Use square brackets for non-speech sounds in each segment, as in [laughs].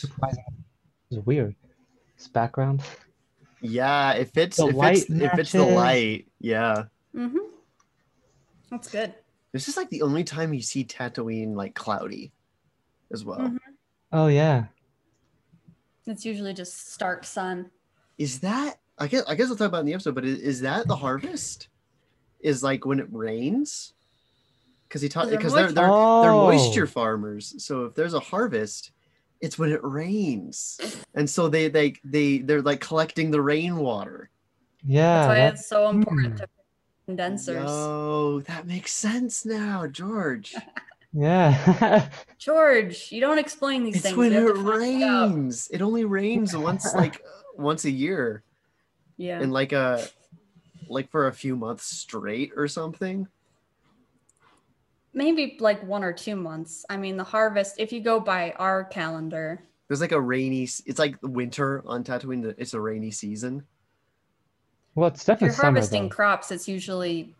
surprising. It's weird. This background. Yeah, if it's The if light it's if it's the matches. light, yeah. Mm-hmm. That's good. This is like the only time you see Tatooine like cloudy, as well. Mhm. Oh yeah. It's usually just stark sun. Is that? I guess I guess I'll talk about it in the episode. But is, is that the harvest? Is like when it rains, because he taught They're because they're moist- they're, they're Oh. moisture farmers. So if there's a harvest, it's when it rains, and so they they they they're like collecting the rainwater. Yeah. That's why That's, it's so important hmm. to condensers. Oh, that makes sense now, George. yeah. [laughs] George, you don't explain these it's things. when We it have to find out. rains. It only rains once like uh, once a year. Yeah. and like a like for a few months straight or something Maybe like one or two months. I mean, the harvest, if you go by our calendar, there's like a rainy s- it's like winter on tatooine that it's a rainy season well, it's if you're definitely summer harvesting though. crops, it's usually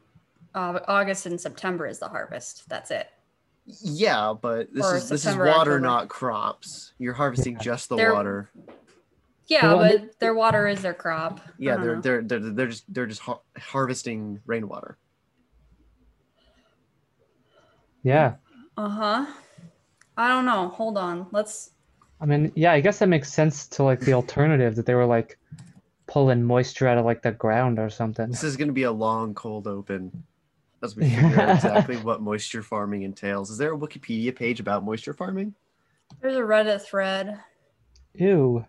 uh, August and September is the harvest. That's it. yeah but this Or is this is September, water October. not crops you're harvesting Yeah. just the They're- water Yeah, Well, and but their water is their crop. I yeah don't they're, know. they're they're they're just they're just har- harvesting rainwater Yeah. Uh-huh. I don't know. Hold on. Let's I mean, yeah. I guess that makes sense to like the alternative that they were like pulling moisture out of like the ground or something. this is going to be a long cold open as we figure out exactly what moisture farming entails is there a wikipedia page about moisture farming there's a Reddit thread. Ew.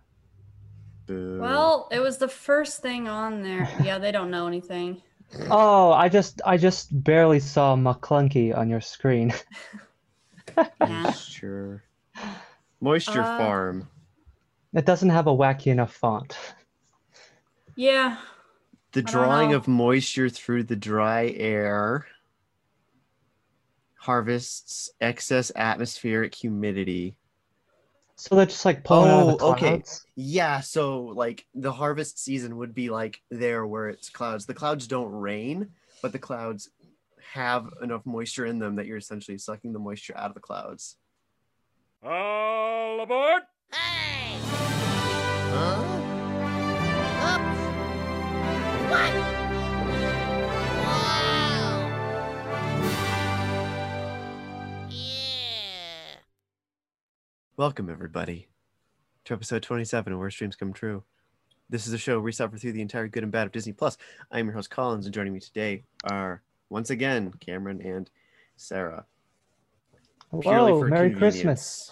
Boo. Well, it was the first thing [laughs] on there. Yeah, they don't know anything. Oh, I just I just barely saw McClunky on your screen. [laughs] Yeah. moisture moisture Uh, farm It doesn't have a wacky enough font. Yeah. The don't drawing know. of moisture through the dry air harvests excess atmospheric humidity. So they're just like pulling out of the Oh, okay. clouds. Yeah, so like the harvest season would be like there where it's clouds. The clouds don't rain, but the clouds have enough moisture in them that you're essentially sucking the moisture out of the clouds. All aboard! Hey! Huh? Up! What? Wow! Yeah! Welcome everybody to episode 27 of Where Streams Come True. This is a show where we suffer through the entire good and bad of Disney Plus. I'm your host Collins, and joining me today are once again Cameron and Sarah. Whoa, Merry Christmas.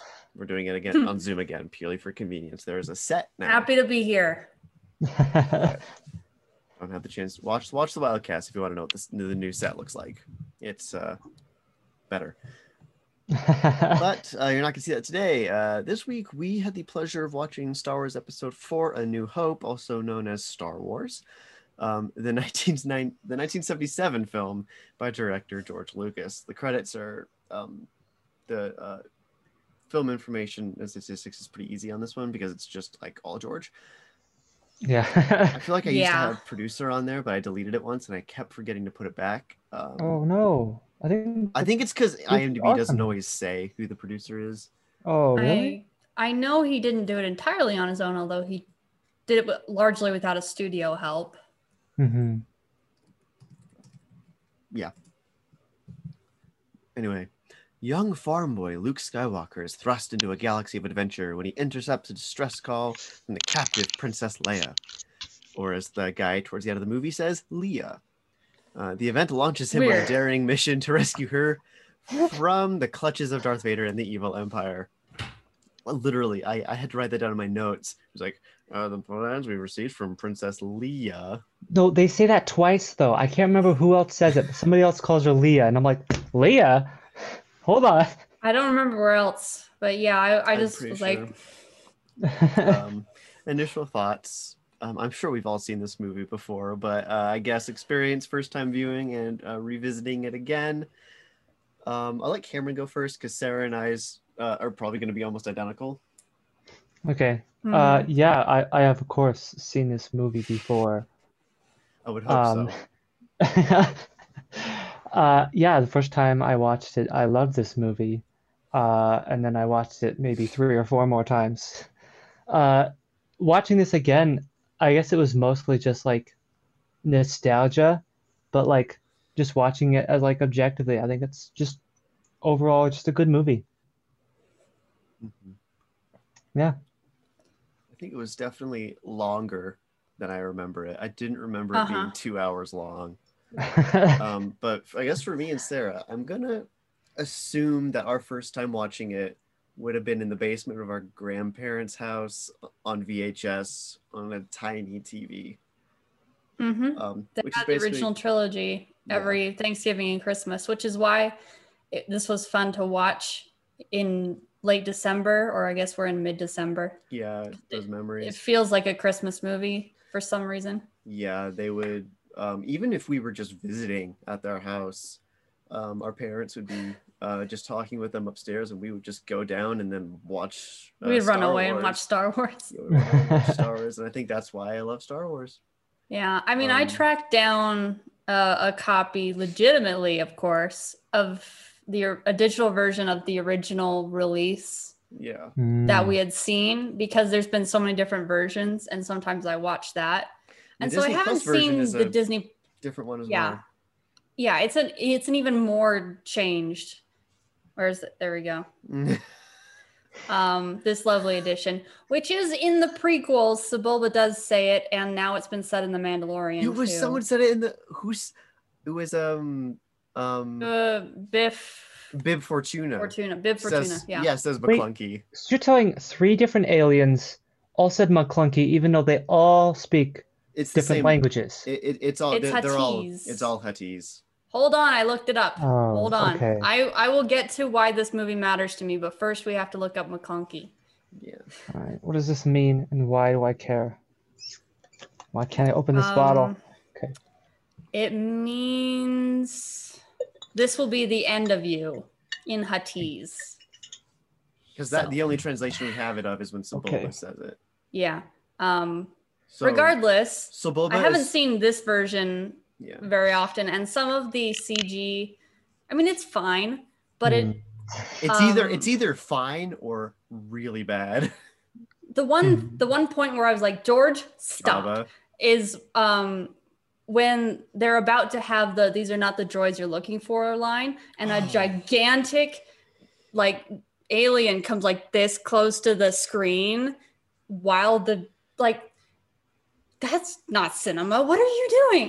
convenience. We're doing it again on Zoom again, purely for convenience. There is a set now. Happy to be here. I don't have the chance. Watch watch the Wildcast if you want to know what this the new set looks like. It's uh better. But uh, you're not gonna see that today. Uh, this week we had the pleasure of watching Star Wars Episode Four: A New Hope, also known as Star Wars, um, the [laughs] 19, nine- the 1977 film by director George Lucas. The credits are um, the uh, film information and statistics is pretty easy on this one because it's just like all George. I [laughs] yeah. feel like I used to Yeah. have producer on there, but I deleted it once and I kept forgetting to put it back. Um, [laughs] oh no. I think I think it's because IMDb doesn't awesome. always say who the producer is. Oh really? I I know he didn't do it entirely on his own, although he did it wi- largely without a studio help. hmm Anyway, young farm boy Luke Skywalker is thrust into a galaxy of adventure when he intercepts a distress call from the captive Princess Leia, or as the guy towards the end of the movie says, Leia. Uh, the event launches him on a Weird. daring mission to rescue her from the clutches of Darth Vader and the evil Empire. Well, literally, I, I had to write that down in my notes. It was like, uh, the plans we received from Princess Leia. No, they say that twice though. I can't remember who else says it. But somebody else calls her Leah, and I'm like, Leah, hold on. [laughs] I don't remember where else, but yeah, I, I I'm just pretty was like, sure. Uh, um, initial thoughts. Um, I'm sure we've all seen this movie before, but uh, I guess experience, first time viewing, and uh, revisiting it again. Um, I'll let Cameron go first because Sarah and I's uh, are probably going to be almost identical. okay. hmm, Uh, yeah, I, I have of course seen this movie before. I would hope Um, so. [laughs] uh, yeah, the first time I watched it, I loved this movie. uh, and then I watched it maybe three or four more times. [laughs] Uh, watching this again, I guess it was mostly just like nostalgia, but like just watching it as like objectively, I think it's just overall just a good movie. [laughs] Mhm. Yeah. I think it was definitely longer than I remember it. I didn't remember it Uh-huh. being two hours long. Um, but f- I guess for me and Sarah, I'm gonna assume that our first time watching it would have been in the basement of our grandparents' house on VHS on a tiny TV. Mm-hmm. Um, They which is had the basically original trilogy Yeah. every Thanksgiving and Christmas, which is why it, this was fun to watch in late December, or I guess we're in mid December. yeah those memories. It feels like a Christmas movie for some reason. Yeah, they would. Um, even if we were just visiting at their house, um, our parents would be uh, just talking with them upstairs, and we would just go down and then watch. uh, We'd run Star away and Wars. watch Star [laughs] Wars. Yeah, we'd run away and [laughs] watch Star Wars, and I think that's why I love Star Wars. Yeah, I mean, I Um, tracked down uh, a copy, legitimately, of course, of the a digital version of the original release Yeah, that Hmm. Mm. we had seen because there's been so many different versions, and sometimes I watch that. The And so I Disney haven't Plus version seen is the a- Disney. different one as Yeah. well. Yeah, it's an it's an even more changed. Where's it? There we go. Yeah. um, this lovely edition, which is in the prequels. Sebulba does say it, and now it's been said in The Mandalorian. it was too. someone said it in the who's it was um um Uh, Biff Bib Fortuna. Fortuna. Bib Fortuna. Says, yeah. says Wait. McClunky. So you're telling three different aliens all said McClunky, even though they all speak It's the different same. languages. It, it, it's all It's they're, they're all Huttese. it's all Huttese. Hold on, I looked it up. Oh, Hold on. okay. I I will get to why this movie matters to me, but first we have to look up McConkie. Yeah. All right, what does this mean and why do I care? Why can't I open this Um, bottle? [laughs] Okay. It means this will be the end of you in Huttese. Because that So- the only translation we have it of is when Sebulba Okay. says it. Yeah. Um, So, regardless, Sebulba I haven't is- seen this version Yeah, very often, and some of the CG. I mean, it's fine, but it it's either Um, it's either fine or really bad. the one Mhm. the one point where I was like, George, stop. Java. is um when they're about to have the these are not the droids you're looking for line and a gigantic like alien comes like this close to the screen while the like that's not cinema what are you doing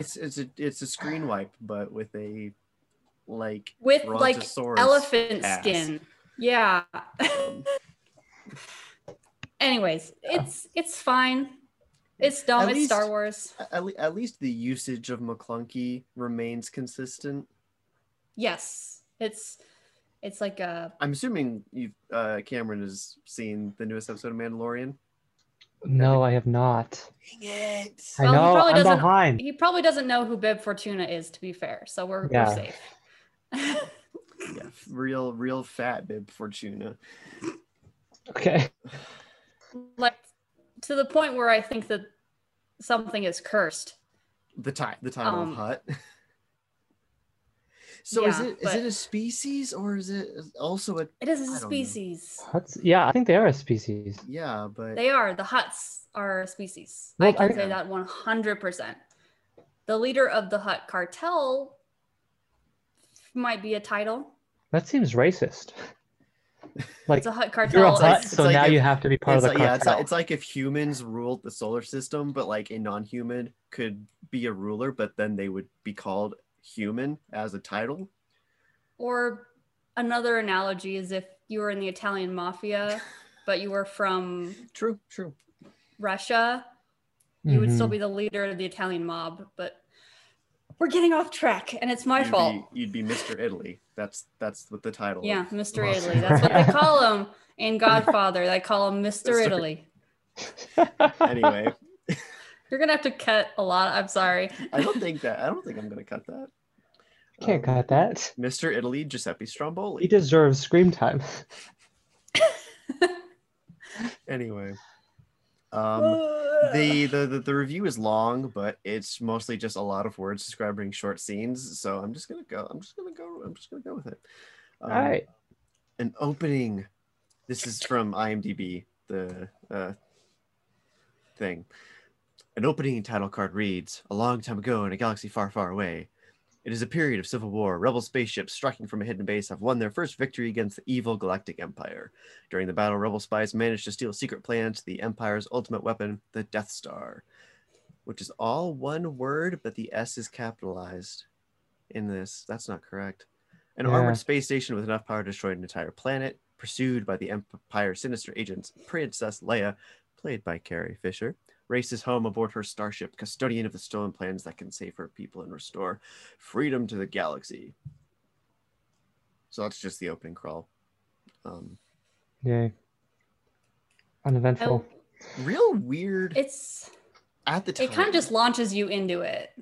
It's it's a it's a screen wipe, but with a like with like brontosaurus elephant ass. skin yeah [laughs] anyways it's it's fine it's dumb At it's least- star wars At, le- at least the usage of McClunky remains consistent. yes it's it's like a I'm assuming you, uh, Cameron, has seen the newest episode of Mandalorian. no, I have not. Dang it! I Well, he know, probably I'm doesn't- behind. He probably doesn't know who Bib Fortuna is, to be fair. So we're, Yeah. we're safe. Yeah, real real fat bib Fortuna. Okay. like to the point where I think that something is cursed. the time the time Um, of hut [laughs] so is yeah, it is but- it a species or is it also a It is I a don't know. species. That's, yeah, I think they are a species. yeah but They are. The Huts are a species. I Well, can I- say that 100%. The leader of the Hut cartel might be a title. That seems racist. Like, It's a Hut you're a cartel. hut, it's so like now if- you have to be part of it's the like, yeah, it's, cartel. like, it's like if humans ruled the solar system but like a non-human could be a ruler but then they would be called human as a title Or another analogy is if you were in the Italian mafia, but you were from true true Russia, you would still Mhm. be the leader of the Italian mob, but we're getting off track and it's my you'd fault. be, you'd be mr italy that's that's what the title yeah, of- Mr. Well, Italy. [laughs] That's what they call him in Godfather. They call him Mr. Mr. Italy. Mm-hmm. [laughs] anyway You're going to have to cut a lot. I'm sorry. i don't think that i don't think i'm gonna cut that [laughs] Can't Um, cut that. mr italy giuseppe stromboli He deserves scream [laughs] time. anyway um the, the the the review is long, but it's mostly just a lot of words describing short scenes. So I'm just gonna go. I'm just gonna go. I'm just gonna go with it. Um, All right. An opening. This is from IMDb, the uh, thing. An opening title card reads A long time ago in a galaxy far, far away. It is a period of civil war. Rebel spaceships striking from a hidden base have won their first victory against the evil Galactic Empire. During the battle, rebel spies managed to steal secret plans to the Empire's ultimate weapon, the Death Star, which is all one word, but the S is capitalized in this. That's not correct. An Yeah. armored space station with enough power to destroy an entire planet, pursued by the Empire's sinister agents, Princess Leia, played by Carrie Fisher, races home aboard her starship, custodian of the stolen plans that can save her people and restore freedom to the galaxy. So that's just the opening crawl. Um, Yay. Uneventful. Oh, real weird it's at the time. it kind of just launches you into it.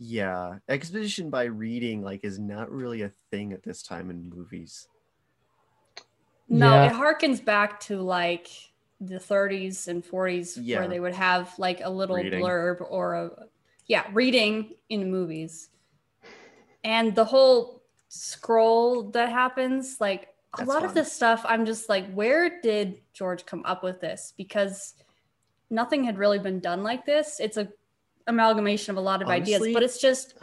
yeah. Exposition by reading like is not really a thing at this time in movies. No, Yeah. it harkens back to like the 30s and 40s Yeah. where they would have like a little Reading. blurb or a yeah, reading in movies. And the whole scroll that happens, like a That's lot fun. of this stuff I'm just like where did George come up with this because nothing had really been done like this. It's a amalgamation of a lot of Honestly- ideas, but it's just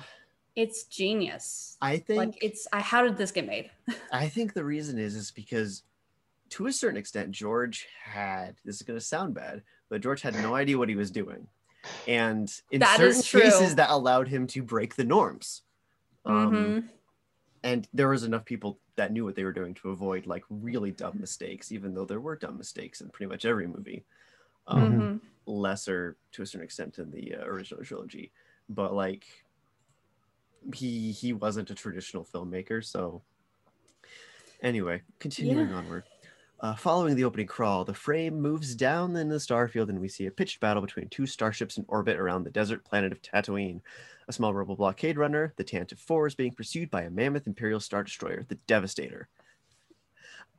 it's genius. I think Like it's I how did this get made? I think the reason is is because to a certain extent George had this is going to sound bad, but George had no idea what he was doing. And in That certain is true. cases that allowed him to break the norms. Um, Mhm. and there was enough people that knew what they were doing to avoid like really dumb mistakes even though there were dumb mistakes in pretty much every movie um, Mhm. Mhm. lesser to a certain extent than the uh, original trilogy but like he he wasn't a traditional filmmaker so anyway continuing onward uh, following the opening crawl, the frame moves down in the starfield, and we see a pitched battle between two starships in orbit around the desert planet of Tatooine. A small rebel blockade runner, the Tantive Four, is being pursued by a mammoth Imperial Star Destroyer, the Devastator.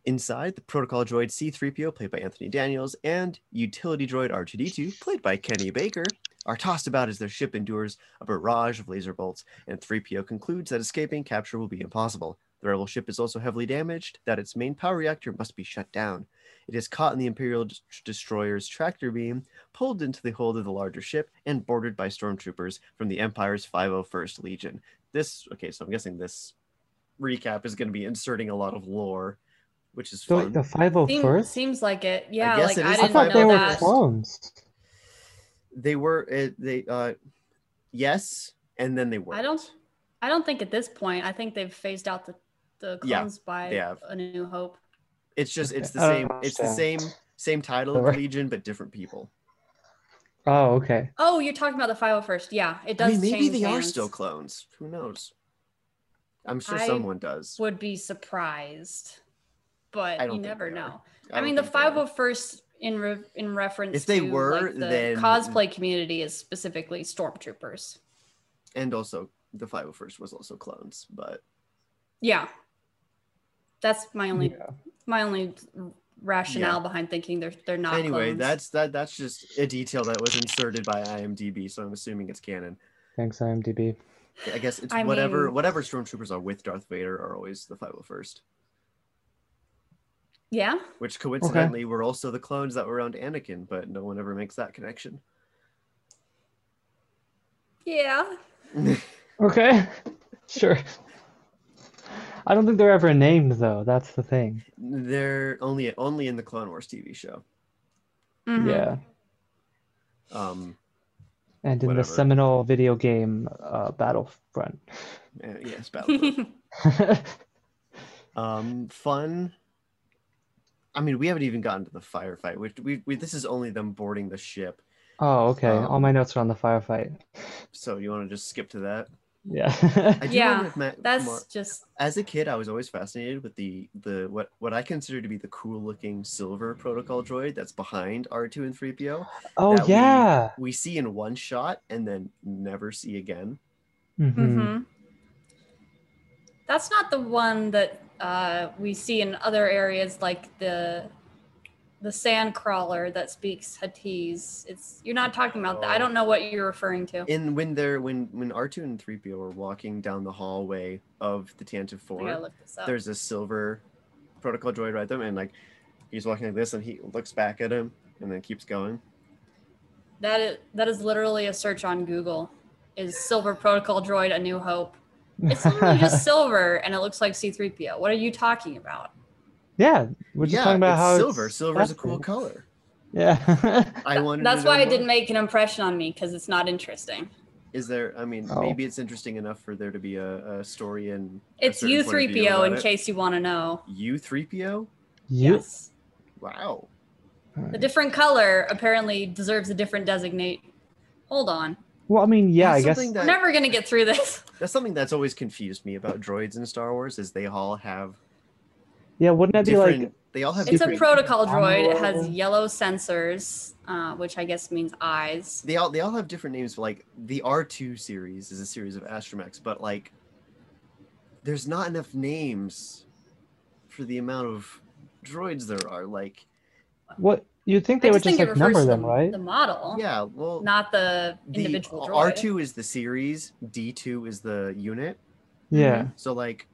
Inside, the protocol droid C3PO, played by Anthony Daniels, and utility droid R2D2, played by Kenny Baker, are tossed about as their ship endures a barrage of laser bolts, and 3PO concludes that escaping capture will be impossible. The rebel ship is also heavily damaged, that its main power reactor must be shut down. It is caught in the Imperial des- destroyer's tractor beam, pulled into the hold of the larger ship, and boarded by stormtroopers from the Empire's 501st Legion. This, okay, so I'm guessing this recap is going to be inserting a lot of lore, which is So, fun. like, the Seem- 501st? seems like it. Yeah, guess like it I is Oh, I didn't thought know they were that. clones. they were uh, they uh yes and then they were I don't I don't think at this point. I think they've phased out the the Yeah, clones by they have. A New Hope. it's just it's the I same don't it's the same understand. same title of Sorry. legion but different people Oh, okay. Oh, you're talking about the 501st. Yeah, it i does mean maybe change they are hands. still clones who knows i'm sure I someone does Would be surprised, but I don't you think they never are. know. I, don't mean, the think they are. 501st in re- in reference If they to, were, like, the then- cosplay community is specifically stormtroopers. and also the 501st was also clones but Yeah, that's my only Yeah. my only rationale behind thinking they're they're not. anyway clones. that's that that's just a detail that was inserted by imdb so i'm assuming it's canon Thanks, IMDb. i guess it's I whatever mean- whatever stormtroopers are with darth vader are always the 501st yeah. which coincidentally were also the clones that were around Anakin, but no one ever makes that connection. [laughs] Yeah. Okay. [laughs] sure. I don't think they're ever named, though. That's the thing. They're only only in the Clone Wars TV show. Mhm. [laughs] Yeah. Um, And in Whatever. the seminal video game uh, Battlefront. [laughs] uh, yes, [laughs] Battlefront. um, fun. I mean, we haven't even gotten to the firefight. Which we, we this is only them boarding the ship. oh, okay. All Um, my notes are on the firefight. So you want to just skip to that? Yeah. I do Yeah, wanna admit, That's Mar- just as a kid, I was always fascinated with the the what what I consider to be the cool looking silver protocol droid that's behind R two and three PO. [laughs] oh, that we- yeah. we see in one shot and then never see again. hmm hmm That's not the one that uh, we see in other areas like the the sand crawler that speaks Hattese. It's you're not talking about that. I don't know what you're referring to. And when they're when when R2 and 3PO are walking down the hallway of the Tantive 4, I gotta look this up. there's a silver protocol droid right there, and like he's walking like this, and he looks back at him, and then keeps going. That is that is literally a search on Google. Is Silver Protocol Droid a New Hope? Mm-hmm. It's [laughs] literally just silver, and it looks like C-3PO. What are you talking about? yeah, we're just yeah, talking about it's how silver. it's Silver is a cool fascinating. color. Yeah. [laughs] I wanted. That's to know why it more. didn't make an impression on me because it's not interesting. Is there? I mean, Oh. maybe it's interesting enough for there to be a, a story and. a It's certain point of view U3PO about in it. case you want to know. U3PO. You- Yes. Wow. The different color apparently deserves a different designate. Hold on. Well, I mean, yeah, I That's guess. something We're that- never going to get through this. That's something that's always confused me about droids in Star Wars is they all have yeah, wouldn't that be different. like? they all have [laughs] It's a different. protocol droid. It has Amber. yellow sensors, uh, which I guess means eyes. they all they all have different names. But like the R two series is a series of astromechs, but like there's not enough names for the amount of droids there are. Like What you'd think they I would just think it like number refers to them, the, right? the model, yeah, well, not the the individual droid. R [laughs] two is the series, D two is the unit. Mm-hmm. Yeah. So like,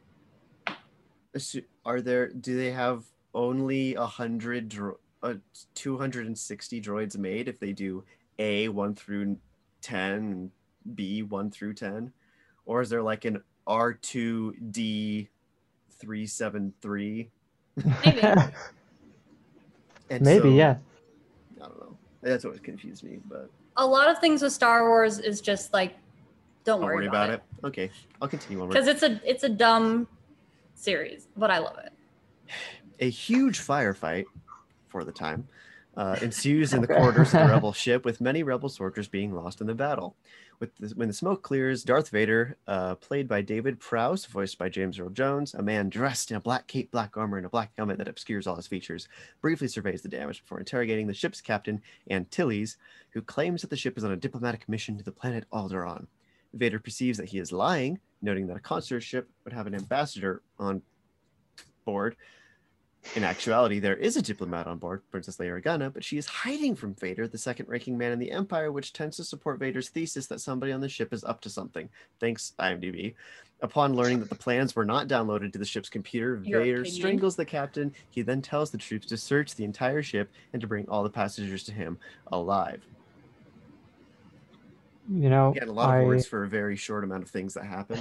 assu- are there? Do they have only a hundred, dro- uh, two hundred and sixty droids made? If they do A one through ten, B one through ten, or is there like an R two D three seven three? Maybe. And [laughs] Maybe, so- yeah. I don't know. That's always confused me, but A lot of things with Star Wars is just like, don't, don't worry about it. Okay, I'll continue on. because it's a it's a dumb series, but I love it. a huge firefight for the time uh, ensues in the corridors of the rebel ship with many rebel soldiers being lost in the battle with the, when the smoke clears darth vader uh, played by david prowse voiced by james earl jones a man dressed in a black cape black armor and a black helmet that obscures all his features briefly surveys the damage before interrogating the ship's captain antilles who claims that the ship is on a diplomatic mission to the planet alderon vader perceives that he is lying noting that a concert ship would have an ambassador on board in actuality, there is a diplomat on board, Princess Leia Organa, but she is hiding from Vader, the second ranking man in the Empire, which tends to support Vader's thesis that somebody on the ship is up to something. Thanks, IMDb. Upon learning that the plans were not downloaded to the ship's computer, Your Vader opinion. strangles the captain. He then tells the troops to search the entire ship and to bring all the passengers to him alive. You know, Again, a lot of I, words for a very short amount of things that happen.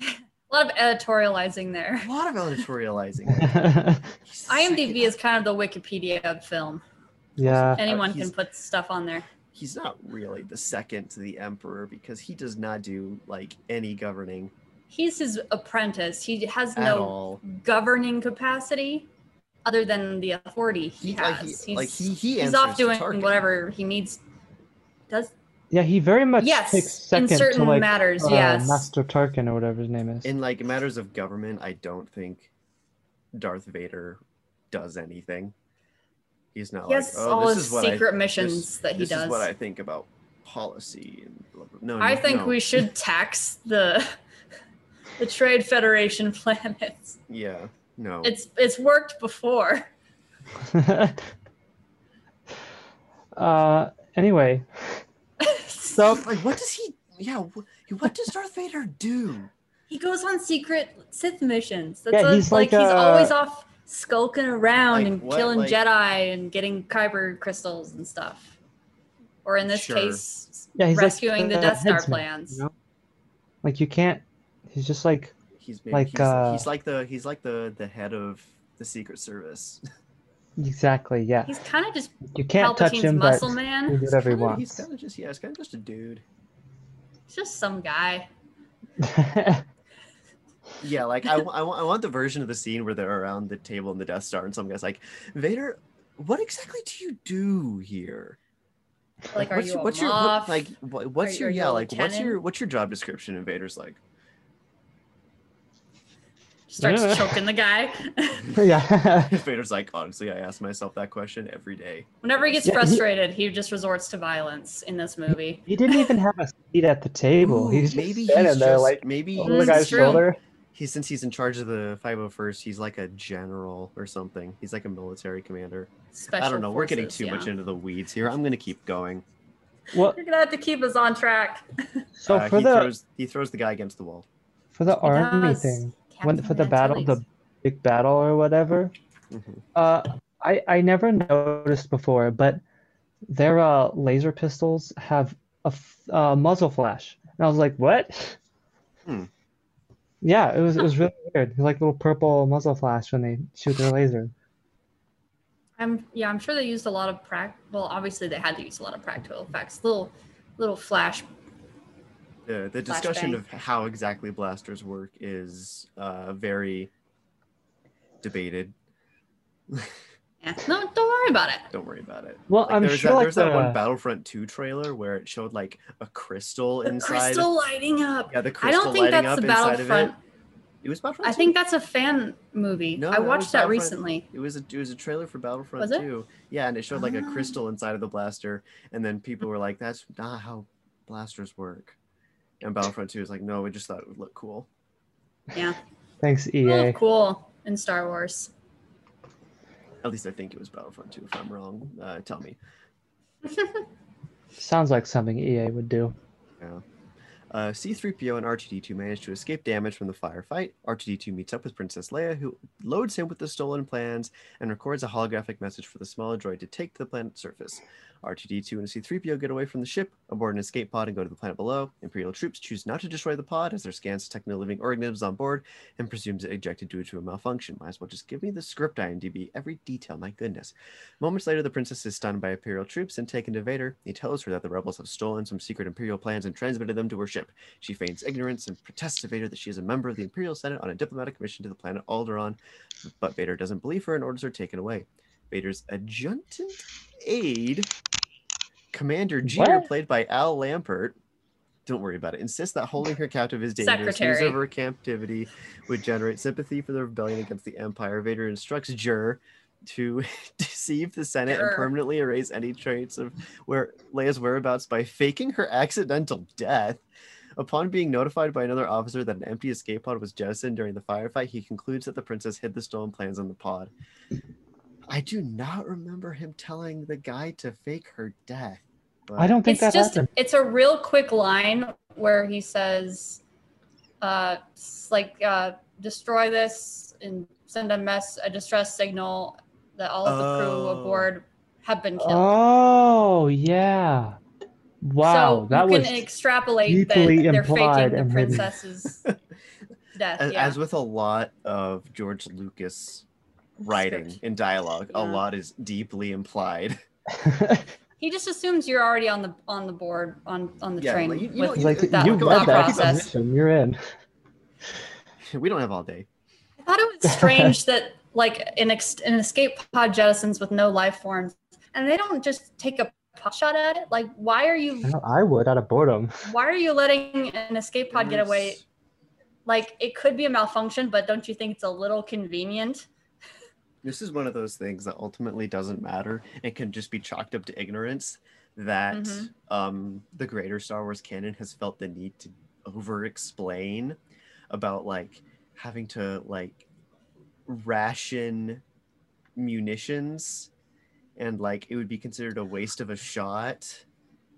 A lot of editorializing there. [laughs] A lot of editorializing. [laughs] He's the IMDb second- is kind of the Wikipedia of film. [laughs] yeah, Anyone Uh, he's- can put stuff on there. he's not really the second to the emperor because he does not do like any governing He's his apprentice. He has at no all. governing capacity other than the authority he, He, like, has. he, he's like he, he he's answers off to doing Tarkin. whatever he needs. Does yeah. He very much takes yes in second certain to like matters. uh, yes, Master Tarkin or whatever his name is. In like matters of government, I don't think Darth Vader does anything. He's not yes, like oh, all this his is what I- secret this- missions that he this does. is what I think about policy and blah, blah, blah. no. I no, think no. we should tax the [laughs] the Trade Federation [laughs] planets. Yeah. No. It's it's worked before. [laughs] [laughs] uh, anyway, so like what does he? Yeah. wh- What does Darth Vader do? he goes on secret Sith missions. That's Yeah, what- he's like, like he's a- uh, always off skulking around Like and what? killing Like- Jedi and getting kyber crystals and stuff. Or in this Sure. case, yeah, he's like rescuing the Death Star headsman, plans. you know? Like you can't. He's just like He's maybe, Like, he's, uh, he's like the he's like the the head of the [laughs] Secret Service. exactly yeah. He's kind of just You can't touch Palpatine's him, but muscle he man. can do whatever he Kinda- He's wants. kind of just yeah, he's kind of just a dude. He's just some guy. Yeah, like I, wa- I, wa- I want the version of the scene where they're around the table in the Death Star and some guy's like, Vader, what exactly do you do here? Like, are what's, you a what's your moth? what, like wha- what's Are- your are you yeah a like what's your lieutenant? what's your job description? And Vader's like, [laughs] [laughs] starts Yeah. choking the guy. [laughs] [laughs] yeah. Vader's like honestly, I ask myself that question every day. Whenever he gets Yeah, he- frustrated, he just resorts to violence in this movie. He didn't even have a seat at the table. Ooh, he's just maybe he's standing there just like maybe on the Mm, he's guy's true. shoulder. he since he's in charge of the 501st, he's like a general or something. He's like a military commander. Special I don't know. We're getting forces, too yeah. much into the weeds here. I'm going to keep going. Well, You're gonna have to keep us on track. so Uh, for he the throws he throws the guy against the wall. for the army Yes, thing, when Captain for the battle, the Antilles. big battle or whatever, Mhm. uh, I I never noticed before, but their uh, laser pistols have a f- uh, muzzle flash, and I was like, what? Hmm. Yeah, it was it was really weird. Like little purple muzzle flash when they shoot their laser. I'm yeah, I'm sure they used a lot of prac. Well, obviously they had to use a lot of practical effects. Little, little flash. The, the discussion Flashbang. of how exactly blasters work is uh, very debated. Yeah. No, don't worry about it. Don't worry about it. Well, Like, I'm there was sure that, like there was that the- one Battlefront 2 trailer where it showed like a crystal The inside. crystal lighting up. Yeah, the I crystal don't think lighting that's up the inside of it. Battlefront. It was Battlefront. I 2. think that's a fan movie. No, I that watched was that Battlefront. recently. It was a it was a trailer for Battlefront Was it? 2. Yeah, and it showed like a Ah. crystal inside of the blaster, and then people were like, "That's not how blasters work." And Battlefront 2 is like, "No, we just thought it would look cool." Yeah. Thanks, E Oh, EA. cool. In Star Wars. At least I think it was Battlefront 2. If I'm wrong, uh, tell me. Sounds like something EA would do. Uh, C3PO and R2D2 manage to escape damage from the firefight. R2D2 meets up with Princess Leia, who loads him with the stolen plans and records a holographic message for the smaller droid to take to the planet's surface. R2D2 and C3PO get away from the ship, aboard an escape pod, and go to the planet below. Imperial troops choose not to destroy the pod as their scans detect no living organisms on board and presumes it ejected due to a malfunction. Might as well just give me the script, IMDb. Every detail, my goodness. Moments later, the princess is stunned by Imperial troops and taken to Vader. He tells her that the rebels have stolen some secret Imperial plans and transmitted them to her ship. She feigns ignorance and protests to Vader that she is a member of the Imperial Senate on a diplomatic mission to the planet Alderaan, but Vader doesn't believe her and orders her taken away. Vader's adjutant aide, Commander Jeter, What? played by Al Lampert, don't worry about it, insists that holding her captive is dangerous. News Secretary. of her captivity would generate sympathy for the rebellion against the Empire. Vader instructs Jur to [laughs] deceive the Senate and Jur. permanently erase any traits of where Leia's whereabouts by faking her accidental death. Upon being notified by another officer that an empty escape pod was jettisoned during the firefight, he concludes that the princess hid the stolen plans on the pod. I do not remember him telling the guy to fake her death. but- I don't think it's that just happened. it's a real quick line where he says uh s- like uh destroy this and send a mess a distress signal that all of the crew Oh. aboard have been killed Oh yeah! Wow, so that you was can extrapolate that deeply they're implied faking the and hidden. [laughs] princess's death as, yeah as with a lot of George Lucas writing Script. and dialogue, a Yeah. lot is deeply implied. [laughs] [laughs] he just assumes you're already on the on the board on on the Yeah, train like, you- you with like that you come read thought on, that keep process information, You're in. We don't have all day. I thought it was strange [laughs] that like an, ex- an escape pod jettisons with no life forms, and they don't just take a pot shot at it. Like, why are you No, I would out of boredom. why are you letting an escape pod get away? There's- Like, it could be a malfunction, but don't you think it's a little convenient? This is one of those things that ultimately doesn't matter. It can just be chalked up to ignorance that Mhm. um, the greater Star Wars canon has felt the need to over explain about like having to like ration munitions and like it would be considered a waste of a shot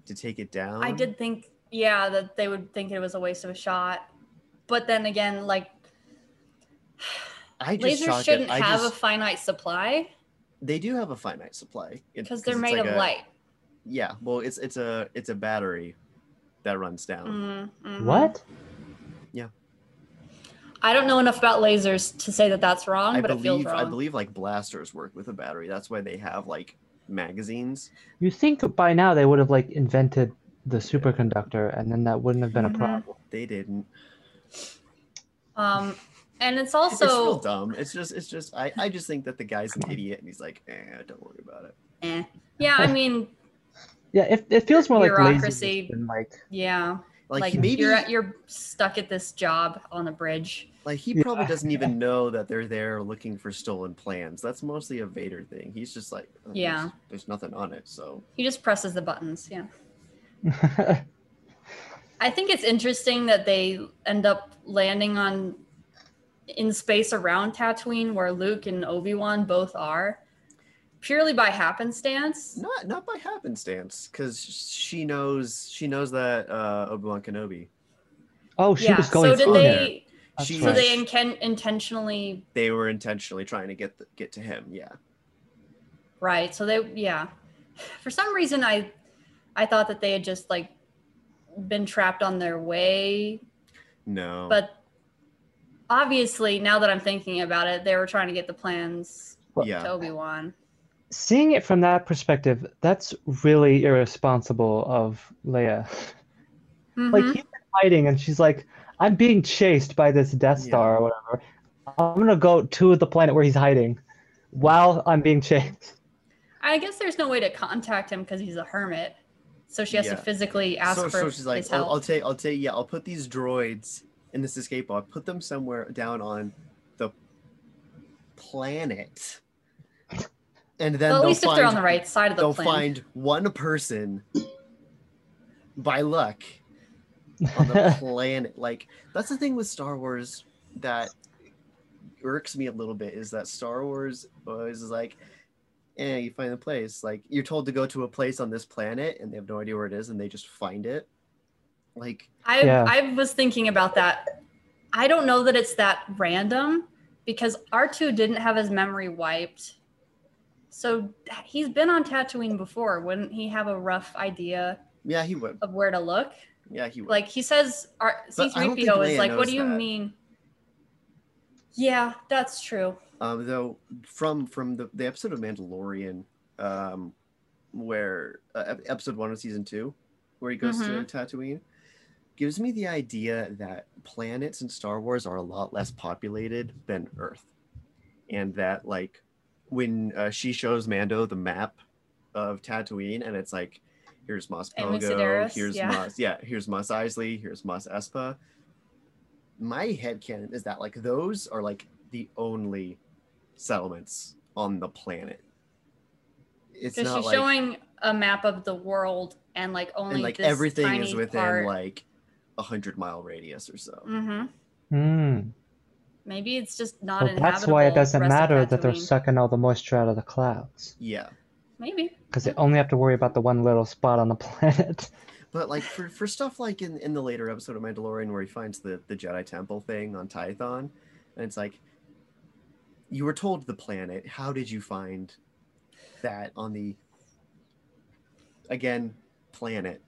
to take it down. I did think, yeah, that they would think it was a waste of a shot, but then again, like I just lasers chalk shouldn't it, I have just- a finite supply they do have a finite supply It- because they're it's made like of a- light. Yeah, well, it's it's a it's a battery that runs down. Mm, mhm. What? I don't know enough about lasers to say that that's wrong, I but it feels believe wrong. I believe like blasters work with a battery. That's why they have like magazines. You think by now they would have like invented the superconductor, and then that wouldn't have been a Mhm. problem. They didn't. Um, and it's it's real also dumb. It's just it's just I I just think that the guy's an idiot and he's like, eh, don't worry about it. eh. yeah. I mean, Yeah, it, it feels more like Bureaucracy. lazy than like yeah. Like, Like, maybe you're at, you're stuck at this job on the bridge. like he Yeah. probably doesn't even know that they're there looking for stolen plans. That's mostly a Vader thing. He's just like, "Oh, there's- Yeah. there's nothing on it. So He just presses the buttons. Yeah. I think it's interesting that they end up landing on in space around Tatooine, where Luke and Obi Wan both are, purely by happenstance. Not not by happenstance, because she knows she knows that uh, Obi Wan Kenobi. [laughs] Oh, she yeah. was going so did on they? there. That's She So right. they inten- intentionally They were intentionally trying to get the, get to him. Yeah. right. So they yeah. [sighs] For some reason, I I thought that they had just like been trapped on their way No. but obviously now that i'm thinking about it they were trying to get the plans to yeah. obi-wan Seeing it from that perspective, that's really irresponsible of Leia. Mm-hmm. Like Mhm. he's been fighting, and she's like, "I'm being chased by this Death Yeah. Star or whatever. I'm gonna go to the planet where he's hiding, while I'm being chased." i guess there's no way to contact him because he's a hermit so she has Yeah. to physically ask so, for so she's like, his I'll, help I'll take, I'll take, yeah, I'll put these droids in this escape pod, put them somewhere down on the planet, and then well, at they'll least find, if they're on the right side of the they'll plane find one person by luck on the [laughs] planet. Like that's the thing with Star Wars that irks me a little bit is that Star Wars is like, eh, you find the place. Like you're told to go to a place on this planet, and they have no idea where it is, and they just find it. Like I, Yeah. I was thinking about that i don't know that it's that random because r2 didn't have his memory wiped so he's been on tatooine before wouldn't he have a rough idea yeah, he would. of where to look Yeah, he would. like he says our But I don't think c3po is Leia like what knows do you that." mean yeah that's true um, though from from the, the episode of Mandalorian, um, where uh, ep- episode one of season two, where he goes Mhm. to Tatooine, gives me the idea that planets in Star Wars are a lot less populated than Earth, and that like when uh, she shows Mando the map of Tatooine, and it's like, here's Mos Amy Pogo, Sedaris, here's yeah. Mos, yeah, here's Mos Eisley, here's Mos Espa. My head canon is that like those are like the only settlements on the planet. It's because not she's like showing a map of the world and like only and like this everything tiny is within part. like a hundred mile radius or so. Mhm. Hmm. maybe it's just not Well, inhabitable that's why it doesn't rest of matter that they're Tatooine. sucking all the moisture out of the clouds, Yeah, maybe because they only have to worry about the one little spot on the [laughs] planet. but like for, for stuff like in in the later episode of Mandalorian where he finds the the Jedi Temple thing on Tython, and it's like you were told the planet. How did you find that on the again planet?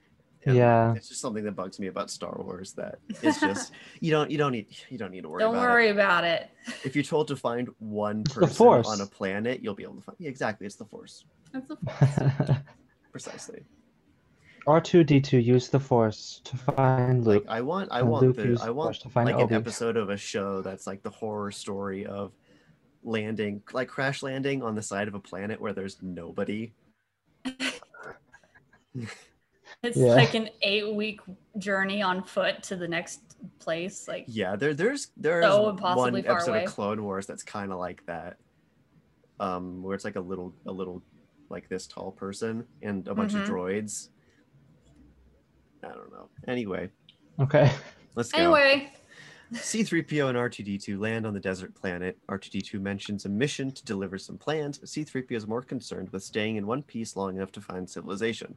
And Yeah. it's just something that bugs me about Star Wars. That it's [laughs] just you don't you don't need you don't need to worry don't about it. worry [laughs] about it if you're told to find one person Force. on a planet, you'll be able to find. Yeah, exactly, it's the force, That's a- [laughs] precisely. R2D2 used the Force to find Like Luke. I want, I and want Luke the, used I the want Force to find like an Obi. episode of a show that's like the horror story of landing, like crash landing on the side of a planet where there's nobody. it's Yeah. like an eight week journey on foot to the next place like Yeah, there, there's, there's So one impossibly far episode away. of Clone Wars that's kind of like that, um, where it's like a little, a little, like this tall person and a bunch of Mhm. droids. I don't know. Anyway, Okay. [laughs] let's go. anyway C3PO and R2D2 land on the desert planet. R2D2 mentions a mission to deliver some plans, but C3PO is more concerned with staying in one piece long enough to find civilization.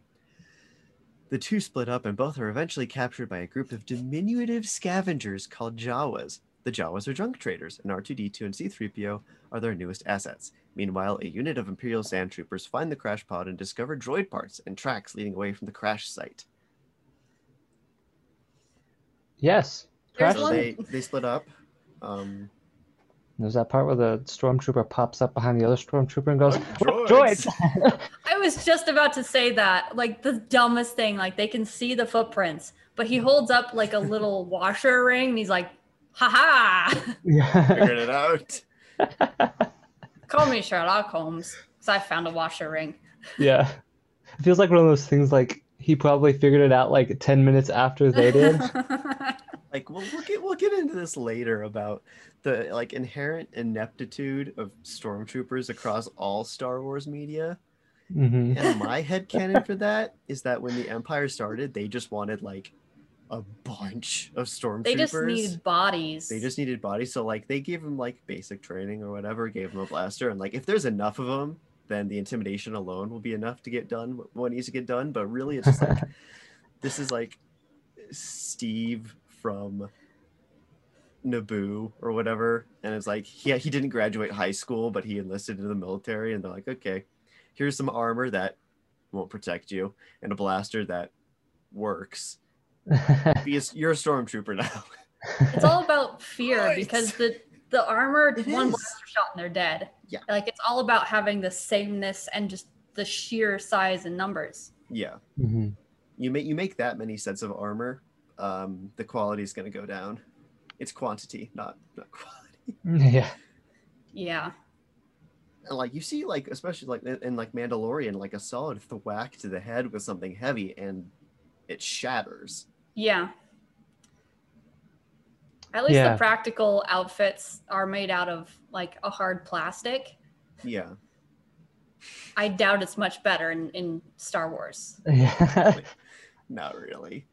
The two split up, and both are eventually captured by a group of diminutive scavengers called Jawas. The Jawas are junk traders, and R2D2 and C3PO are their newest assets. Meanwhile, a unit of Imperial sand troopers find the crash pod and discover droid parts and tracks leading away from the crash site. Yes. There's Crash. So one- they, they split up. Um, There's that part where the stormtrooper pops up behind the other stormtrooper and goes, Droids. "Droids!" I was just about to say that, like the dumbest thing. Like they can see the footprints, but he holds up like [laughs] a little washer ring, and he's like, "Ha ha! [laughs] Yeah. figured it out. Call me Sherlock Holmes, because I found a washer ring." [laughs] Yeah. It feels like one of those things like he probably figured it out like 10 minutes after they [laughs] did. like we'll, we'll get we'll get into this later about the like inherent ineptitude of stormtroopers across all Star Wars media. hmm [laughs] And my headcanon for that is that when the Empire started, they just wanted like a bunch of stormtroopers. They just needed bodies. they just needed bodies. So like they gave him like basic training or whatever, gave him a blaster, and like if there's enough of them, then the intimidation alone will be enough to get done what- what needs to get done. But really, it's just like this is like Steve from Naboo or whatever, and it's like yeah, he didn't graduate high school, but he enlisted in the military, and they're like, okay, here's some armor that won't protect you and a blaster that works. Be a, you're a stormtrooper now. [laughs] it's all about fear Right. because the the armored It one is. blaster shot and they're dead. Yeah. Like it's all about having the sameness and just the sheer size and numbers. yeah. Mhm. you make you make that many sets of armor, um, the quality is going to go down. It's quantity, not not quality. [laughs] Yeah. Yeah. And like you see, like especially like in, in, like Mandalorian, like a solid thwack to the head with something heavy, and it shatters. Yeah. At least Yeah. the practical outfits are made out of like a hard plastic. Yeah, I doubt it's much better in, in Star Wars. Yeah. [laughs] not really.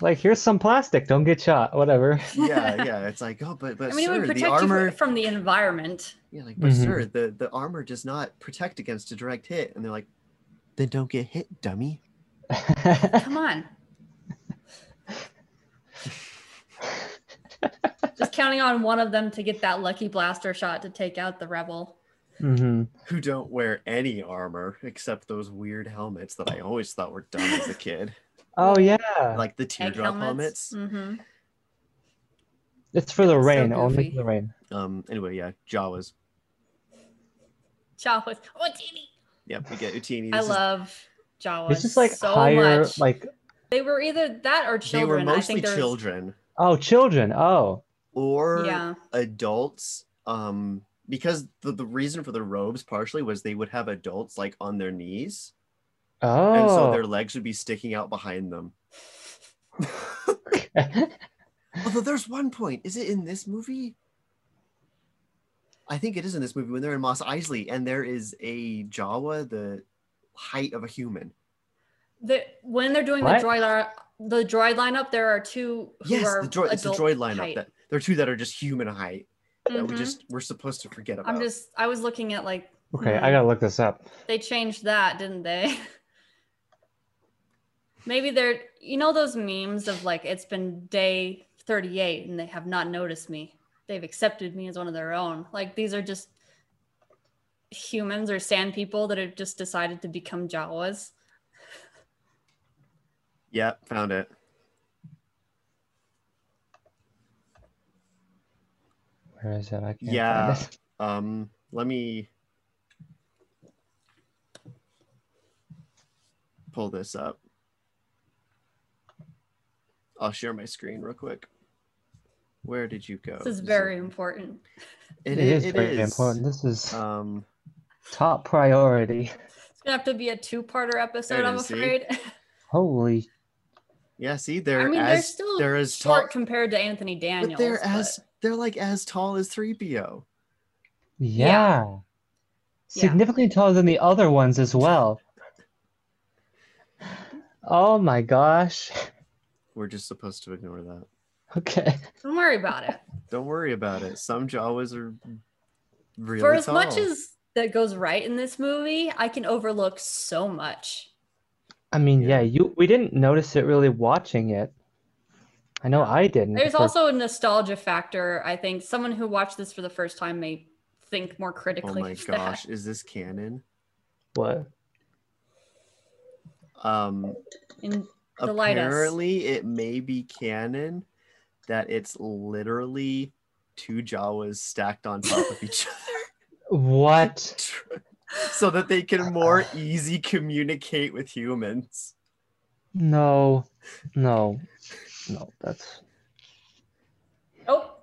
like here's some plastic. Don't get shot. Whatever. [laughs] [laughs] Yeah, yeah. It's like oh, but but I mean, it sir, would the protect armor. you fr- from the environment. Yeah, like but Mhm. sir, the the armor does not protect against a direct hit, and they're like, then don't get hit, dummy. [laughs] Come on. Just counting on one of them to get that lucky blaster shot to take out the rebel. hmm Who don't wear any armor except those weird helmets that I always thought were dumb as a kid. Oh yeah. like the teardrop helmets. hmm it's for the so rain. only goofy. for the rain. Mm. Um. Anyway, yeah, Jawas. Jawas. Oh, Timmy. Yep, we get Utini. I This is- love Jawas. It's just like Oh, so higher. much. Like they were either that or they were children. I mostly think there's children oh children. Oh. or yeah, adults. Um, because the, the reason for the robes partially was they would have adults like on their knees, Oh. and so their legs would be sticking out behind [laughs] them. Although there's one point, is it in this movie? I think it is in this movie when they're in Moss Isley, and there is a Jawa the height of a human. the, when they're doing What? the droid ar- the droid lineup, there are two who Yes, are the droid, it's the adult droid lineup. height. That there are two that are just human height that we Mhm. just we're supposed to forget about. I'm just I was looking at like [laughs] okay, hmm, I gotta look this up. they changed that, didn't they? [laughs] Maybe they're you know those memes of like it's been day 38 and they have not noticed me. They've accepted me as one of their own. Like these are just humans or sand people that have just decided to become Jawas. Yeah, found it. Where is it? I can't Yeah. Find it. Um, let me pull this up. I'll share my screen real quick. Where did you go? This is very important. [laughs] it It, is it very is. important. This is Um, top priority. It's gonna have to be a two-parter There episode, it I'm is, see? afraid. [laughs] Holy. yeah. See, they're I mean, as they're still they're as short tall, compared to Anthony Daniels. but they're but- as they're like as tall as three PO. Yeah. Yeah. Significantly taller than the other ones as well. Oh my gosh. [laughs] We're just supposed to ignore that. Okay. don't worry about it. Don't worry about it. Some Jawas are really For as tall. much as that goes right in this movie, I can overlook so much. I mean, yeah, Yeah. you we didn't notice it really watching it. I know I didn't. There's the first- also a nostalgia factor. I think someone who watched this for the first time may think more oh critically. my of that. gosh, is this canon? what? Um, And Delight us. apparently, it may be canon that it's literally two Jawas stacked on top of [laughs] each What? other, [laughs] so that they can more easy communicate with humans. No. No. No, that's oh,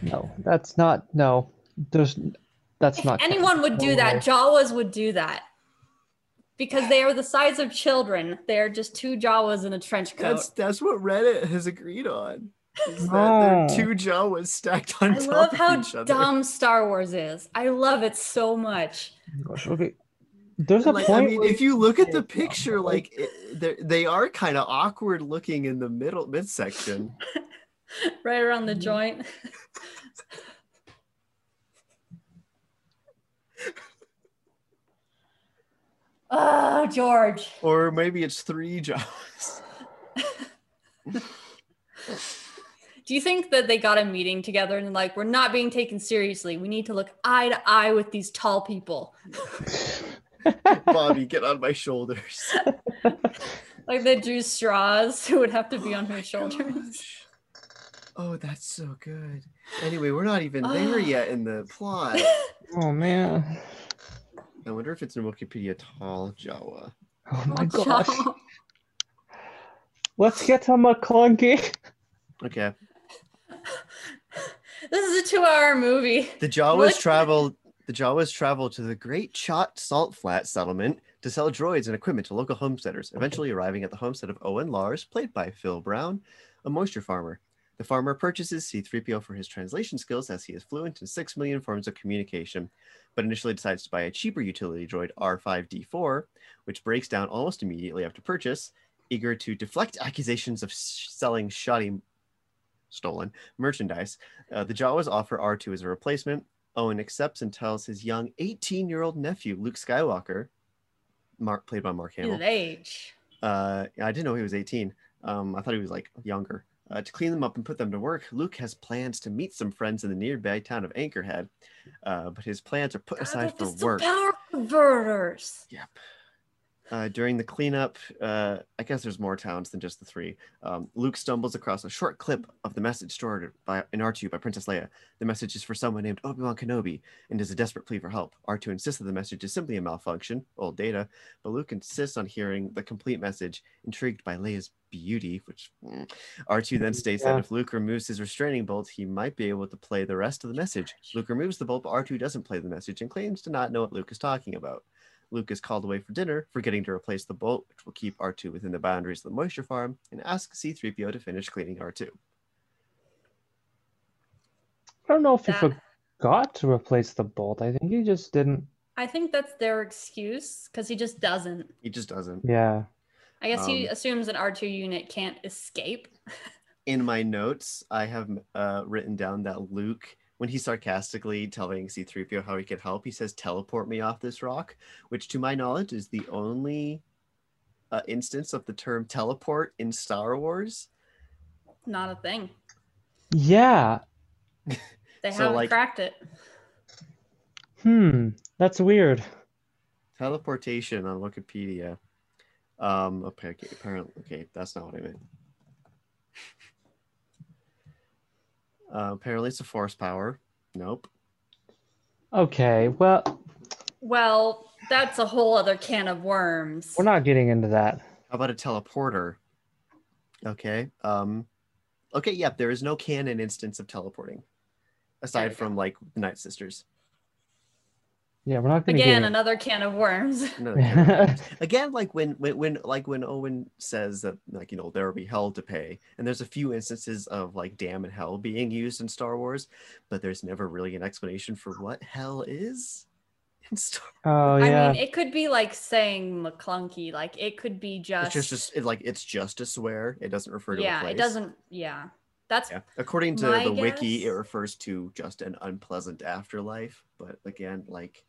no. That's not no. There's that's if not anyone would do that, Jawas would do that because they are the size of children. They are just two Jawas in a trench coat. That's that's what Reddit has agreed on. Is that No. there are two Jawas stacked on I top love of how each other. dumb Star Wars is. I love it so much. Oh Gosh, okay. There's a Like, I point. mean, where- if you look at the picture, like it, they're- they are kind of awkward looking in the middle midsection. right around Mm-hmm. [laughs] the joint. [laughs] oh, George. or maybe it's three jaws. Do you think that they got a meeting together and like we're not being taken seriously? We need to look eye to eye with these tall people. [laughs] Bobby, get on my shoulders. [laughs] Like they drew straws who would have to be on Oh her shoulders. Gosh. Oh, that's so good. Anyway, we're not even there [sighs] Ah. yet in the plot. oh man. I wonder if it's in Wikipedia tall Jawa. Oh [laughs] my Oh, gosh. Joe. Let's get him a [laughs] clunky. Okay. This is a two-hour movie. The Jawas What? travel the Jawas travel to the Great Chot Salt Flat settlement to sell droids and equipment to local homesteaders, eventually arriving at the homestead of Owen Lars, played by Phil Brown, a moisture farmer. The farmer purchases C3PO for his translation skills as he is fluent in 6 million forms of communication, but initially decides to buy a cheaper utility droid R5D4, which breaks down almost immediately after purchase, eager to deflect accusations of s- selling shoddy stolen merchandise. Uh, the Jawas offer R2 as a replacement. Owen accepts and tells his young 18 year old nephew, Luke Skywalker, Mark, played by Mark He's Hamill. of age. Uh, I didn't know he was 18. Um, I thought he was like younger. Uh, to clean them up and put them to work, Luke has plans to meet some friends in the nearby town of Anchorhead, uh, but his plans are put aside God, for they're some work. Power converters. Yep. Uh, during the cleanup, uh, I guess there's more towns than just the three. Um, Luke stumbles across a short clip of the message stored by, in R2 by Princess Leia. The message is for someone named Obi Wan Kenobi and is a desperate plea for help. R2 insists that the message is simply a malfunction, old data, but Luke insists on hearing the complete message, intrigued by Leia's beauty, which mm. R2 then states Yeah. that if Luke removes his restraining bolt, he might be able to play the rest of the message. Luke removes the bolt, but R2 doesn't play the message and claims to not know what Luke is talking about. Luke is called away for dinner, forgetting to replace the bolt, which will keep R2 within the boundaries of the moisture farm, and asks C3PO to finish cleaning R2. I don't know if he That- forgot to replace the bolt. I think he just didn't. I think that's their excuse because he just doesn't. He just doesn't. Yeah. I guess he Um, assumes an R2 unit can't escape. In my notes, I have uh, written down that Luke, when he's sarcastically telling C3PO how he can help, he says, teleport me off this rock, which to my knowledge is the only uh, instance of the term teleport in Star Wars. Not a thing. Yeah. They So, haven't like- cracked it. Hmm. That's weird. Teleportation on Wikipedia. Um, okay, apparently, okay, that's not what I meant. [laughs] Uh, apparently, it's a force power. Nope. Okay. Well, Well, that's a whole other can of worms. we're not getting into that. How about a teleporter? Okay. Um, okay. Yep. there is no canon instance of teleporting, There aside we from like the Night Sisters. Yeah, we're not going to get Again, into another can of worms. Another [laughs] canon. [laughs] again like when, when when like when owen says that like you know there will be hell to pay and there's a few instances of like damn and hell being used in star wars but there's never really an explanation for what hell is in star Oh I yeah. mean, it could be like saying McClunky. Like it could be just. it's just a, it, like it's just a swear it doesn't refer to a yeah, place it doesn't. Yeah, that's yeah. according to My the wiki it guess- refers to just an unpleasant afterlife but again like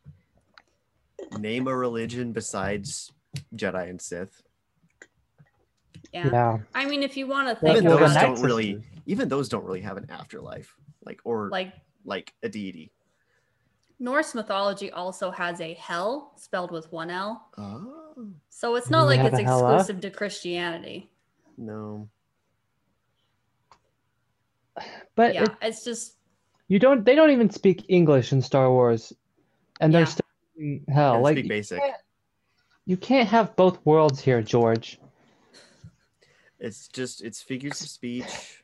name a religion besides jedi and sith yeah. yeah. I mean, if you want to Well, think even well, those the about it, Night don't really Sisters. even those don't really have an afterlife like or like, like a deity Norse mythology also has a hell spelled with one L, oh so it's You not like have it's a hella? exclusive to Christianity. no But yeah, it, it's just you don't. They don't even speak English in Star Wars, and they're Yeah. still in hell. oh, like speak basic you can't have both worlds here, George. it's just it's figures of speech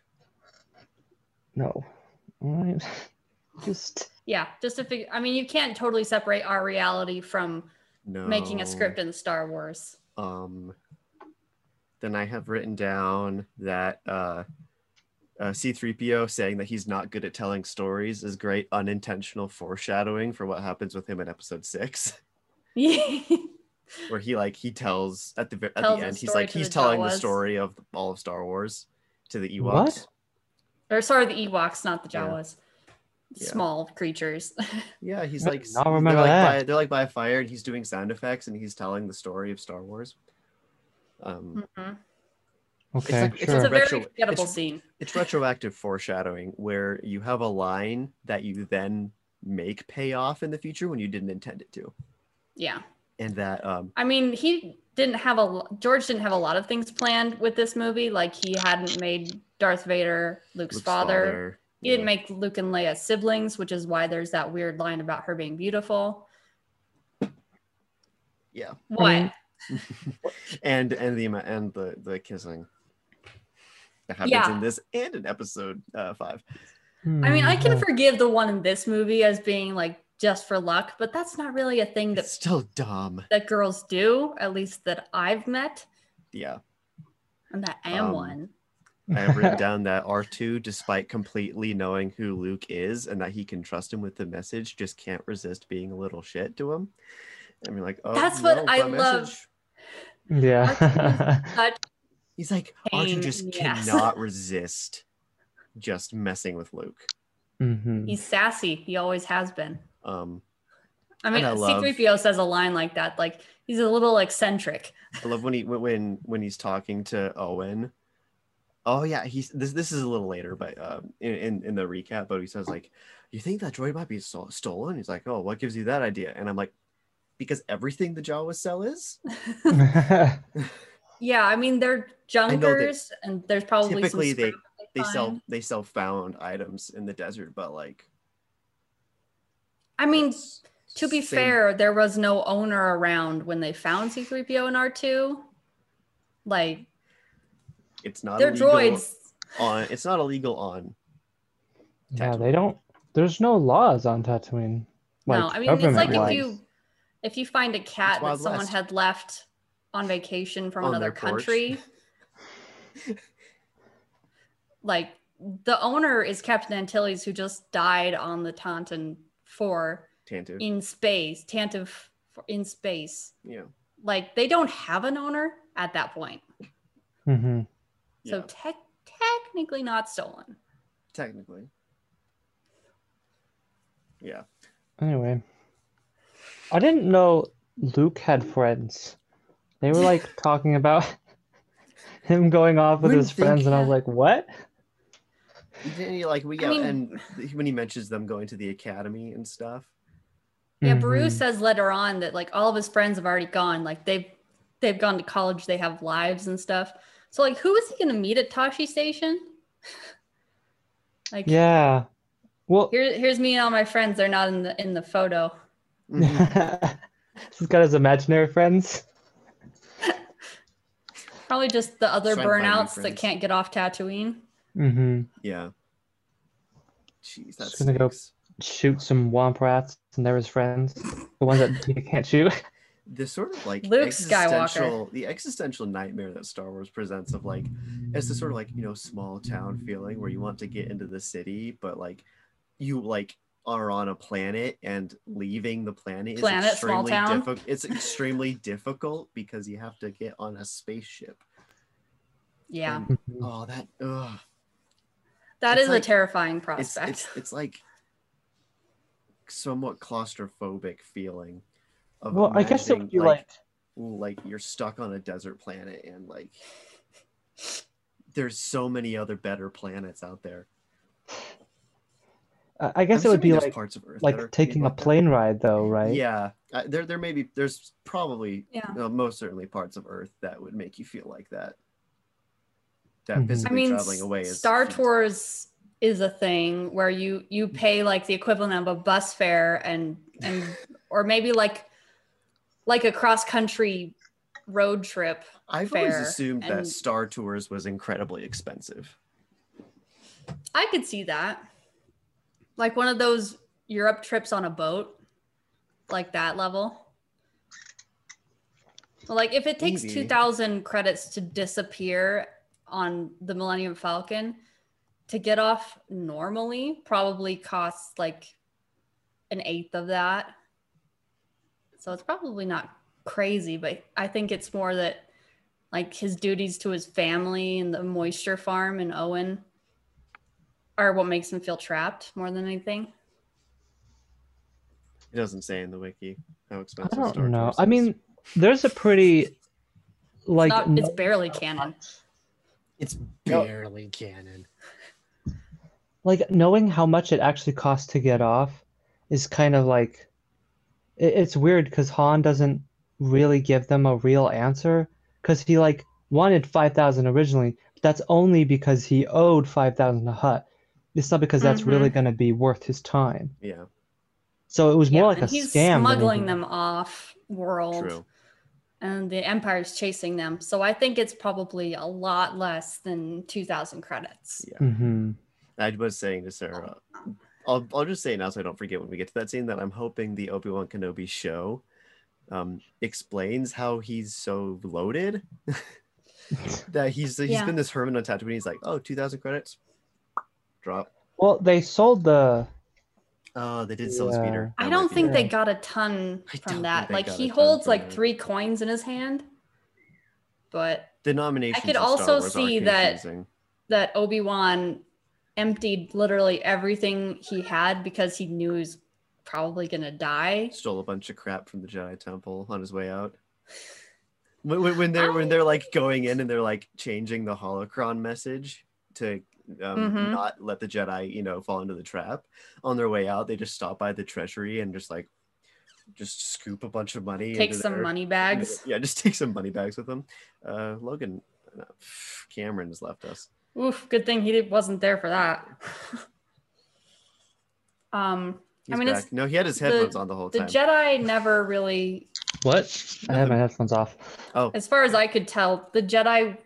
No. I- Just yeah, [laughs] just to figure. I mean, you can't totally separate our reality from no making a script in Star Wars. [laughs] um then i have written down that uh uh, C3PO saying that he's not good at telling stories is great unintentional foreshadowing for what happens with him in episode six. [laughs] where he like he tells at the ve- at Tells the the end he's story like to he's the telling the Jawas. story of all of Star Wars to the Ewoks. What? or sorry, the Ewoks, not the Yeah. Jawas. Yeah. Small creatures. Yeah, he's I like did not they're, remember like that. By, they're like by a fire and he's doing sound effects and he's telling the story of Star Wars. Um, Mhm. Okay, like- it's sure. It's a very Retro- forgettable it's- scene. it's retroactive foreshadowing where you have a line that you then make pay off in the future when you didn't intend it to, Yeah. and that um, I mean, he didn't have a lo- George didn't have a lot of things planned with this movie. Like he hadn't made Darth Vader Luke's, Luke's father. He yeah. didn't make Luke and Leia siblings, which is why there's that weird line about her being beautiful. Yeah. What? and and the ama- and the the kissing that happens Yeah. in this and in episode uh, five. I mean, I Hmm, can okay. forgive the one in this movie as being like just for luck, but that's not really a thing It's that still dumb. that girls do, at least that I've met, Yeah, and that I am Um, one. I have written down that R two, despite completely knowing who Luke is and that he can trust him with the message, just can't resist being a little shit to him. I mean, like, oh, That's what no, I my love. message. [laughs] yeah. But He's like R two Pain, just yes. [laughs] cannot resist just messing with Luke. hmm he's sassy. He always has been. Um, I mean, And I love- C3PO says a line like that. Like he's a little eccentric. I love when he when- when when he's talking to Owen. Oh yeah, he's this. This is a little later, but um, in, in in the recap, but he says like, "You think that droid might be so- stolen?" He's like, "Oh, what gives you that idea?" And I'm like, "Because everything the Jawas sell is [laughs] Yeah, I mean they're know that junkers, and there's probably typically some they scrap they sell find. they sell found items in the desert, but like, I mean, it's to be same- fair, there was no owner around when they found C3PO and R2. Like it's not they're illegal droids. on it's not illegal on yeah, they don't. There's no laws on Tatooine. Like, no, I mean it's like government-wise. if you if you find a cat that Wild someone West. had left on vacation from On another their porch. [laughs] country, like the owner is Captain Antilles, who just died on the Taunton Four Tantive. in space, Tantive f- in space. Yeah, Like they don't have an owner at that point, Mhm. so Yeah. tech technically not stolen. technically. Yeah, Anyway, I didn't know Luke had friends. They were [laughs] like talking about [laughs] him going off with Wouldn't his think- friends, and I was like, "What?" Didn't he, like we yeah, mean- and th- when he mentions them going to the academy and [laughs] stuff. Yeah, Baru Mhm. says later on that like all of his friends have already gone. Like they've they've gone to college, they have lives and stuff. So like who is he gonna meet at Tashi Station? [laughs] like Yeah. Well, here, here's me and all my friends, they're not in the in the photo. [laughs] he's got his imaginary friends. Probably just the other Trying to find new burnouts that friends. can't get off Tatooine. Mm-hmm. Yeah. Jeez, that's gonna go- stinks. shoot some womp rats and they're his friends. The ones that you can't [laughs] shoot. the sort of like Luke Skywalker. existential, the existential nightmare that Star Wars presents of like, it's the sort of like you know small town feeling where you want to get into the city, but like you like are on a planet and leaving the planet, Planet, is small extremely town. difficult. It's extremely difficult because you have to get on a spaceship. Yeah. And, oh, that ugh. that it's is like- a terrifying it's, prospect. [laughs] it's it's like somewhat claustrophobic feeling of Well, I guess it would imagining, be like, ooh, like you're stuck on a desert planet and like there's so many other better planets out there I I guess it would be like parts of earth that are like taking a that. plane ride though, right? yeah uh, there there may be there's probably Yeah. uh, most certainly parts of earth that would make you feel like that that Mhm. I I physically mean traveling away is Star feat- Tours is a thing where you you pay like the equivalent of a bus fare and and or maybe like like a cross country road trip. i've always fair assumed that and- star tours was incredibly expensive I could see that. Like one of those Europe trips on a boat, like that level. Like if it takes Maybe. 2000 credits to disappear on the Millennium Falcon, to get off normally probably costs like an eighth of that. So it's probably not crazy, but I think it's more that like his duties to his family and the moisture farm and Owen are what makes him feel trapped more than anything. It doesn't say in the wiki how I expensive. Star don't know. Tours I is. mean, there's a pretty like Not- it's barely canon. it's no- Barely canon. like knowing how much it actually costs to get off is kind of like it, it's weird because Han doesn't really give them a real answer because he like wanted 5,000 originally. But that's only because he owed 5,000 to Hut. It's not because that's really Mm-hmm. going to be worth his time. yeah, So it was more like and a he's scam than smuggling anything. them off world. true. and the empire's chasing them so i think it's probably a lot less than 2000 credits Yeah. Mhm. I was saying to Sarah, I'll, I'll just say now so I don't forget when we get to that scene that I'm hoping the Obi Wan Kenobi show um, explains how he's so loaded that he's he's Yeah. been this hermit on Tatooine. He's like, oh, 2,000 credits, drop. [laughs] Well, they sold the Oh, they did sell his Yeah. meter. i That don't might be think it. they got a ton I don't from think that they like got he a ton holds from like that. three coins in his hand but the nomination. could also see that- that obi-wan emptied literally everything he had because he knew he was probably gonna die stole a bunch of crap from the Jedi Temple on his way [sighs] out. When, when when they're when they're like going in and they're like changing the holocron message to um, Mhm. not let the Jedi you know fall into the trap. On their way out, they just stop by the treasury and just like just scoop a bunch of money. take into some their- money bags Yeah, just [laughs] take some money bags with them. Uh, Logan, no, Cameron has left us. oof good thing he did- wasn't there for [laughs] that um He's mean, it's- back. no, he had his the- headphones on the whole the time. jedi never really what? I had my headphones off. oh, as far as I could tell, the Jedi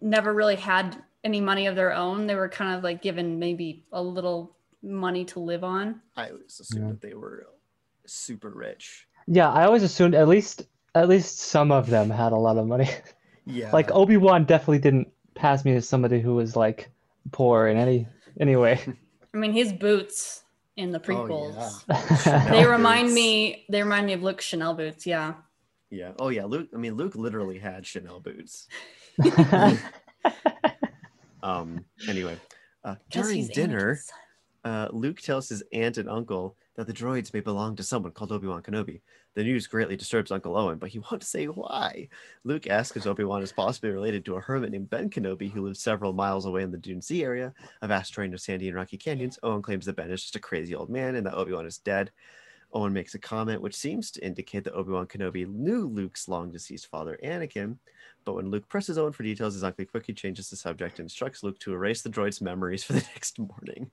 never really had any money of their own. They were kind of like given maybe a little money to live on. I always assumed Yeah. that they were super rich. Yeah, I always assumed at least at least some of them had a lot of money. [laughs] Yeah, like Obi-Wan definitely didn't pass me as somebody who was like poor in any any [laughs] way. I mean, his boots in Oh, the prequels. They [laughs] Chanel remind boots. me. They remind me of Luke Chanel boots. Yeah, Yeah. Oh yeah. Luke. I mean, Luke literally had Chanel boots. Um. Anyway, uh, 'Cause during he's dinner, Anakin's son. uh, Luke tells his aunt and uncle that the droids may belong to someone called Obi Wan Kenobi. The news greatly disturbs Uncle Owen, but he [laughs] won't say why. Luke asks if Obi Wan is possibly related to a hermit named Ben Kenobi who lives several miles away in the Dune Sea area, a vast terrain of sandy and rocky canyons. Owen claims that Ben is just a crazy old man and that Obi Wan is dead. Owen makes a comment which seems to indicate that Obi Wan Kenobi knew Luke's long deceased father, Anakin. But when Luke presses Owen for details, his uncle quickly changes the subject and instructs Luke to erase the droid's memories for the [laughs] next morning.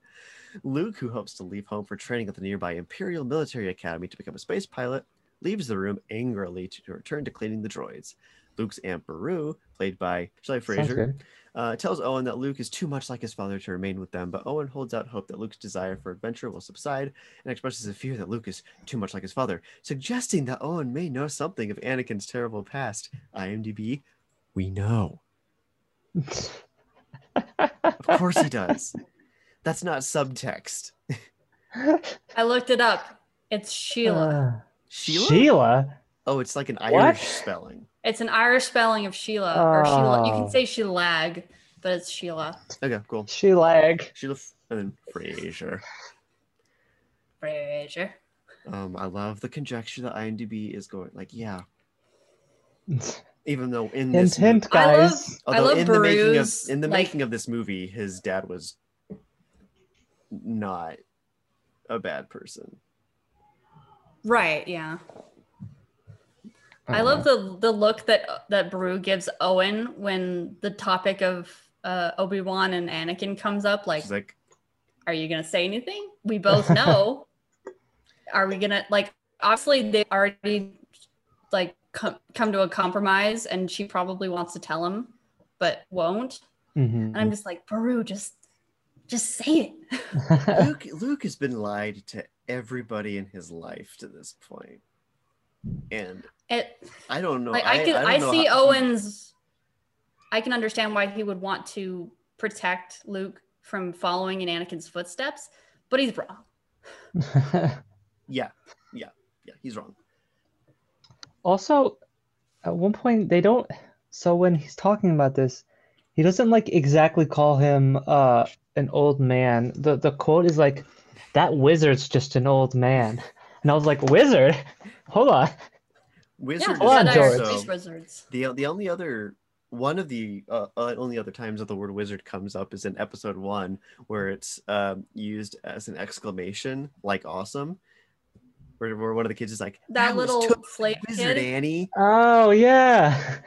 Luke, who hopes to leave home for training at the nearby Imperial Military Academy to become a space pilot, leaves the room angrily to return to cleaning the droids. Luke's Aunt Beru, played by Shelley Sounds Fraser, good. uh, tells Owen that Luke is too much like his father to remain with them, but Owen holds out hope that Luke's desire for adventure will subside and expresses a fear that Luke is too much like his father, suggesting that Owen may know something of Anakin's terrible past. IMDb, we know. Of course he does. That's not subtext. I looked it up. It's [laughs] Sheila. [sighs] Uh, Sheila? Sheila? Oh, it's like an Irish What? spelling. it's an Irish spelling of Sheila or Sheila. You Oh. can say Shelag, but it's Sheila. Okay, cool. She lag. Sheila F- and then Fraser. Fraser. Um, I love the conjecture that IMDb is going like, yeah, even though in Hint, this mo- hint, I love- guys. I although love in the making of Beru's, in the like- making of this movie, his dad was not a bad person. Right. Yeah. Uh-huh. I love the the look that that Brew gives Owen when the topic of uh, Obi Wan and Anakin comes up. Like, She's [laughs] like, are you gonna say anything? [laughs] We both know. are we gonna like? Obviously, they already like come come to a compromise, and she probably wants to tell him, but won't. Mhm. And Mm-hmm. I'm just like, Brew, just just say it. Luke Luke has been lied to everybody in his life to this point. And it I don't know. like I, can I, don't know see how- Owen's I can understand why he would want to protect Luke [laughs] from following in Anakin's footsteps, but he's wrong. Yeah, yeah. He's wrong. Also, at one point they don't. So when he's talking about this, he doesn't like exactly call him uh an old man. The the quote is like, "That wizard's just an old man," and I was like, "Wizard, hold on." Wizard Hold on, is Jedi are George. at also least wizards. the the only other one of the uh, uh, only other times that the word wizard comes up is in episode one, where it's um, used as an exclamation, like awesome, where, where one of the kids is like, That was little totally slave wizard kid. Annie." Oh yeah.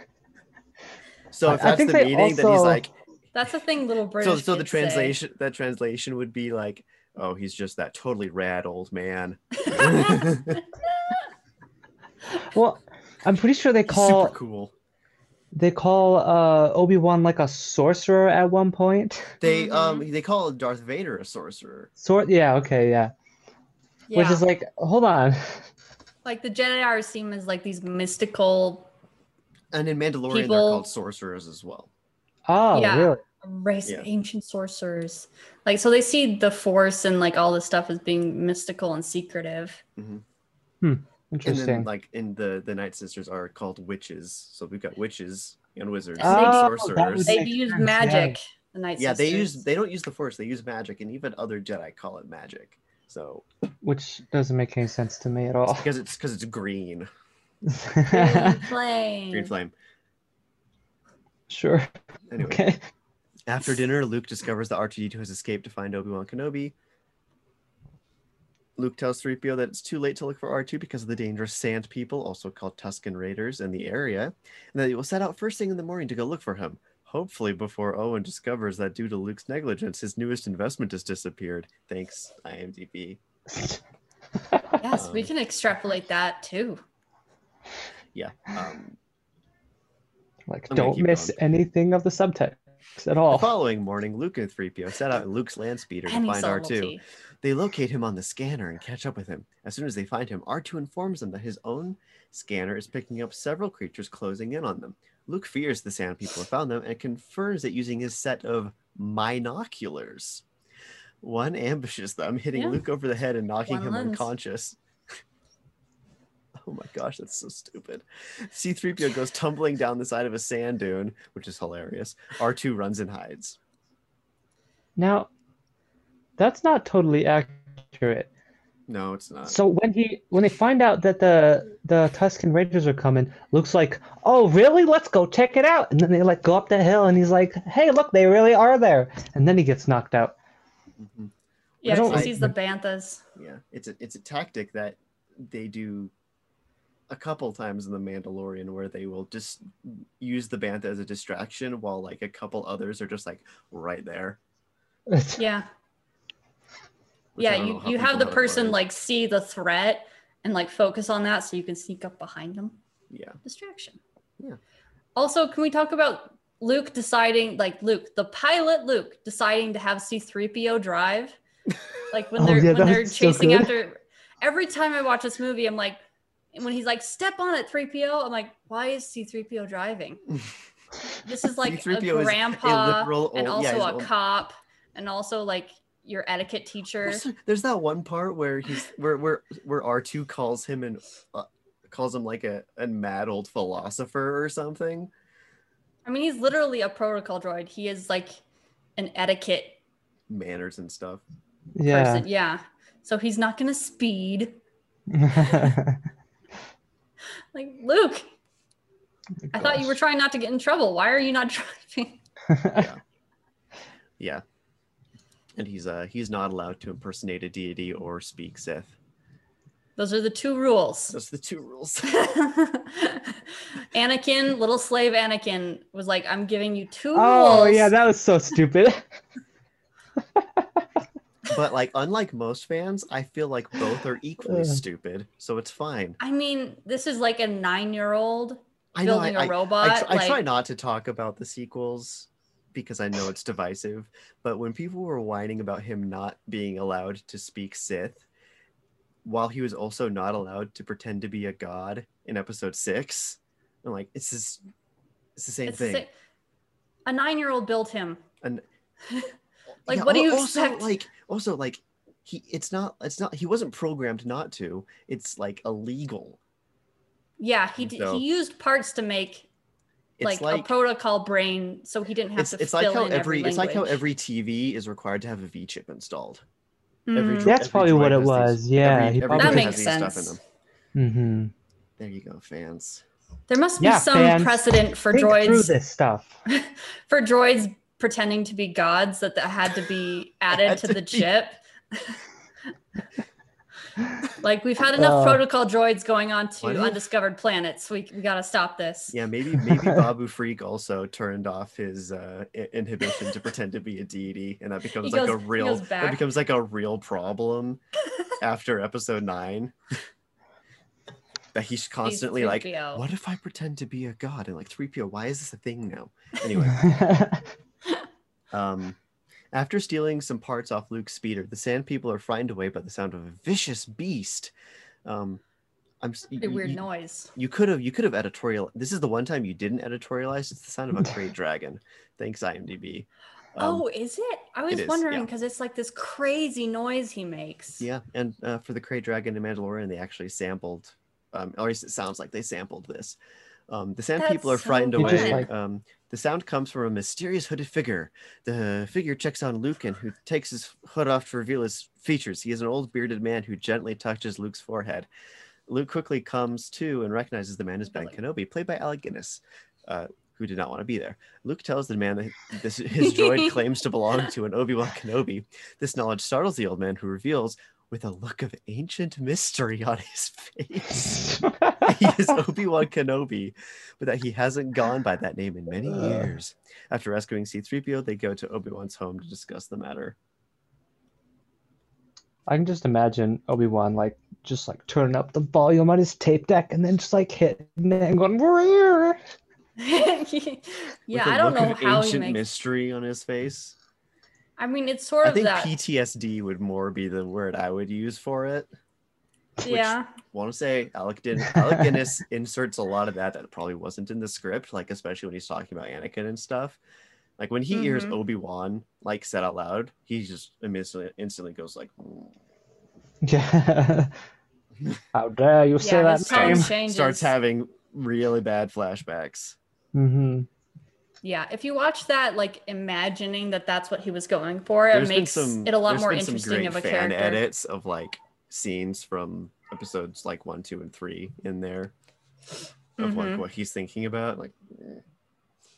So I- if I that's think the they meaning, then he's also- like, That's the thing little British so so the kids say. translation that translation would be like, "Oh, he's just that totally rad old [laughs] man." Well, I'm pretty sure they He's call super cool. they call uh Obi-Wan like a sorcerer at one point. They Mhm. um they call Darth Vader a sorcerer. Sort yeah, okay, yeah. [laughs] [laughs] Yeah. Which is like, hold on. like the Jedi are seen as like these mystical And in Mandalorian, they're People- called sorcerers as well. Oh, Yeah. really? race Yeah. of ancient sorcerers. Like so they see the force and like all this stuff as being mystical and secretive. And then, Interesting. like in the the Night Sisters are called witches. So we've got witches and wizards Oh, and that sorcerers. would They makes use sense, magic. The [laughs] night yeah, they Sisters. [laughs] use they don't use the Force. They use magic, and even other Jedi call it magic. So Which doesn't make any sense to me at it's all. because it's because it's green, Green green flame. flame. Sure. [laughs] Anyway, Okay. after dinner, Luke discovers that R2D2 has escaped to find Obi Wan Kenobi. Luke tells 3PO that it's too late to look for R2 because of the dangerous sand people, also called Tusken Raiders, in the area, and that he will set out first thing in the morning to go look for him. Hopefully, before Owen discovers that due to Luke's negligence, his newest investment has disappeared. Thanks, IMDb. Yes, we Um, can extrapolate that too. Yeah. Um, Like, I'm gonna don't keep miss going. anything of the subtext at the all. following morning, Luke and 3PO set out in Luke's land speeder to Any find R2. subtlety. They locate him on the scanner and catch up with him. As soon as they find him, R2 informs them that his own scanner is picking up several creatures closing in on them. Luke fears the sand people have found them and confirms it using his set of binoculars. One ambushes them, hitting Yeah. Luke over the head and knocking One him lens. unconscious. [laughs] Oh my gosh, that's so stupid. C3PO goes tumbling down the side of a sand dune, which is hilarious. R2 runs and hides. Now, that's not totally accurate. No, it's not. So when he when they find out that the the Tuscan Raiders are coming, Luke's like, "Oh, really? Let's go check it out." And then they like go up the hill, and he's like, "Hey, look, they really are there." And then he gets knocked out. Mhm. I Yeah, don't he like- sees the banthas. Yeah, it's a it's a tactic that they do a couple times in the Mandalorian where they will just use the bantha as a distraction while like a couple others are just like right there. [laughs] Yeah. which I yeah, don't you, know how you people have the know that person word. like see the threat and like focus on that so you can sneak up behind them. yeah. Distraction. Yeah. Also, can we talk about Luke deciding, like Luke, the pilot Luke deciding to have C3PO drive? Like [laughs] when Oh, they're yeah, when they're that's so chasing good. after every time I watch this movie, I'm like, when he's like, step on it, 3PO, I'm like, why is [laughs] C3PO driving? This is like a C-3PO is a grandpa liberal and old- yeah, also he's a old. cop and also like your etiquette teacher. There's, there's that one part where he's where where where R two calls him and uh, calls him like a a mad old philosopher or something. I mean, he's literally a protocol droid. He is like an etiquette Manners and stuff. Yeah. [laughs] person. Yeah. So he's not going to speed. Oh Like, Luke, I thought you were trying not to get in trouble. Why are you not [laughs] driving? [laughs] Yeah. And he's uh he's not allowed to impersonate a deity or speak Sith. Those are the two rules. [laughs] That's the two rules. [laughs] Anakin, little slave Anakin, was like, I'm giving you two Oh rules. yeah, that was so stupid. but like unlike most fans, I feel like both are equally Ugh. stupid, so it's fine. I mean, this is like a nine year old I know I, building a I, robot. I, tr- I like, try not to talk about the sequels because I know it's divisive, but when people were whining about him not being allowed to speak Sith while he was also not allowed to pretend to be a god in episode 6, I'm like it's this it's the same it's the thing. sa- a nine year old built him. And- Like, Like, what do you also, expect? Like, also, like, he it's not it's not he wasn't programmed not to. It's like illegal. Yeah, he d- So- he used parts to make It's like, like, a protocol brain, so he didn't have it's, to. it's like fill how in every, it's like how language. every TV is required to have a V chip installed. every Mhm. dro- That's probably what droid it has these- was. Yeah, every, he every probably droid That has makes these stuff in sense. them. Mm-hmm. There you go, fans. There must be Yeah, some fans. precedent for Think through droids this stuff. for droids pretending to be gods that that had to be [laughs] added Had to to the be. chip. [laughs] like we've had Uh, enough protocol droids going on to what if- undiscovered planets. We we gotta stop this. Yeah, [laughs] maybe maybe Babu Freak also turned off his uh, i- inhibition to pretend to be a deity, and that becomes like goes- a he real goes that back. becomes like a real [laughs] problem after episode nine. [laughs] that he's He's constantly like, 3PO. what if I pretend to be a god? And like 3PO, why is this a thing now? Anyway. Um, after stealing some parts off Luke's speeder, the Sand People are frightened away by the sound of a vicious beast. Um, I'm s- Pretty you- weird you, noise. You could have you could have editorial. This is the one time you didn't editorialize. It's the sound of a [laughs] great dragon. Thanks IMDb. Um, oh, is it? I it was is, wondering yeah. because it's like this crazy noise he makes. yeah, and uh, for the Krayt Dragon and Mandalorian, they actually sampled, um, or at least it sounds like they sampled this. Um, the Sand That's People are so frightened They just away. like- Um, the sound comes from a mysterious hooded figure. The figure checks on Luke and who takes his hood off to reveal his features. He is an old bearded man who gently touches Luke's forehead. Luke quickly comes to and recognizes the man as Ben Kenobi, played by Alec Guinness, uh, who did not want to be there. Luke tells the man that this, his [laughs] droid claims to belong to an Obi Wan Kenobi. This knowledge startles the old man, who reveals with a look of ancient mystery [laughs] on his face [laughs] he is Obi Wan Kenobi, but that he hasn't gone by that name in many Uh. years. After rescuing C3PO, they go to Obi Wan's home to discuss the matter. [laughs] I can just imagine Obi Wan like just like turning up the volume on his tape deck and then just like hitting it and going. "Roar." [laughs] yeah, I I don't know how he ancient makes. mystery on his face. I mean, it's sort I of think that. PTSD would more be the word I would use for it. which- yeah, Want to say Alec, Din- Alec Guinness inserts a lot of that that probably wasn't in the script, like especially when he's talking about Anakin and stuff. Like when he hears Mhm. Obi Wan like said out loud, he just instantly instantly goes like. "Mm." Yeah. [laughs] How dare you say yeah, that his tone name? changes. starts having really bad flashbacks. [laughs] Mm-hmm. [laughs] yeah, if you watch that, like imagining that that's what he was going for, it There's been makes some- it a lot there's more been some interesting great of a fan character. Edits of like scenes from episodes like one, two, and three in there of like Mhm. what he's thinking about. Like, eh,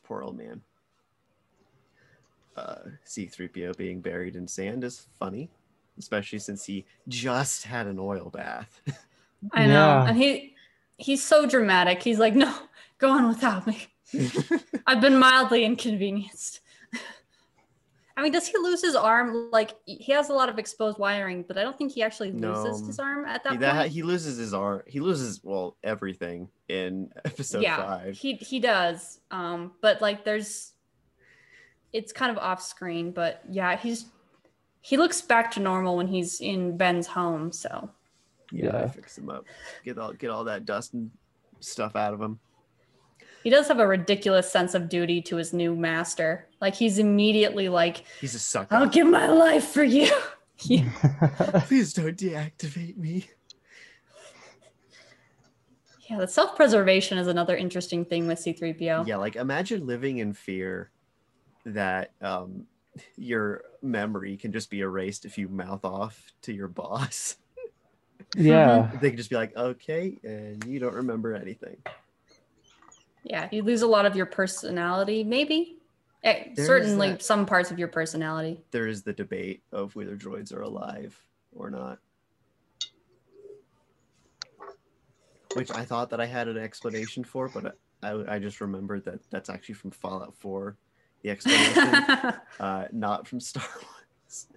poor old man. Uh, C3PO being buried in sand is funny, especially since he just had an oil bath. [laughs] I know, Yeah. and he he's so dramatic. He's like, "No, go on [laughs] without me. I've been mildly inconvenienced." [laughs] I mean, does he lose his arm? Like he has a lot of exposed wiring, but I don't think he actually loses No. his arm at that he, point. that, he loses his arm. He loses well everything in [laughs] episode yeah, five. he he does. Um, but like, there's it's kind of off screen, but yeah, he's he looks back to normal when he's in Ben's home. So Yeah, Yeah. fix him up. Get all get all that dust and stuff out of him. he does have a ridiculous sense of duty to his new master. Like he's immediately like. He's a sucker. I'll give my life for you. [laughs] Yeah. Please don't deactivate me. yeah, the self preservation is another interesting thing with C3PO. Yeah, like imagine living in fear that um, your memory can just be erased if you mouth off to your [laughs] boss. Yeah. Mm-hmm. They can just be like, okay, and you don't remember anything. Yeah, you lose a lot of your personality, maybe. Eh, There is certainly that- some parts of your personality. There is the debate of whether droids are alive or not. Which I thought that I had an explanation for, but I, I just remembered that that's actually from Fallout 4. The [laughs] explanation Mm-hmm. uh, not from [laughs] Star Wars.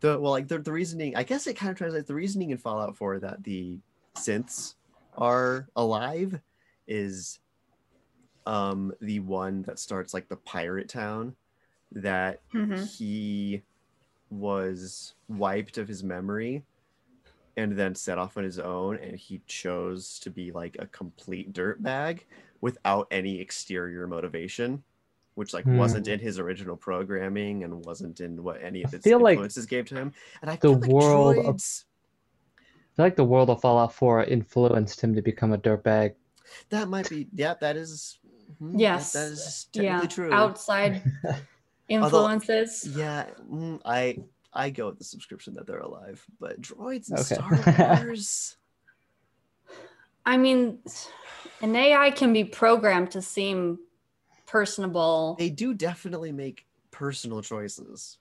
The well, like the, the reasoning, I guess it kind of translates the reasoning in Fallout 4 that the synths are alive is um the one that starts like the pirate town that Mm-hmm. Mhm. he was wiped of his memory and then set off on his own and he chose to be like a complete dirtbag without any exterior motivation which like Hmm. wasn't in his original programming and wasn't in what any of I its feel like influences gave to him. And I the feel like world of- droids, feel like the world of Fallout 4 influenced him to become a dirtbag. that might be yeah, that is mhm, that- Yes, that is technically yeah, true. [laughs] outside influences. Yeah, mm, I I go with the subscription that they're alive, but droids and Okay. Star [laughs] Wars. I mean, an AI can be programmed to seem personable. they do definitely make personal choices,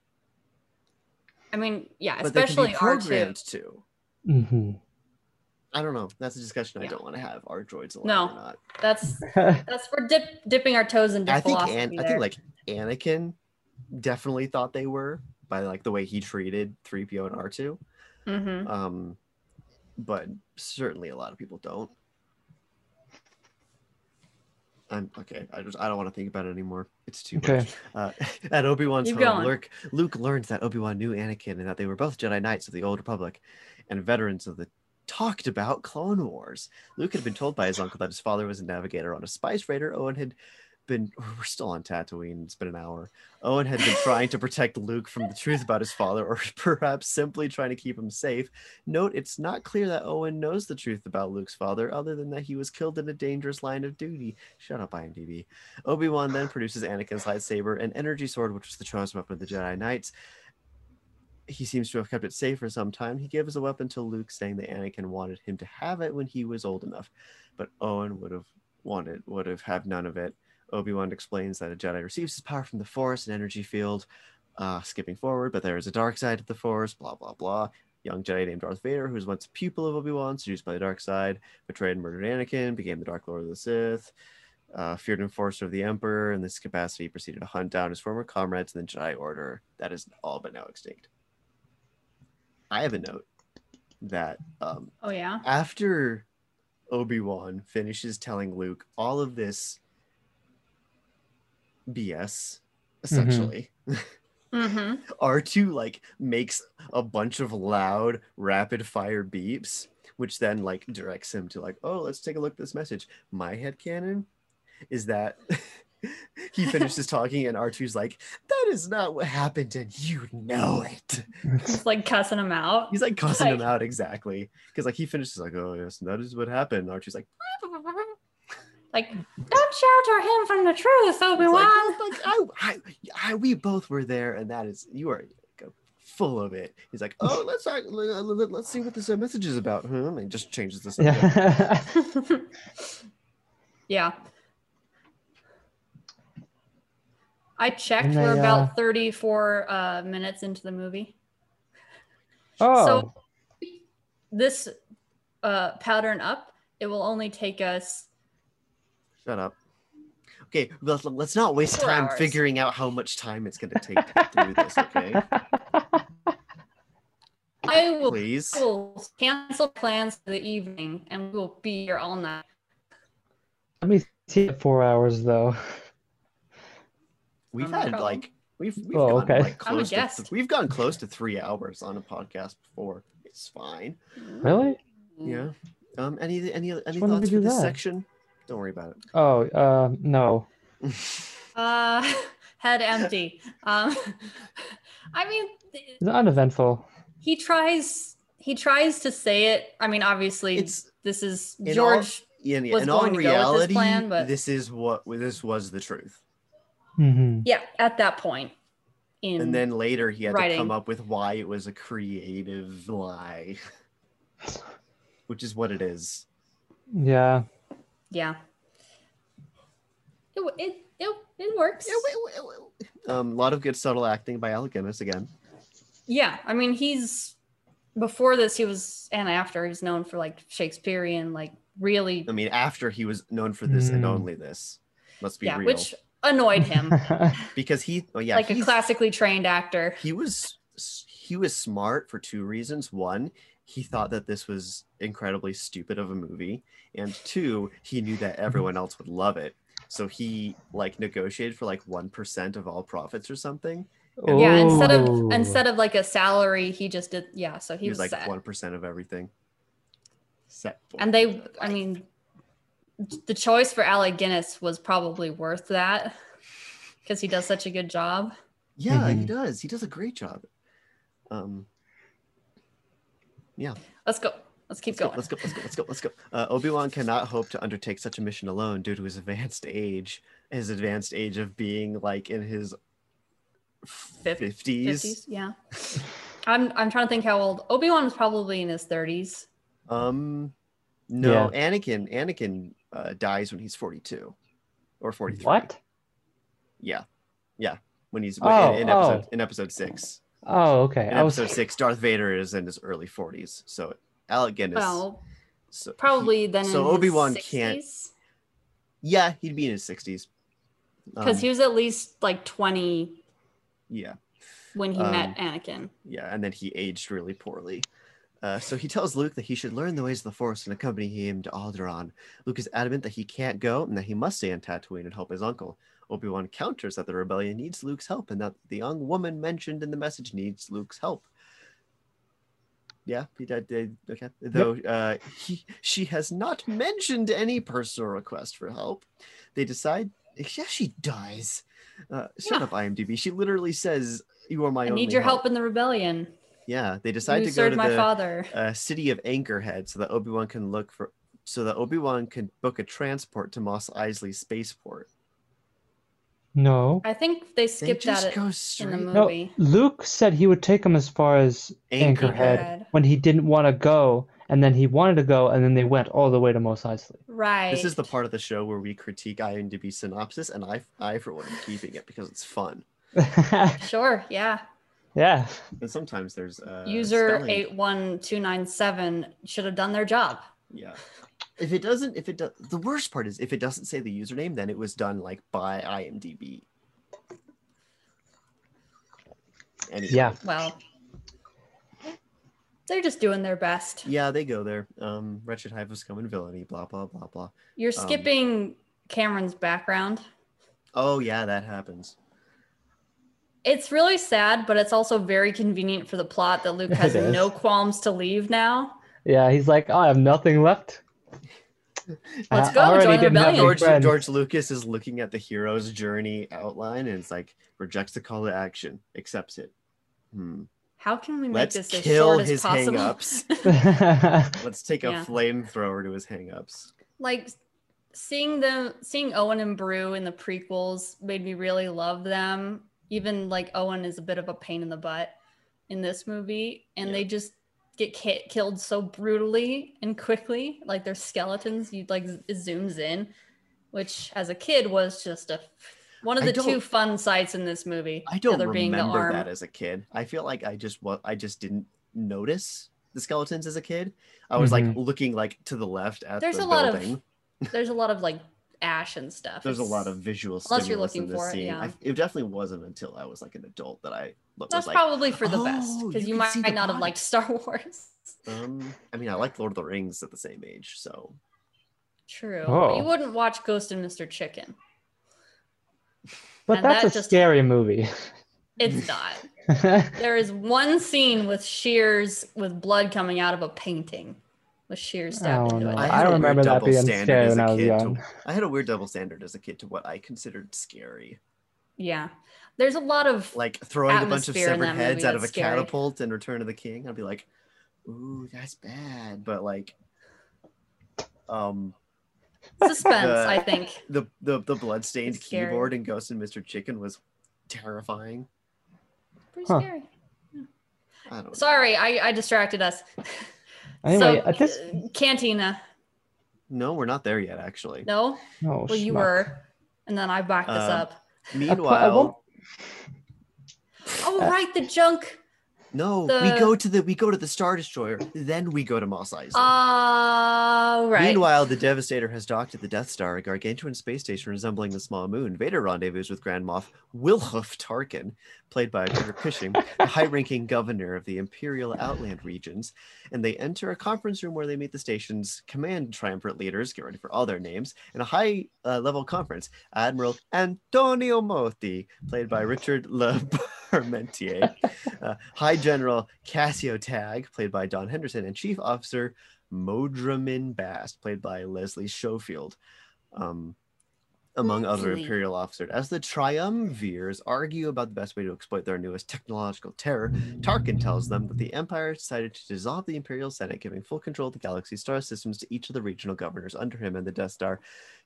I mean, yeah, but they can especially be R2. programmed to. [laughs] hmm I don't know. That's a discussion I Yeah. don't want to have. Are droids alive No. or not? That's that's we're dip, dipping our toes into I think philosophy. An- I there. think like Anakin definitely thought they were by like the way he treated 3PO and R2. Mhm. Um but certainly a lot of people don't. I'm okay. I just I don't want to think about it anymore. It's too much. Okay. Uh, [laughs] at Obi Wan's Keep home, going. Luke, Luke learns that Obi Wan knew Anakin and that they were both Jedi Knights of the Old Republic and veterans of the talked about Clone Wars. Luke had been told by his uncle that his father was a navigator on a spice raider. Owen had been, [laughs] we're still on Tatooine, it's been an hour. Owen had been trying to protect Luke from the truth about his father, or [laughs] perhaps simply trying to keep him safe. Note it's not clear that Owen knows the truth about Luke's father, other than that he was killed in a dangerous line of duty. Shut up, IMDb. Obi Wan then produces Anakin's lightsaber, an energy sword, which was the chosen weapon of the Jedi Knights. He seems to have kept it safe for some time. He gives the weapon to Luke, saying that Anakin wanted him to have it when he was old enough, but Owen would have wanted would have had none of it. Obi Wan explains that a Jedi receives his power from the Force and energy field. Uh, skipping forward, but there is a dark side to the Force. Blah blah blah. Young Jedi named Darth Vader, who was once a pupil of Obi Wan, seduced by the dark side, betrayed and murdered Anakin, became the Dark Lord of the Sith uh, feared enforcer of the Emperor. In this capacity, he proceeded to hunt down his former comrades in the Jedi Order that is all but now extinct. I have a note that um, Oh yeah. after Obi Wan finishes telling Luke all of this BS, essentially, hmm R2 like makes a bunch of loud rapid fire beeps, which then like directs him to like, oh, let's take a look at this message. My headcanon is that [laughs] he finishes talking and R2's like, that is not what happened and you know it. Just like cussing them out. He's like cussing him Like- out exactly. Cause like he finishes like, oh yes, that is what happened. And R2's like, Like, don't shelter him from the truth, Obi It's like, Wan. "Yes, but I, I, I, we both were there, and that is you are like, full of it. He's like, oh, let's talk- let, let, us see what this uh, message is about, huh? And just changes the subject. [laughs] [laughs] Yeah. [laughs] yeah. I checked. And they, We're uh, about 34 uh, minutes into the movie. oh. [laughs] So- This uh, pattern up, it will only take us. Shut up. Okay, let's, let's not waste Four time hours. figuring out how much time it's going to take to get through [laughs] this. Okay, I will, please. I will cancel plans for the evening and we will be here all night. Let me see it four hours though. We've No had problem. like we've we've Oh, gone okay. like I'm a close to guest. we've gone close to three hours on a podcast before. It's fine. Really? Yeah. Um. Any any any why don't we thoughts for do this that? section? Don't worry about Oh, uh, no. it. Uh, [laughs] [laughs] head empty. Um, [laughs] I mean, th- It's uneventful. he tries. He tries to say it. I mean, obviously, it's this is In all- George. in, was in all going to go with this reality, plan, but- this is what this was the truth. hmm yeah, at that point. In And then later he had to writing. come up with why it was a creative lie, [laughs] which is what it is. [laughs] Yeah. yeah, it it it, it works. Um, a lot of good subtle acting by Alec Guinness again. yeah, I mean, he's before this he was and after he's known for like Shakespearean, like really I mean, after he was known for this and Mm. only this, must be yeah, real which annoyed [laughs] him. because he, oh yeah, like a he's- classically trained actor. he was he was smart for two reasons one he thought that this was incredibly stupid of a movie and two he knew Mm-hmm. that everyone else would love it so he like negotiated for like 1% of all profits or something Yeah, instead Ooh. of instead of like a salary, he just did yeah. So he, he, was, was, like 1% set, of everything set for and they. the I life. mean, the choice for Alec Guinness was probably worth that. because he does such a good job. Yeah, he Mm-hmm. Mhm. does. He does a great job. Um, Let's go. Let's keep let's go, going. let's go. Let's go. Let's go. Let's go. Uh, Obi Wan cannot hope to undertake such a mission alone due to his advanced age. His advanced age of being like in his Fif- fifties. Fifties, yeah. I'm I'm trying to think how old Obi Wan was probably in his thirties. Um, no, Anakin. Anakin uh, dies when he's forty-two or forty-three. What? Yeah, yeah. When he's when- Oh, in, in episode in episode six. Oh, okay. In I was episode six, Darth Vader is in his early forties. So Alec Guinness. Well, so he- probably then. so in Obi-Wan can't- yeah, he'd be in his sixties. um, because he was at least like twenty yeah, when he Um, met Anakin. yeah, and then he aged really poorly. Uh, so he tells Luke that he should learn the ways of the Force and accompany him to Alderaan. Luke is adamant that he can't go and that he must stay on Tatooine and help his uncle. Obi Wan counters that the rebellion needs Luke's help and that the young woman mentioned in the message needs Luke's help. Yeah, he did. did- okay. Though uh, he, she has not mentioned any personal request for help. They decide. Yeah, she does. Uh, shut Yeah. up, IMDb. She literally says, "You are my I only." need your help in the rebellion. Yeah, they decide You to go served to my the father. uh, city of Anchorhead so that Obi Wan can look for, so that Obi Wan can book a transport to Moss Eisley Spaceport. no. I think they They skipped just that go in the straight No, movie. Luke said he would take him as far as Anchorhead Anchorhead. when he didn't want to go, and then he wanted to go, and then they went all the way to Mos Eisley. [laughs] Right. This is the part of the show where we critique IMDb synopsis, and I, I for one, am keeping it because it's fun. sure. Yeah. yeah. And sometimes there's uh, User spelling. eight one two nine seven should have done their job. Yeah. If it doesn't, if it does, the worst part is if it doesn't say the username, then it was done like by IMDb. Anyway. Yeah. Well, they're just doing their best. Yeah, they go there. Um, Wretched Hive of Scum and Villainy, blah, blah, blah, blah. You're Um, skipping Cameron's background. Oh, yeah, that happens. It's really sad, but it's also very convenient for the plot that Luke [laughs] has It is. no qualms to leave now. Yeah. He's like, "Oh, I have nothing left. Let's I go, already join didn't the have rebellion. any George, friends. George Lucas is looking at the hero's journey outline and it's like, rejects the call to action, accepts it. Hmm. How can we make Let's this as kill short as his possible? [laughs] hangups. Let's take a Yeah. flamethrower to his hangups. like seeing them seeing Owen and Brew in the prequels made me really love them. Even like Owen is a bit of a pain in the butt in this movie, and Yeah. they just get ki- killed so brutally and quickly. Like their skeletons, you like z- it zooms in, which as a kid was just a one of I the don't- two fun sights in this movie. I the don't other being the remember arm. that as a kid. I feel like I just wa- I just didn't notice the skeletons as a kid. I was like Mhm. looking like to the left at There's the a lot of- building. There's a lot of like ash and stuff. There's a It's- lot of visual you're stimulus in looking this for it, scene. I- yeah. it definitely wasn't until I was like an adult that I looked was That's like. probably for the best "Oh, because you you, can might see the not have body." liked Star [laughs] Wars. um, I mean, I liked Lord of the Rings at the same age, so True. Oh. You wouldn't watch Ghost and Mr. Chicken. [laughs] but And that's that a just- scary [laughs] movie. [laughs] [laughs] It's not. there is one scene with shears with blood coming out of a painting with shears stabbed Oh, into it. no. I had a weird remember that double being standard scary as when a I was kid to- young. I had a weird double standard as a kid to what I considered scary, Yeah. There's a lot of like throwing a bunch of Atmosphere in severed that movie heads out of a that's scary. catapult in Return of the King. I'd be like, "Ooh, that's bad," but like, um, [laughs] suspense, uh, I think. the the the bloodstained It's scary. keyboard in Ghost and Mr. Chicken was terrifying. Pretty Huh. scary. I don't. Sorry, I, I [laughs] distracted us. anyway, So, at this. uh, cantina. No, we're not there yet, actually. No? No, Well, you schmuck. were. And then I backed this Uh, up. Meanwhile, Oh, right, the junk. no, the- we go to the we go to the Star Destroyer, then we go to Moss Eisley. Ah, Oh, right. Meanwhile, the Devastator has docked at the Death Star, a gargantuan space station resembling a small moon. Vader rendezvous with Grand Moff Wilhoof Tarkin, played by Peter Cushing, the high-ranking governor of the Imperial Outland regions, and they enter a conference room where they meet the station's command triumvirate leaders. Get ready for all their names in a high-level conference. Admiral Antonio Moti, played by Richard [laughs] Le Parmentier, uh, High General Cassio Tag, played by Don Henderson, and Chief Officer Modramin Bast, played by Leslie Schofield. Um, among other Lovely. imperial officers. As the triumvirs argue about the best way to exploit their newest technological terror, Tarkin tells them that the Empire decided to dissolve the Imperial Senate, giving full control of the galaxy's star systems to each of the regional governors under him and the Death Star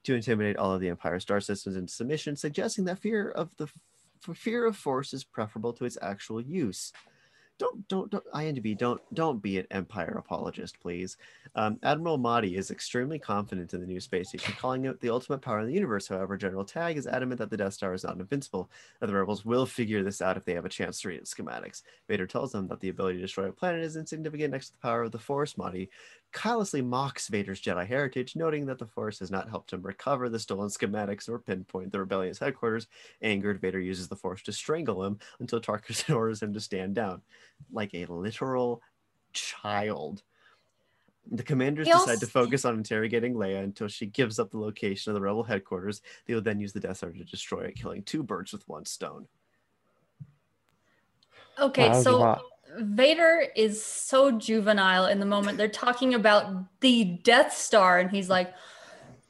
to intimidate all of the Empire's star systems into submission, suggesting that fear of the f- fear of force is preferable to its actual use. Don't don't don't INDB don't don't be an Empire apologist, please. Um, Admiral Mahdi is extremely confident in the new space station, calling it the ultimate power in the universe. However, General Tag is adamant that the Death Star is not invincible, that the rebels will figure this out if they have a chance to read its schematics. Vader tells them that the ability to destroy a planet is insignificant next to the power of the Force. Mahdi callously mocks Vader's Jedi heritage, noting that the Force has not helped him recover the stolen schematics or pinpoint the rebellion's headquarters. Angered, Vader uses the Force to strangle him until Tarkin [laughs] orders him to stand down, like a literal child. The commanders They all decide to st- focus on interrogating Leia until she gives up the location of the rebel headquarters. They will then use the Death Star to destroy it, killing two birds with one stone. Wow, Okay, that was a so lot. Vader is so juvenile in the moment. They're talking about the Death Star, and he's like,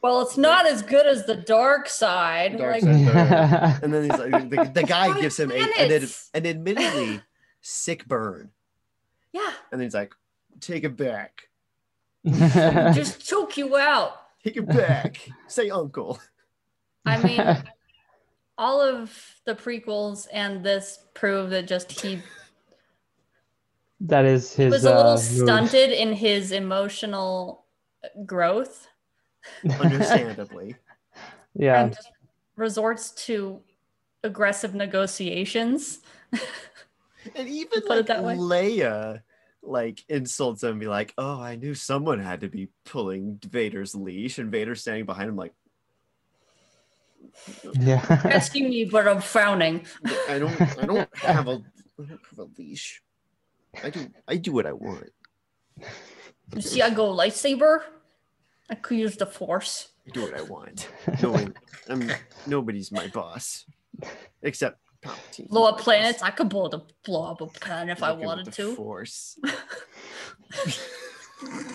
"Well, it's not as good as the dark side." Dark like, side. Yeah. And then he's like, the, the guy Five gives him a, an, ad, minutes. an admittedly sick burn. yeah, And then he's like, take it back. [laughs] just choke you out. Take it [laughs] back. Say uncle. I [laughs] mean, all of the prequels and this prove that just he that is his. was a little uh, [laughs] move. stunted in his emotional growth Understandably. yeah. and just resorts to [laughs] aggressive negotiations. And even Put it like that way. Leia like insults him and be like, oh, I knew someone had to be pulling Vader's leash. And Vader's standing behind him like, Yeah. Asking me, but I'm frowning. I don't I [laughs] don't have a I don't have a leash. I do I do what I want. You see, I go lightsaber. I could use the force. I do what I want. No one, I'm nobody's my boss. Except Palpatine. Blow up planets. I could blow, the, blow up a planet if I Look at wanted the to. [laughs] Force. [laughs]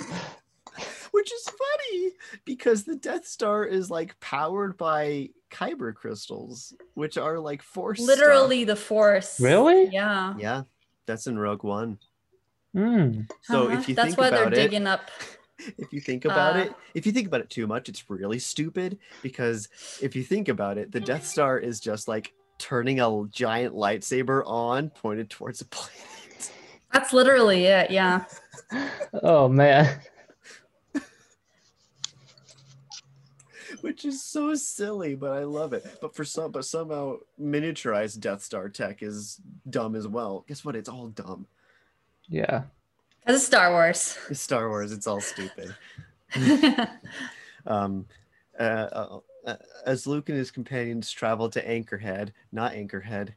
Which is funny because the Death Star is like powered by kyber crystals, which are like force. stuff. Literally, the [laughs] force. Really? Yeah. Yeah, that's in Rogue One. Mm. So Uh-huh. if you that's think why about they're it, digging up. if you think about Uh, it, if you think about it too much, it's really stupid because if you think about it, the Death Star is just like turning a giant lightsaber on pointed towards a [laughs] planet. That's literally it. Yeah. Oh man. which is so silly, but I love it. But for some, but somehow miniaturized Death Star tech is dumb as well. Guess what? It's all dumb. Yeah. Because it's Star Wars. [laughs] It's Star Wars. It's all stupid. yeah. Um, uh, uh, uh, as Luke and his companions travel to Anchorhead, not Anchorhead,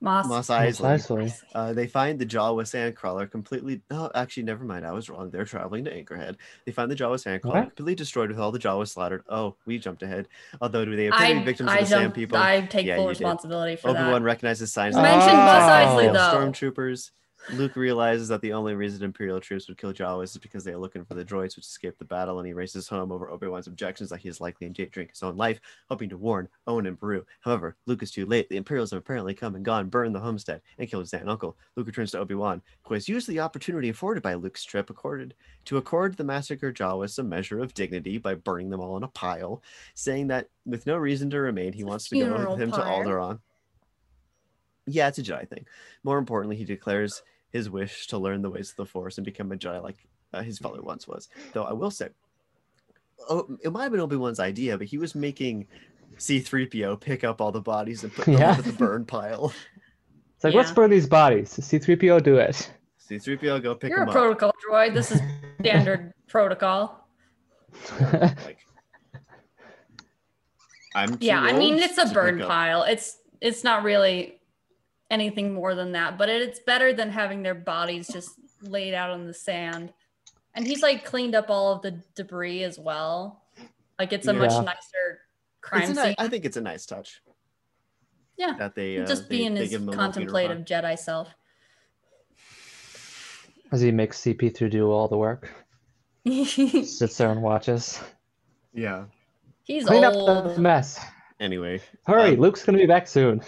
Moss. Moss Well, Eisley, Isley. uh, they find the Jawa Sandcrawler completely. No, actually, never mind. I was wrong. They're traveling to Anchorhead. They find the Jawa Sandcrawler What? completely destroyed with all the Jawas slaughtered. Oh, we jumped ahead. Although, do they appear to be I, victims I, of the Sand don't, People? I take Yeah, full you did. responsibility for Obi Wan that. recognized the signs. It's that mentioned the Buzz Jawas Eisley, were though. Stormtroopers. Luke realizes that the only reason Imperial troops would kill Jawas is because they are looking for the droids which escaped the battle, and he races home over Obi Wan's objections that he is likely endangering his own life, hoping to warn Owen and Baru. However, Luke is too late. The Imperials have apparently come and gone, burned the homestead, and killed his aunt and uncle. Luke returns to Obi Wan, who has used the opportunity afforded by Luke's trip accorded, to accord the massacred Jawas a measure of dignity by burning them all in a pile, saying that with no reason to remain, he wants to go funeral with him to pyre. Alderaan. Yeah, it's a Jedi thing. More importantly, he declares his wish to learn the ways of the Force and become a Jedi like uh, his father once was. Though I will say, oh, it might have been Obi Wan's idea, but he was making C3PO pick up all the bodies and put them Yeah. into the burn pile. It's like let's Yeah. burn these bodies. C-3PO, do it. C3PO, go pick You're a them up. protocol droid. This is [laughs] standard protocol. Like, I'm too yeah i mean old it's to a pick burn up- pile it's it's not really anything more than that but it, it's better than having their bodies just laid out on the sand and he's like cleaned up all of the debris as well like it's a much Yeah. nicer It's crime a ni- scene I think it's a nice touch. Yeah, That they uh, just they- being they his give him a little Peter Pan. contemplative jedi self [laughs] [laughs] As he makes CP3 do all the work, he's sits there and watches. Yeah. Clean up old the mess. Anyway, Hurry, Um, Luke's gonna be back soon.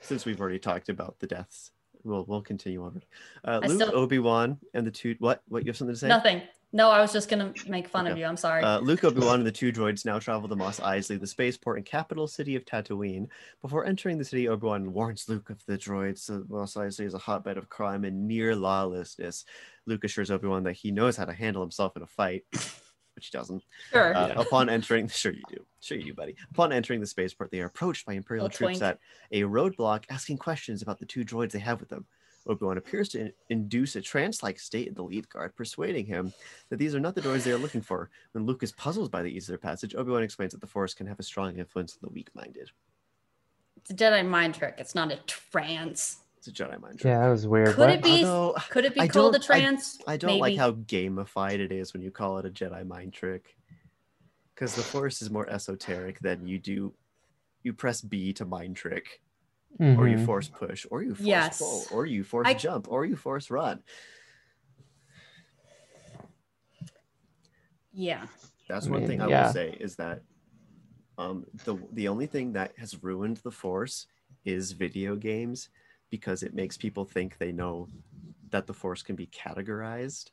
since we've already talked about the deaths, we'll we'll continue on. Uh, I Luke, still- Obi Wan, and the two what what you have something to say? Nothing. No, I was just gonna make fun of Okay. you. I'm sorry. Uh, Luke, Obi Wan, and the two droids now travel to Mos Eisley, the spaceport and capital city of Tatooine. Before entering the city, Obi Wan warns Luke of the droids. that Mos Eisley is a hotbed of crime and near lawlessness. Luke assures Obi Wan that he knows how to handle himself in a fight, [coughs] which he doesn't. sure. Uh, upon entering, sure you do, sure you do, buddy. Upon entering the spaceport, they are approached by Imperial Little troops twink. at a roadblock, asking questions about the two droids they have with them. Obi Wan appears to in- induce a trance-like state in the lead guard, persuading him that these are not the droids they are looking for. When Luke is puzzled by the ease of their passage, Obi Wan explains that the Force can have a strong influence on the weak-minded. it's a Jedi mind trick. It's not a trance. It's a Jedi mind trick. Yeah, that was weird. Could What? it be? Although, Could it be I called a don't- I- trance? I don't like Maybe. how gamified it is when you call it a Jedi mind trick. Because the Force is more esoteric than you do. You press B to mind trick, or you Mhm. force push, or you force Yes. pull, or you force I- jump, or you force run. Yeah. That's I one mean, thing I yeah. will say is that um, the the only thing that has ruined the Force is video games because it makes people think they know that the Force can be categorized.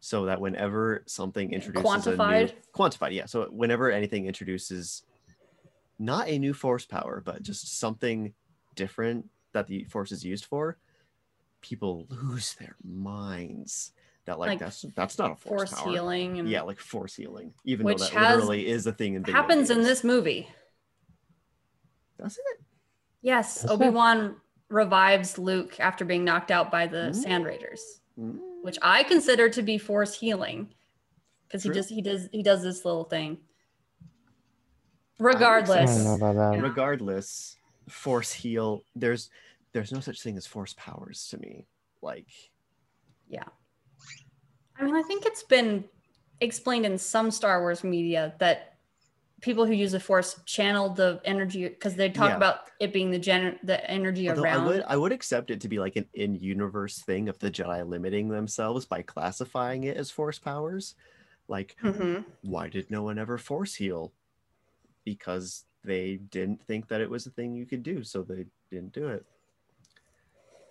So that whenever something introduces a new Quantified? quantified, yeah. So whenever anything introduces not a new force power, but just something different that the force is used for, people lose their minds. That like, Like, that's that's not a force, Force power. healing and Yeah, like force healing, even Which though that has- literally is a thing in video happens in games. this movie. Does it? Yes, That's Obi Wan revives Luke after being knocked out by the Sand Raiders, Mm. which I consider to be force healing, because he True. just he does he does this little thing. I Yes. don't Regardless, know about that. Regardless, force heal. There's there's no such thing as force powers to me. Like I mean, I think it's been explained in some Star Wars media that people who use the Force channel the energy because they talk Yeah. about it being the gen the energy although I around. would I would accept it to be like an in-universe thing of the Jedi limiting themselves by classifying it as force powers. Like Mhm. why did no one ever force heal? Because they didn't think that it was a thing you could do, so they didn't do it.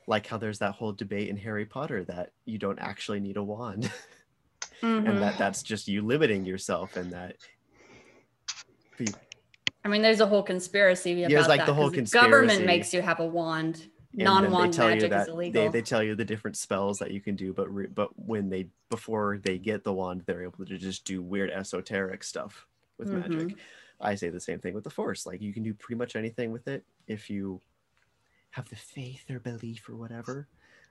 Like how there's that whole debate in Harry Potter that you don't actually need a wand, [laughs] Mhm. and that that's just you limiting yourself, and that I mean, there's a whole conspiracy about There's, like, that, the whole 'cause government conspiracy. makes you have a wand. and then Non-wand magic that is they, illegal. they tell you the different spells that you can do, but re- but when they before they get the wand, they're able to just do weird esoteric stuff with magic. Mhm. I say the same thing with the Force. Like you can do pretty much anything with it if you have the faith or belief or whatever.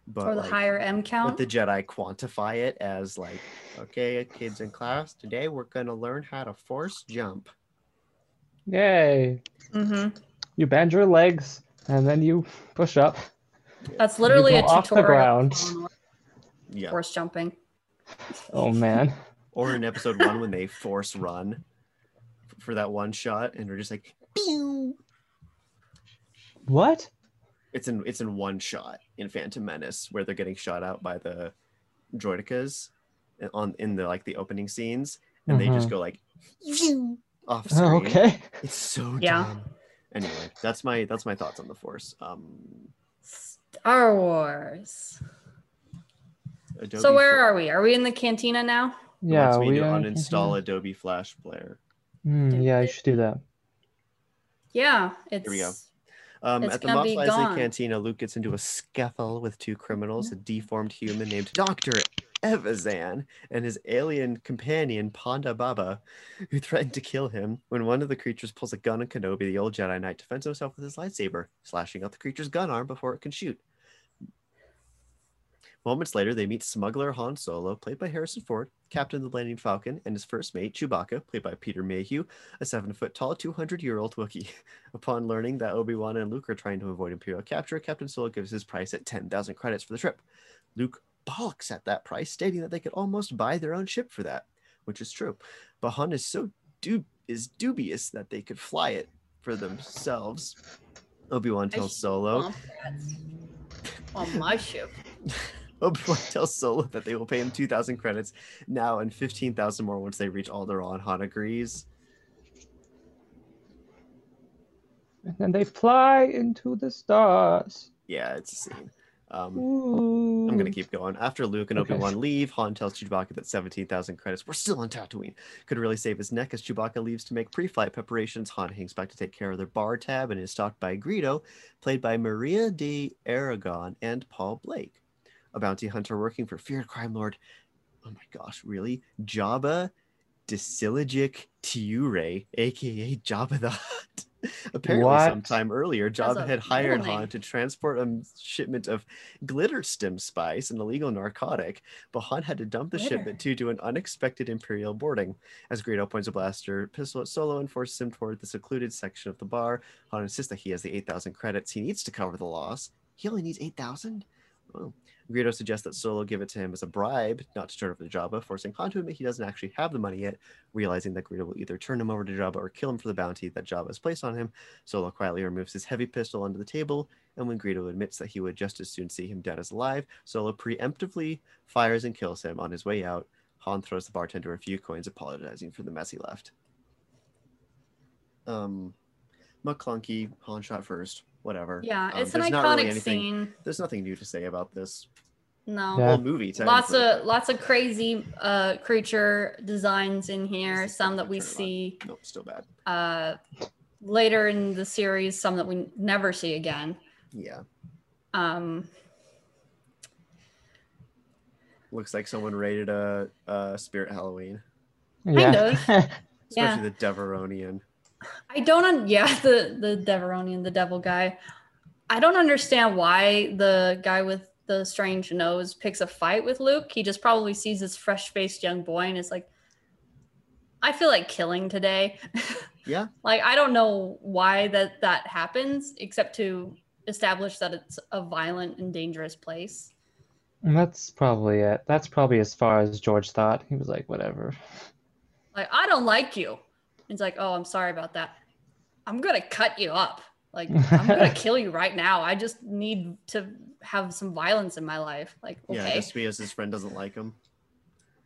But or the like, higher M but count. the Jedi quantify it as like, okay, kids in class, today we're gonna learn how to force jump. Yay! hmm You bend your legs and then you push up. That's literally a go off the tutorial ground. on Yeah. horse jumping. Oh man. Or in episode one when they force run f- for that one shot and they're just like, "Pew!" What? it's in it's in one shot in Phantom Menace where they're getting shot out by the droidicas on in the like the opening scenes and they just go like "Phew," off screen. Oh, Mm-hmm. [laughs] okay. It's so Yeah. dumb. Anyway, that's my that's my thoughts on the Force. Um, Star Wars. Adobe so where Fla- are we? Are we in the cantina now? Yeah, wants me we to uh, uninstall Adobe Flash Player. Hmm, yeah, you should do that. Yeah, it's we go. Um, It's at the gonna Mos be Eisley gone. Mm-hmm. Cantina, Luke gets into a scuffle with two criminals, a deformed human named Doctor Evazan and his alien companion Ponda Baba, who threatened to kill him. When one of the creatures pulls a gun on Kenobi, the old Jedi Knight defends himself with his lightsaber, slashing out the creature's gun arm before it can shoot. Moments later, they meet smuggler Han Solo, played by Harrison Ford, captain of the Landing Falcon, and his first mate, Chewbacca, played by Peter Mayhew, a seven foot tall, 200 year old Wookiee. Upon learning that Obi Wan and Luke are trying to avoid Imperial capture, Captain Solo gives his price at 10,000 credits for the trip. Luke balks at that price, stating that they could almost buy their own ship for that, which is true. But Han is so dub- is dubious that they could fly it for themselves. Obi Wan tells should Solo. on my ship. [laughs] Obi-Wan tells Solo that they will pay him 2,000 credits now and 15,000 more once they reach Alderaan. Han agrees. and then they fly into the stars. Yeah, it's a scene. Um, Ooh. I'm gonna keep going. After Luke and Okay. Obi Wan leave, Han tells Chewbacca that 17,000 credits were still on Tatooine. Could really save his neck as Chewbacca leaves to make pre-flight preparations. Han hangs back to take care of their bar tab and is stalked by Greedo, played by Maria de Aragon and Paul Blake, a bounty hunter working for feared crime lord. Oh my gosh, really? Jabba Disilogic Tiure, aka Jabba the Hutt. [laughs] Apparently, What? sometime earlier, That's Jabba a had hired middle name. Han to transport a shipment of glitter stem spice, an illegal narcotic, but Han had to dump the Glitter. shipment due to an unexpected Imperial boarding. As Greedo points a blaster pistol at Solo and forces him toward the secluded section of the bar, Han insists that he has the 8,000 credits he needs to cover the loss. He only needs 8,000? Oh. Greedo suggests that Solo give it to him as a bribe, not to turn over to Jabba, forcing Han to admit he doesn't actually have the money yet, realizing that Greedo will either turn him over to Jabba or kill him for the bounty that Jabba has placed on him. Solo quietly removes his heavy pistol under the table, and when Greedo admits that he would just as soon see him dead as alive, Solo preemptively fires and kills him on his way out. Han throws the bartender a few coins, apologizing for the mess he left. Um, McClunky, Han shot first, whatever. Yeah, Um, it's an there's not really iconic anything- scene. There's nothing new to say about this No. Yeah. whole movie. Lots technically, of but- lots of crazy uh, creature designs in here. Is it Some that we turn on? see Nope, still bad. uh, later in the series. Some that we never see again. Yeah. Um, Looks like someone raided a, a Spirit Halloween, Kind yeah. Yeah. especially the Deveronian. I don't. Un- [laughs] yeah, the the Deveronian, the devil guy. I don't understand why the guy with the strange nose picks a fight with Luke. He just probably sees this fresh faced young boy and is like, "I feel like killing today." [laughs] Yeah. like I don't know why that that happens, except to establish that it's a violent and dangerous place. And [laughs] that's probably it. That's probably as far as George thought. He was like, whatever. Like I don't like you. It's like, oh, I'm sorry about that. I'm gonna cut you up. Like [laughs] I'm gonna kill you right now. I just need to have some violence in my life. Like Yeah, okay, just because his friend doesn't like him.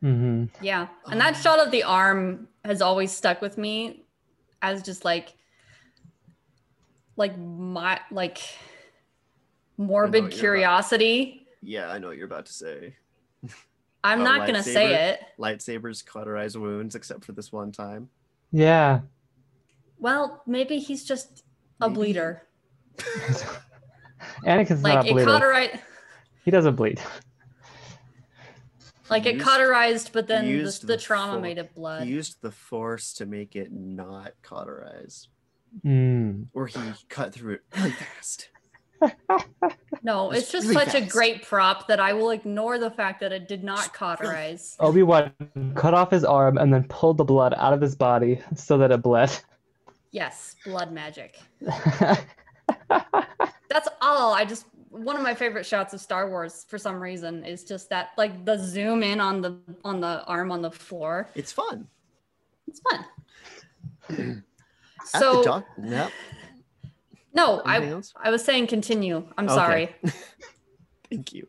hmm yeah. And that shot of the arm has always stuck with me as just like, like my like you're morbid about- curiosity. Yeah, I know what you're about to say. I'm Oh, not gonna say lightsaber? it. Lightsabers cauterize wounds, except for this one time. Yeah. [laughs] Well, maybe he's just a Maybe. bleeder. Anakin's Like not a it bleeder. cauterized, He doesn't bleed. like it Used- cauterized, but then the, used the, the trauma fork. made it blood. He used the force to make it not cauterize, Mm. or he cut through it really fast. No, It's it's just really such a fast. great prop that I will ignore the fact that it did not cauterize. Obi Wan cut off his arm and then pulled the blood out of his body so that it bled. [laughs] Yes, blood magic. That's all. I just one of my favorite shots of Star Wars for some reason is just that like the zoom in on the on the arm on the floor. It's fun. It's fun. At so the doc, no, no, Anything I else? I was saying continue. I'm Okay. sorry. [laughs] Thank you.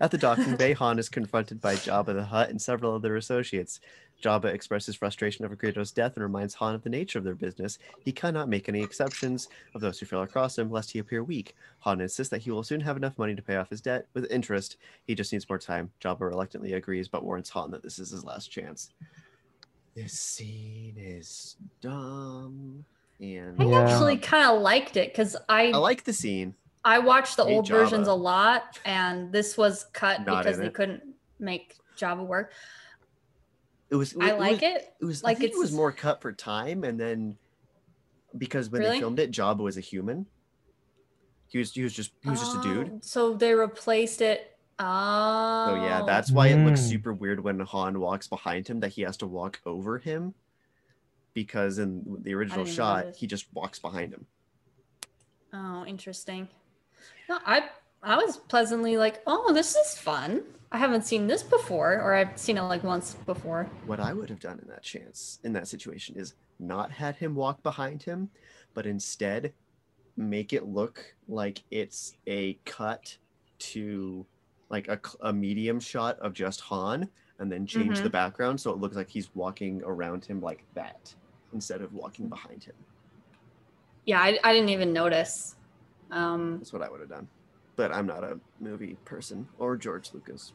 At the docking bay, Han is confronted by Jabba the Hutt and several other associates. Jabba expresses frustration over Greedo's death and reminds Han of the nature of their business. He cannot make any exceptions of those who fail across him, lest he appear weak. Han insists that he will soon have enough money to pay off his debt with interest. He just needs more time. Jabba reluctantly agrees, but warns Han that this is his last chance. This scene is dumb. And I Yeah. actually kind of liked it because I I like the scene. I watched the Hey, old versions a Java. lot, and this was cut Not because in they it. couldn't make Java work. It was. I it was- like it. it was Like, like it was it's- more cut for time and then because when Really? they filmed it Jabba was a human he was he was just he was just a dude Oh, So they replaced it. Oh, so yeah that's why it looks Mm. super weird when Han walks behind him that he has to walk over him because in the original even shot notice. he just walks behind him oh interesting. No, I I was pleasantly like, oh, this is fun. I haven't seen this before, or I've seen it like once before. what I would have done in that chance in that situation is not had him walk behind him but instead make it look like it's a cut to like a, cl- a medium shot of just Han and then change Mm-hmm. the background so it looks like he's walking around him like that instead of walking behind him. yeah, I, I didn't even notice. Um, That's what I would have done. But I'm not a movie person or George Lucas.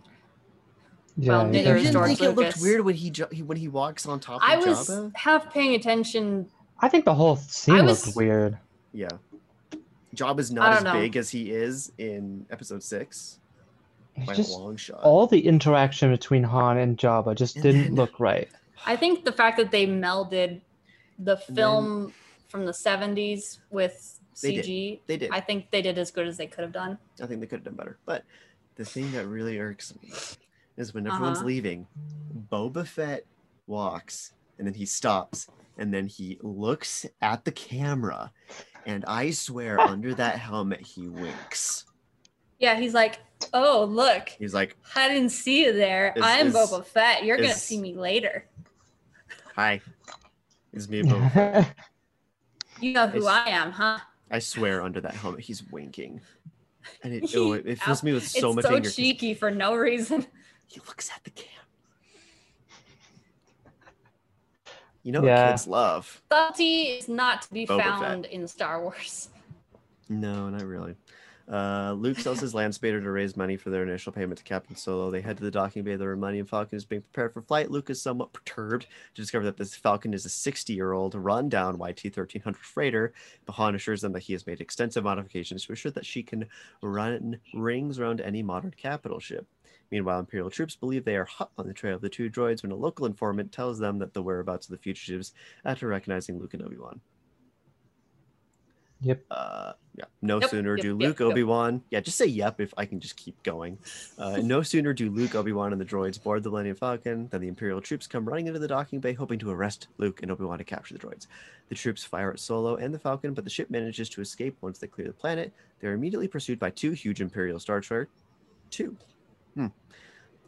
Yeah, Well, you neither You definitely- is didn't George think it looked Lucas. weird when he, ju- he when he walks on top of I was Jabba? half paying attention. I think the whole scene I was- looked weird. Yeah. Jabba's I not don't as know. big as he is in episode six It's by just a long shot. all the interaction between Han and Jabba just And didn't then- look right. I think the fact that they melded the then- film from the 70s with They did. CG, they did. I I, think they did as good as they could have done. think they could have done better. But the thing that really irks me is when everyone's Uh-huh. leaving, Boba Fett walks and then he stops and then he looks at the camera. And I [laughs] swear, under that helmet, he winks. Yeah, he's like, oh, look, He's like, I didn't see you there. Is- I'm is- Boba Fett. You're going to is- see me later. Hi, it's me, Boba Fett." You know who Is- I am, huh? I swear, under that helmet, he's winking. And it, [laughs] He- oh, it, it fills me with so it's much so anger. 'cause cheeky for no reason. [laughs] He looks at the camera. You know what Yeah. kids love? Subtlety is not to be Boba Fett. found in Star Wars. No, not really. Uh, Luke sells his land spader to raise money for their initial payment to Captain Solo. They head to the docking bay. The Romanian Falcon is being prepared for flight. Luke is somewhat perturbed to discover that this Falcon is a 60 year old rundown YT 1300 freighter. But Han assures them that he has made extensive modifications to ensure that she can run rings around any modern capital ship. Meanwhile, Imperial troops believe they are hot on the trail of the two droids when a local informant tells them that the whereabouts of the fugitives after recognizing Luke and Obi Wan uh yeah no Yep, sooner yep, do yep, luke yep. obi-wan yeah just say yep if i can just keep going uh no sooner do luke obi-wan and the droids board the millennium falcon than the imperial troops come running into the docking bay hoping to arrest luke and obi-wan to capture the droids the troops fire at solo and the falcon but the ship manages to escape once they clear the planet they're immediately pursued by two huge imperial star destroyer two hmm.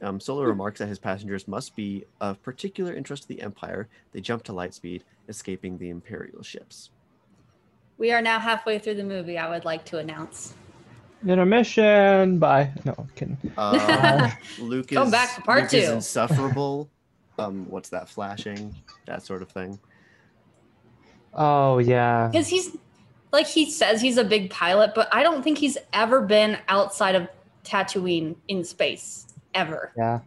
um, solo remarks that his passengers must be of particular interest to the empire they jump to light speed escaping the imperial ships We are now halfway through the movie, I would like to announce. [laughs] Intermission. Bye. No, I'm kidding. [laughs] uh, [laughs] Luke Come is back for part Luke is two. insufferable. um, what's that? Flashing, that sort of thing. Oh yeah. Because he's like he says he's a big pilot, but I don't think he's ever been outside of Tatooine in space ever. Yeah.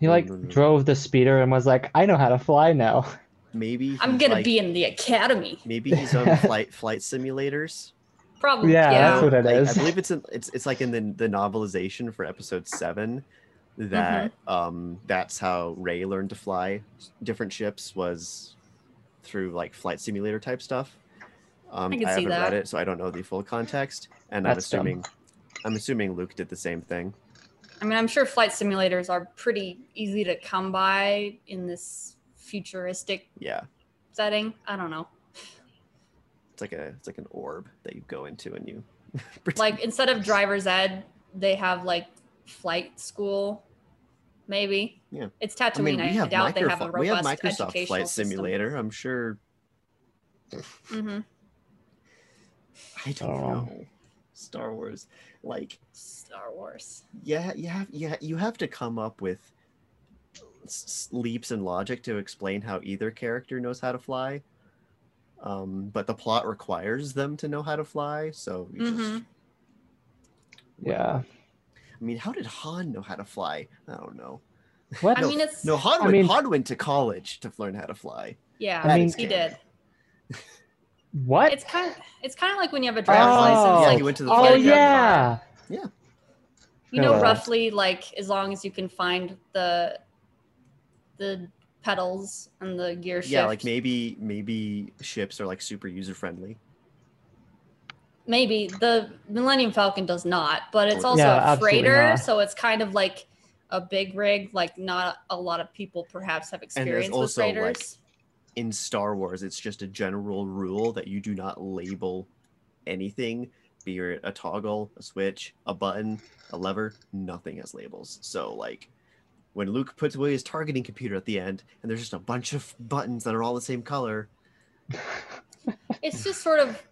He like Mm. drove the speeder and was like, I know how to fly now. Maybe I'm he's gonna like- be in the academy, Maybe he's [laughs] on flight flight simulators. probably. Yeah, Yeah, that's what it I- I is. believe it's in, it's it's like in the the novelization for episode seven that Mm-hmm. um that's how Ray learned to fly different ships was through like flight simulator type stuff. Um, I I, can see haven't that. read it, so I don't know the full context, and That's I'm dumb. assuming I'm assuming Luke did the same thing. I mean, I'm sure flight simulators are pretty easy to come by in this futuristic Yeah. setting. I don't know. It's like a it's like an orb that you go into and you [laughs] pretend- Like instead of driver's ed, they have like flight school, maybe. Yeah. It's Tatooine. I, I mean, we have, doubt they have a microfo- we have robust Microsoft educational Flight Simulator. I'm sure. hmm I don't Oh. know. Star Wars, like Star Wars. yeah, you have yeah you have to come up with s- s- leaps in logic to explain how either character knows how to fly. Um, but the plot requires them to know how to fly, so you just, Mhm. Yeah. I mean, how did Han know how to fly? I don't know. What? I No, mean, it's No, Han I went, mean- Han went to college to learn how to fly. yeah. I mean- he did. What? It's kind of it's kind of like when you have a driver's Driver's license. Oh, Yeah, license. he Like, went to the oh flight academy. yeah. you Oh, know Yeah. roughly like as long as you can find the the pedals and the gear shift. yeah like maybe maybe ships are like super user friendly Maybe the Millennium Falcon does not, but it's also Yeah, a absolutely freighter, not. so it's kind of like a big rig. Like not a lot of people perhaps have experience with also, like, freighters. in star wars it's just a general rule that you do not label anything be it a toggle a switch a button a lever nothing has labels so like when luke puts away his targeting computer at the end and there's just a bunch of buttons that are all the same color it's just sort of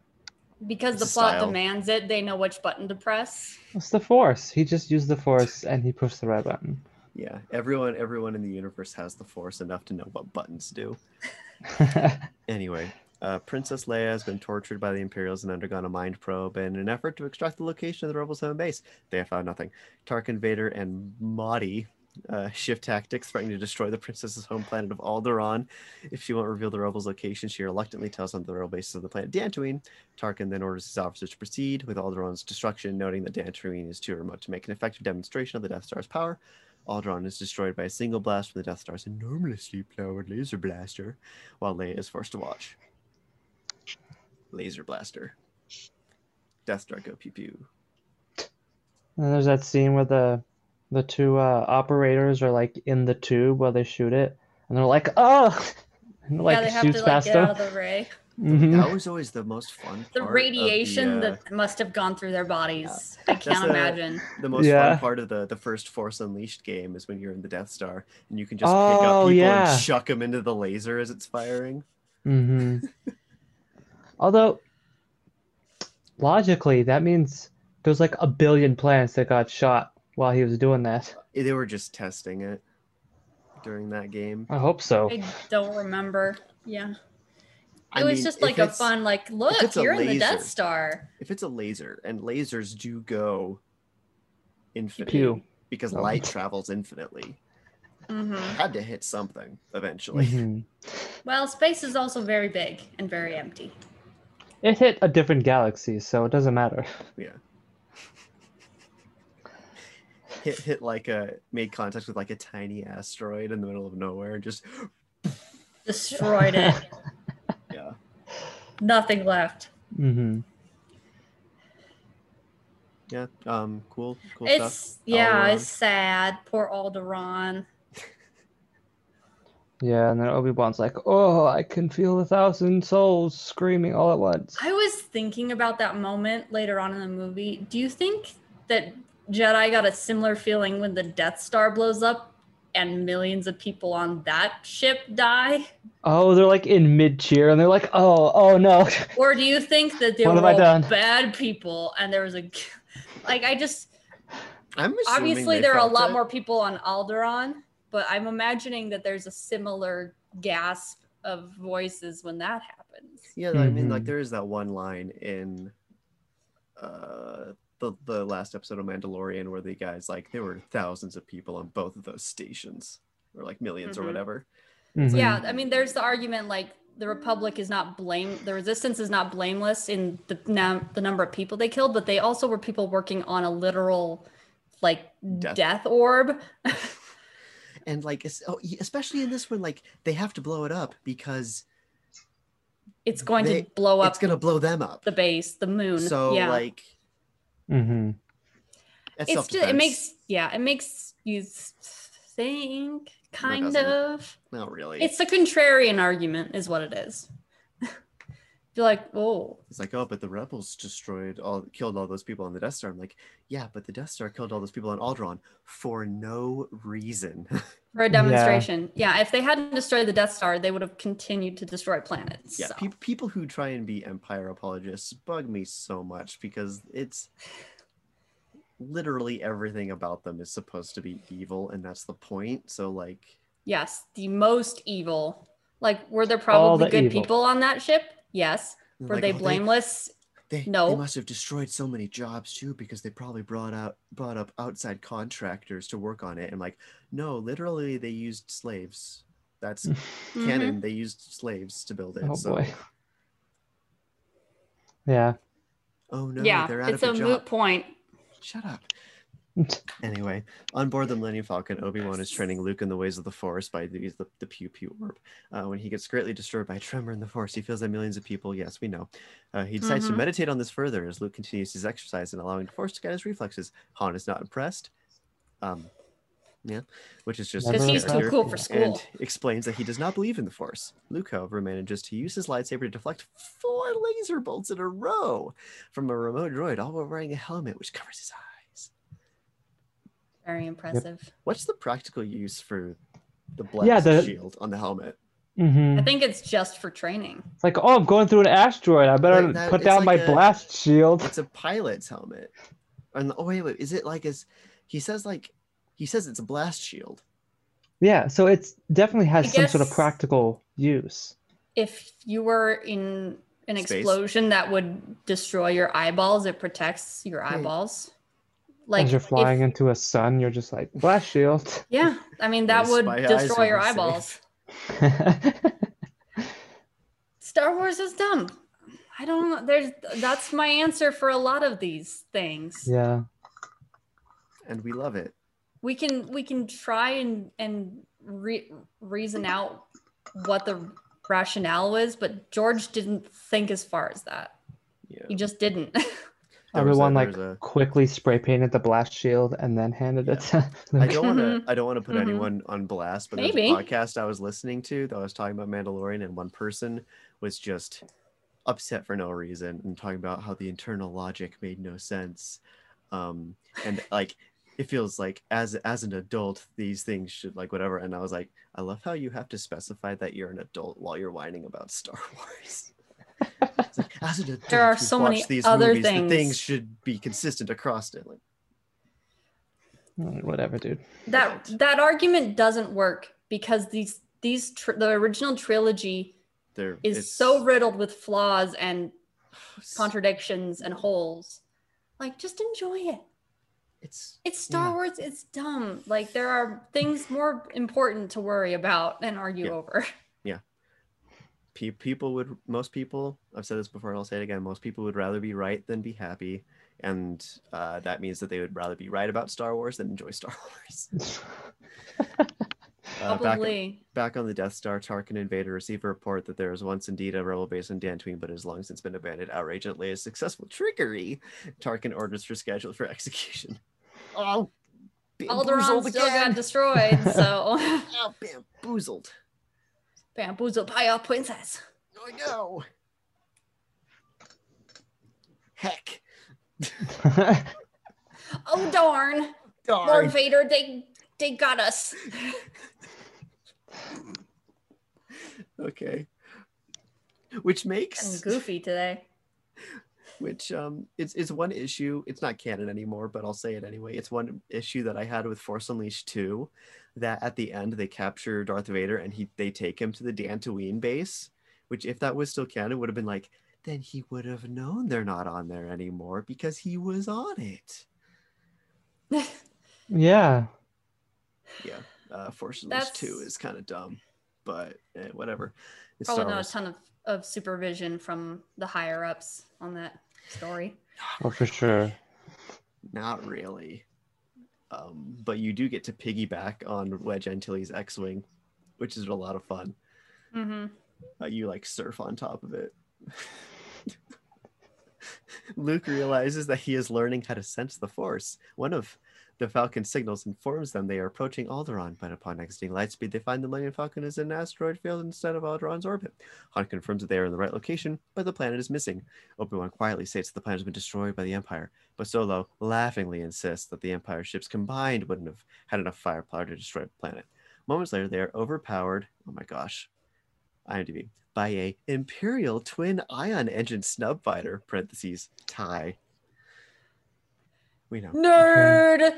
because the plot Style. demands it. They know which button to press. It's the force. He just used the force and he pushed the red button. [laughs] yeah everyone everyone in the universe has the force enough to know what buttons do anyway Uh, Princess Leia has been tortured by the Imperials and undergone a mind probe in an effort to extract the location of the Rebel 7 base. They have found nothing. Tarkin Vader and Mahdi uh, shift tactics, threatening to destroy the princess's home planet of Alderaan. If she won't reveal the Rebels' location, she reluctantly tells them the Rebel bases on the planet Dantooine. Tarkin then orders his officers to proceed with Alderaan's destruction, noting that Dantooine is too remote to make an effective demonstration of the Death Star's power. Alderaan is destroyed by a single blast from the Death Star's enormously powered laser blaster, while Leia is forced to watch. Laser blaster. Death Star go pew pew. And there's that scene where the the two uh, operators are like in the tube while they shoot it, and they're like, "Oh!" [laughs] And it, like yeah, they have shoots to like past get them. out of the ray. Mhm. That was always the most fun. The part of radiation the, uh, that must have gone through their bodies. I can't the- imagine. uh, the most Yeah. fun part of the the first Force Unleashed game is when you're in the Death Star and you can just pick up Oh, people yeah. and chuck them into the laser as it's firing. Mm-hmm. Although, logically, that means there's like a billion planets that got shot while he was doing that. Eh, They were just testing it during that game. I hope so. I don't remember. Yeah. It Oh. I was mean, just if like a it's- fun, like, look, it's a you're in the Death laser, Star. If it's a laser and lasers do go infinite Pew. because No. light travels infinitely, hmm it had to hit something [laughs] eventually. Mhm. Well, space is also very big and very empty. It hit a different galaxy, so it doesn't matter. Yeah. Hit hit like a made contact with like a tiny asteroid in the middle of nowhere and just Destroyed it. [laughs] yeah. Nothing left. Mm-hmm. Yeah. Um cool cool it's stuff. yeah, Alderaan. it's sad. Poor Alderaan. Yeah, and then Obi Wan's like, "Oh, I can feel a thousand souls screaming all at once." I was thinking about that moment later on in the movie. Do you think that Jedi got a similar feeling when the Death Star blows up and millions of people on that ship die? Oh, they're like in mid cheer, and they're like, "Oh, oh no." Or do you think that they What were have I all done? bad people and there was a [laughs] like I just I'm assuming obviously they there are a felt lot it. more people on Alderaan, but I'm imagining that there's a similar gasp of voices when that happens. Yeah, I mean like Mhm. there is that one line in uh the, the last episode of Mandalorian where the guys like there were thousands of people on both of those stations or like 1000000s Mhm. or whatever. Mm-hmm. Mhm. Yeah, I mean, there's the argument like the Republic is not blame, the resistance is not blameless in the now the number of people they killed, but they also were people working on a literal like Death. death, orb. And like es- oh, especially in this one like they have to blow it up because It's going They- to blow up it's going to blow them up. the base, the moon. So yeah, like Mm-hmm. that's it's just, it self-defense. makes yeah, it makes you s- think kind doesn't. of. not really. It's a contrarian argument, is what it is. [laughs] You're like, oh, It's like, oh, but the rebels destroyed all, killed all those people on the Death Star. I'm like, yeah, but the Death Star killed all those people on Alderaan for no reason. [laughs] for a Yeah. demonstration. Yeah. if they hadn't destroyed the Death Star, they would have continued to destroy planets. yeah, so. peop people who try and be Empire apologists bug me so much because it's literally everything about them is supposed to be evil, and that's the point. So like, yes, the most evil. Like, were there All probably the good evil. people on that ship? Yes. Were like, they oh, blameless? They, No. they must have destroyed so many jobs too because they probably brought out brought up outside contractors to work on it. And like, no, literally they used slaves. That's Mm-hmm. canon. They used slaves to build it. [laughs] Oh so, boy. Yeah. oh no, Mhm. yeah, they're out it's a of a job. moot point. [laughs] Shut up. Anyway, on board the Millennium Falcon, Obi Wan is training Luke in the ways of the Force by the use of the, the Pew Pew Orb. Uh, when he gets greatly disturbed by a tremor in the Force, he feels that millions of people, yes, we know, uh, he decides to Mhm. meditate on this further as Luke continues his exercise and allowing the Force to guide his reflexes. Han is not impressed. Um, yeah, which is just Never Because his he's too Character character, cool for and school. explains that he does not believe in the Force. Luke, however, manages to use his lightsaber to deflect four laser bolts in a row from a remote droid, all while wearing a helmet which covers his eyes. Very impressive. What's the practical use for the blast the- shield on the helmet? Mm-hmm. I think it's just for training. It's like, oh, I'm going through an asteroid. I better Like that- put it's down like my a- blast shield. It's a pilot's helmet. And oh wait, wait, is it like as he says like he says it's a blast shield. Yeah, so it's definitely has I some sort of guess- practical use. if you were in an Space. explosion that would destroy your eyeballs, it protects your eyeballs. Like As you're if- flying into a sun, you're just like blast shield. [laughs] yeah, I mean that Yes, would my eyes destroy are your safe. eyeballs. Star Wars is dumb. I don't know. There's that's my answer for a lot of these things. yeah. and we love it. we can we can try and and re- reason out what the rationale was but george didn't think as far as that Yeah. he just didn't There was a- Everyone there like was a- quickly spray painted the blast shield and then handed it to [laughs] I [laughs] Luke. don't want to. I don't want to put Mhm. anyone on blast, but there's a Maybe. podcast I was listening to that was talking about Mandalorian, and one person was just upset for no reason and talking about how the internal logic made no sense, um, and like it feels like as as an adult these things should like whatever. And I was like, I love how you have to specify that you're an adult while you're whining about Star [laughs] Wars. It's like, as an adult, There are you've so many watched these other movies, things. The things should be consistent across it. Like, Mm, Whatever, dude. [laughs] that Right. that argument doesn't work because these these tr- the original trilogy there is so riddled with flaws and contradictions and holes like just enjoy it It's it's star Yeah. wars it's dumb like there are things more important to worry about and argue Yeah. over pe- people would most people i've said this before and i'll say it again most people would rather be right than be happy and uh, that means that they would rather be right about star wars than enjoy [laughs] star wars uh, back, probably back on the death star tarkin and vader receive a report that there was once indeed a rebel base on dantooine but has long since been abandoned outrage at latest successful trickery tarkin orders for scheduled for [laughs] execution oh Alderaan bamboozled still got again. destroyed, so [laughs] oh bamboozled bamboozled by our princess. oh no heck Oh darn! Lord Vader, they they got [laughs] us. okay which I'm makes goofy today. which um it's, it's one issue it's not canon anymore but i'll say it anyway it's one issue that i had with force unleashed 2 that at the end they capture darth vader and he they take him to the dantooine base which if that was still canon would have been like then he would have known they're not on there anymore because he was on it yeah. uh force unleashed 2 That's- is kind of dumb but eh, whatever it's Probably Star not a Wars. ton of, of supervision from the higher ups on that story. Well, for sure. Not really. Um, but you do get to piggyback on Wedge Antilles X-wing, which is a lot of fun. hmm Uh, you like surf on top of it. [laughs] Luke realizes that he is learning how to sense the Force. One of the Falcon's signals informs them they are approaching Alderaan, but upon exiting Lightspeed, they find the Millennium Falcon is in an asteroid field instead of Alderaan's orbit. Han confirms that they are in the right location, but the planet is missing. Obi-Wan quietly states that the planet has been destroyed by the Empire, but Solo laughingly insists that the Empire ships combined wouldn't have had enough firepower to destroy the planet. Moments later, they are overpowered. Oh my gosh, IMDb by a Imperial twin ion engine snub fighter (parentheses tie). [laughs] We know. Nerd.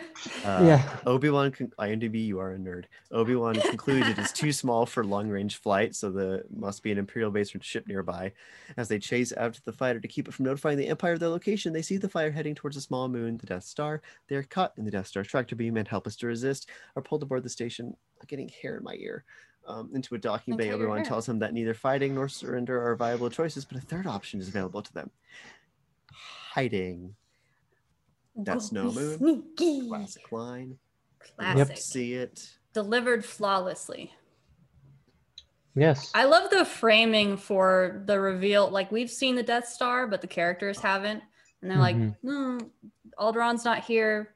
Uh, yeah. Obi-Wan, con- IMDb, you are a nerd. Obi-Wan concludes it is too small for long-range flight, so there must be an Imperial base or ship nearby. As they chase after the fighter to keep it from notifying the Empire of their location, they see the fire heading towards a small moon, the Death Star. They are caught in the Death Star's tractor beam and helpless to resist, are pulled aboard the station, I'm getting hair in my ear, um, into a docking That's bay. how your Obi-Wan hair- tells him that neither fighting nor surrender are viable choices, but a third option is available to them. Hiding. That's Go no be moon. Sneaky. Classic. Classic line. Love to See it. Delivered flawlessly. Yes. I love the framing for the reveal. Like we've seen the Death Star, but the characters haven't, and they're Mhm. like, mm, "Alderaan's not here.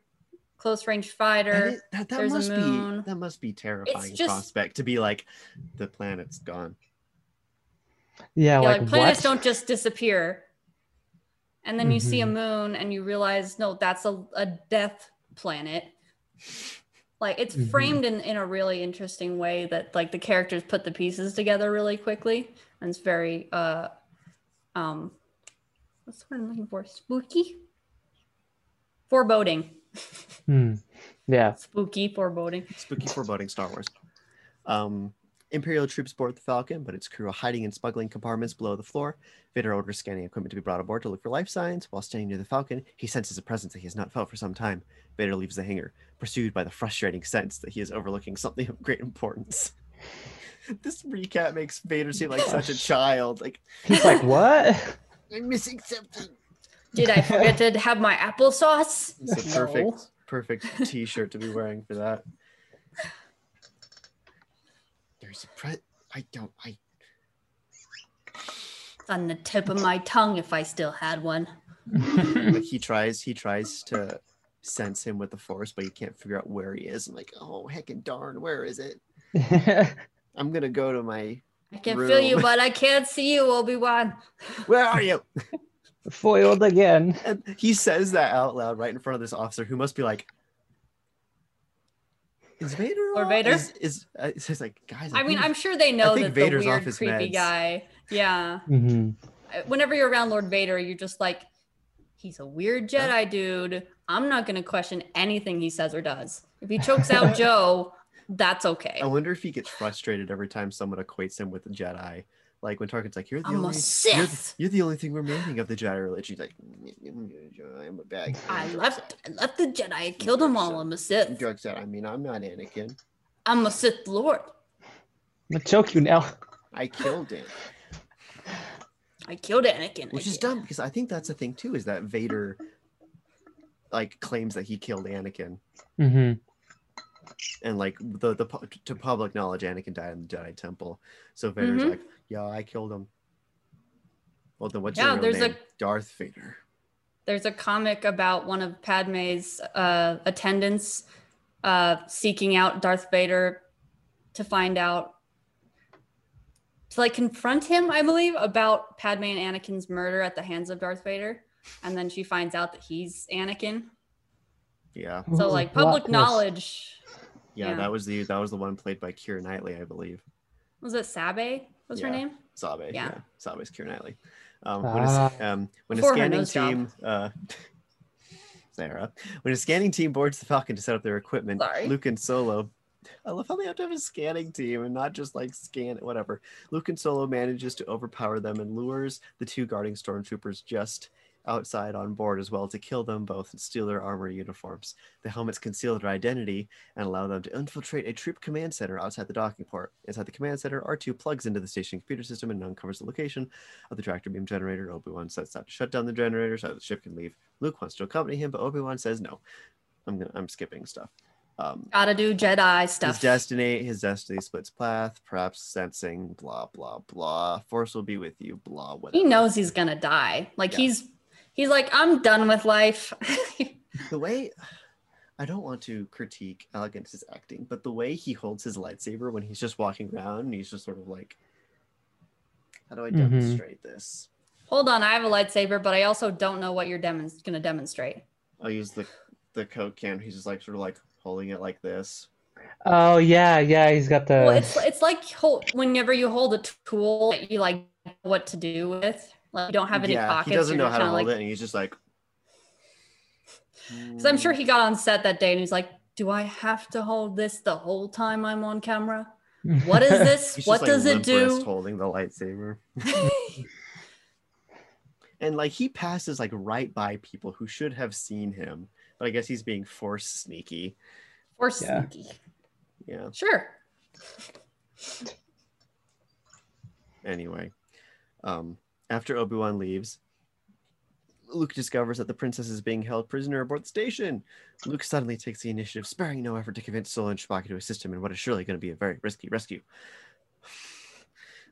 Close range fighter." That, is, that, that there's a must be moon. that must be terrifying just- prospect to be like the planet's gone. yeah. yeah, Like, like, planets what? don't just disappear. And then you see a moon, and you realize, no, that's a, a death planet. Like it's Mhm. framed in in a really interesting way that like the characters put the pieces together really quickly, and it's very uh, um, what's the word I'm looking for? Spooky, foreboding, Hmm. Yeah. spooky foreboding. Spooky foreboding Star Wars. Um Imperial troops board the Falcon, but its crew are hiding in smuggling compartments below the floor. Vader orders scanning equipment to be brought aboard to look for life signs. While standing near the Falcon, he senses a presence that he has not felt for some time. Vader leaves the hangar, pursued by the frustrating sense that he is overlooking something of great importance. [laughs] this recap makes Vader seem like such a child. Like, He's like, [laughs] what? [laughs] I'm missing something. Did I forget to have my applesauce? It's [laughs] a perfect, perfect T-shirt to be wearing for that. There's a pre. I don't. I. It's on the tip of my tongue if I still had one. Like he tries. He tries to sense him with the force, but he can't figure out where he is. I'm like, oh heck and darn, where is it? I'm gonna go to my. I can feel you, Room. but I can't see you, Obi Wan. Where are you? Foiled again. And he says that out loud right in front of this officer, who must be like. Is Vader Or on? Vader? Is, is uh, it's just like guys? I mean, think- I'm sure they know think that Vader's the off weird, his creepy meds. guy. Yeah. Uh, hmm Mm-hmm. Whenever you're around Lord Vader, you're just like, he's a weird Jedi dude. I'm not gonna question anything he says or does. If he [laughs] chokes out Joe, that's okay. I wonder if he gets frustrated every time someone equates him with a Jedi. Like when Tarkin's like, "You're the I'm a only, You're, the, Sith." you're the only thing remaining of the Jedi religion." He's like, "I'm a bad." I guy." left. I left the Jedi. I killed them all. I'm a Sith. Drugs that I mean, I'm not Anakin. I'm a Sith Lord. I'm gonna choke you now. I killed it, I killed [laughs] Anakin. which is again. dumb because I think that's the thing too is that Vader, like, claims that he killed Anakin, hmm Mm-hmm. and like the the pu- to public knowledge, Anakin died in the Jedi Temple. So Vader's Mhm. like, "Yeah, I killed him." Well, then what's your Yeah, real there's a- name? Darth Vader. There's a comic about one of Padme's uh, attendants uh, seeking out Darth Vader to find out to like confront him, I believe, about Padme and Anakin's murder at the hands of Darth Vader, and then she finds out that he's Anakin. Yeah. So Ooh, like plot public twist. knowledge. Yeah, Yeah. that was the that was the one played by Keira Knightley, I believe. Was it Sabe? Was her Yeah. name? Sabe. Yeah. Yeah. Sabe's Keira Knightley. Um, when a, s- um, when a Before her scanning nose job. team uh, [laughs] Sarah, when a scanning team boards the Falcon to set up their equipment, Sorry. Luke and Solo. I love how they have to have a scanning team and not just like scan whatever. Luke and Solo manages to overpower them and lures the two guarding stormtroopers just outside on board as well to kill them both and steal their armor uniforms. The helmets conceal their identity and allow them to infiltrate a troop command center outside the docking port. Inside the command center, R2 plugs into the station computer system and uncovers the location of the tractor beam generator. Obi Wan sets out to shut down the generator so that the ship can leave. Luke wants to accompany him, but Obi Wan says no. I'm gonna, I'm skipping stuff. Um, Gotta do Jedi his Oh, stuff. destiny, his destiny splits path. Perhaps sensing, blah blah blah. Force will be with you, blah whatever. he knows he's gonna die. Like Yeah. he's he's like I'm done with life. [laughs] the way I don't want to critique Alex's acting, but the way he holds his lightsaber when he's just walking around, and he's just sort of like, "How do I Mhm. demonstrate this?" Hold on, I have a lightsaber, but I also don't know what you're demon- going to demonstrate. I'll use the the coke can. He's just like sort of like holding it like this. Oh yeah, yeah. He's got Uh, the. well, it's it's like hold, whenever you hold a tool that you like what to do with, like you don't have any yeah, pockets. he doesn't you're know how to kinda hold it, like, and he's just like. Because I'm sure he got on set that day and he's like, "Do I have to hold this the whole time I'm on camera? [laughs] [laughs] What is this? He's what just, like, does it limp-wrist do?" Holding the lightsaber. and like he passes like right by people who should have seen him but i guess he's being forced sneaky [laughs] or Yeah. sneaky. yeah Sure. anyway um after obi-wan leaves luke discovers that the princess is being held prisoner aboard the station luke suddenly takes the initiative sparing no effort to convince solo and chewbacca to assist him in what is surely going to be a very risky rescue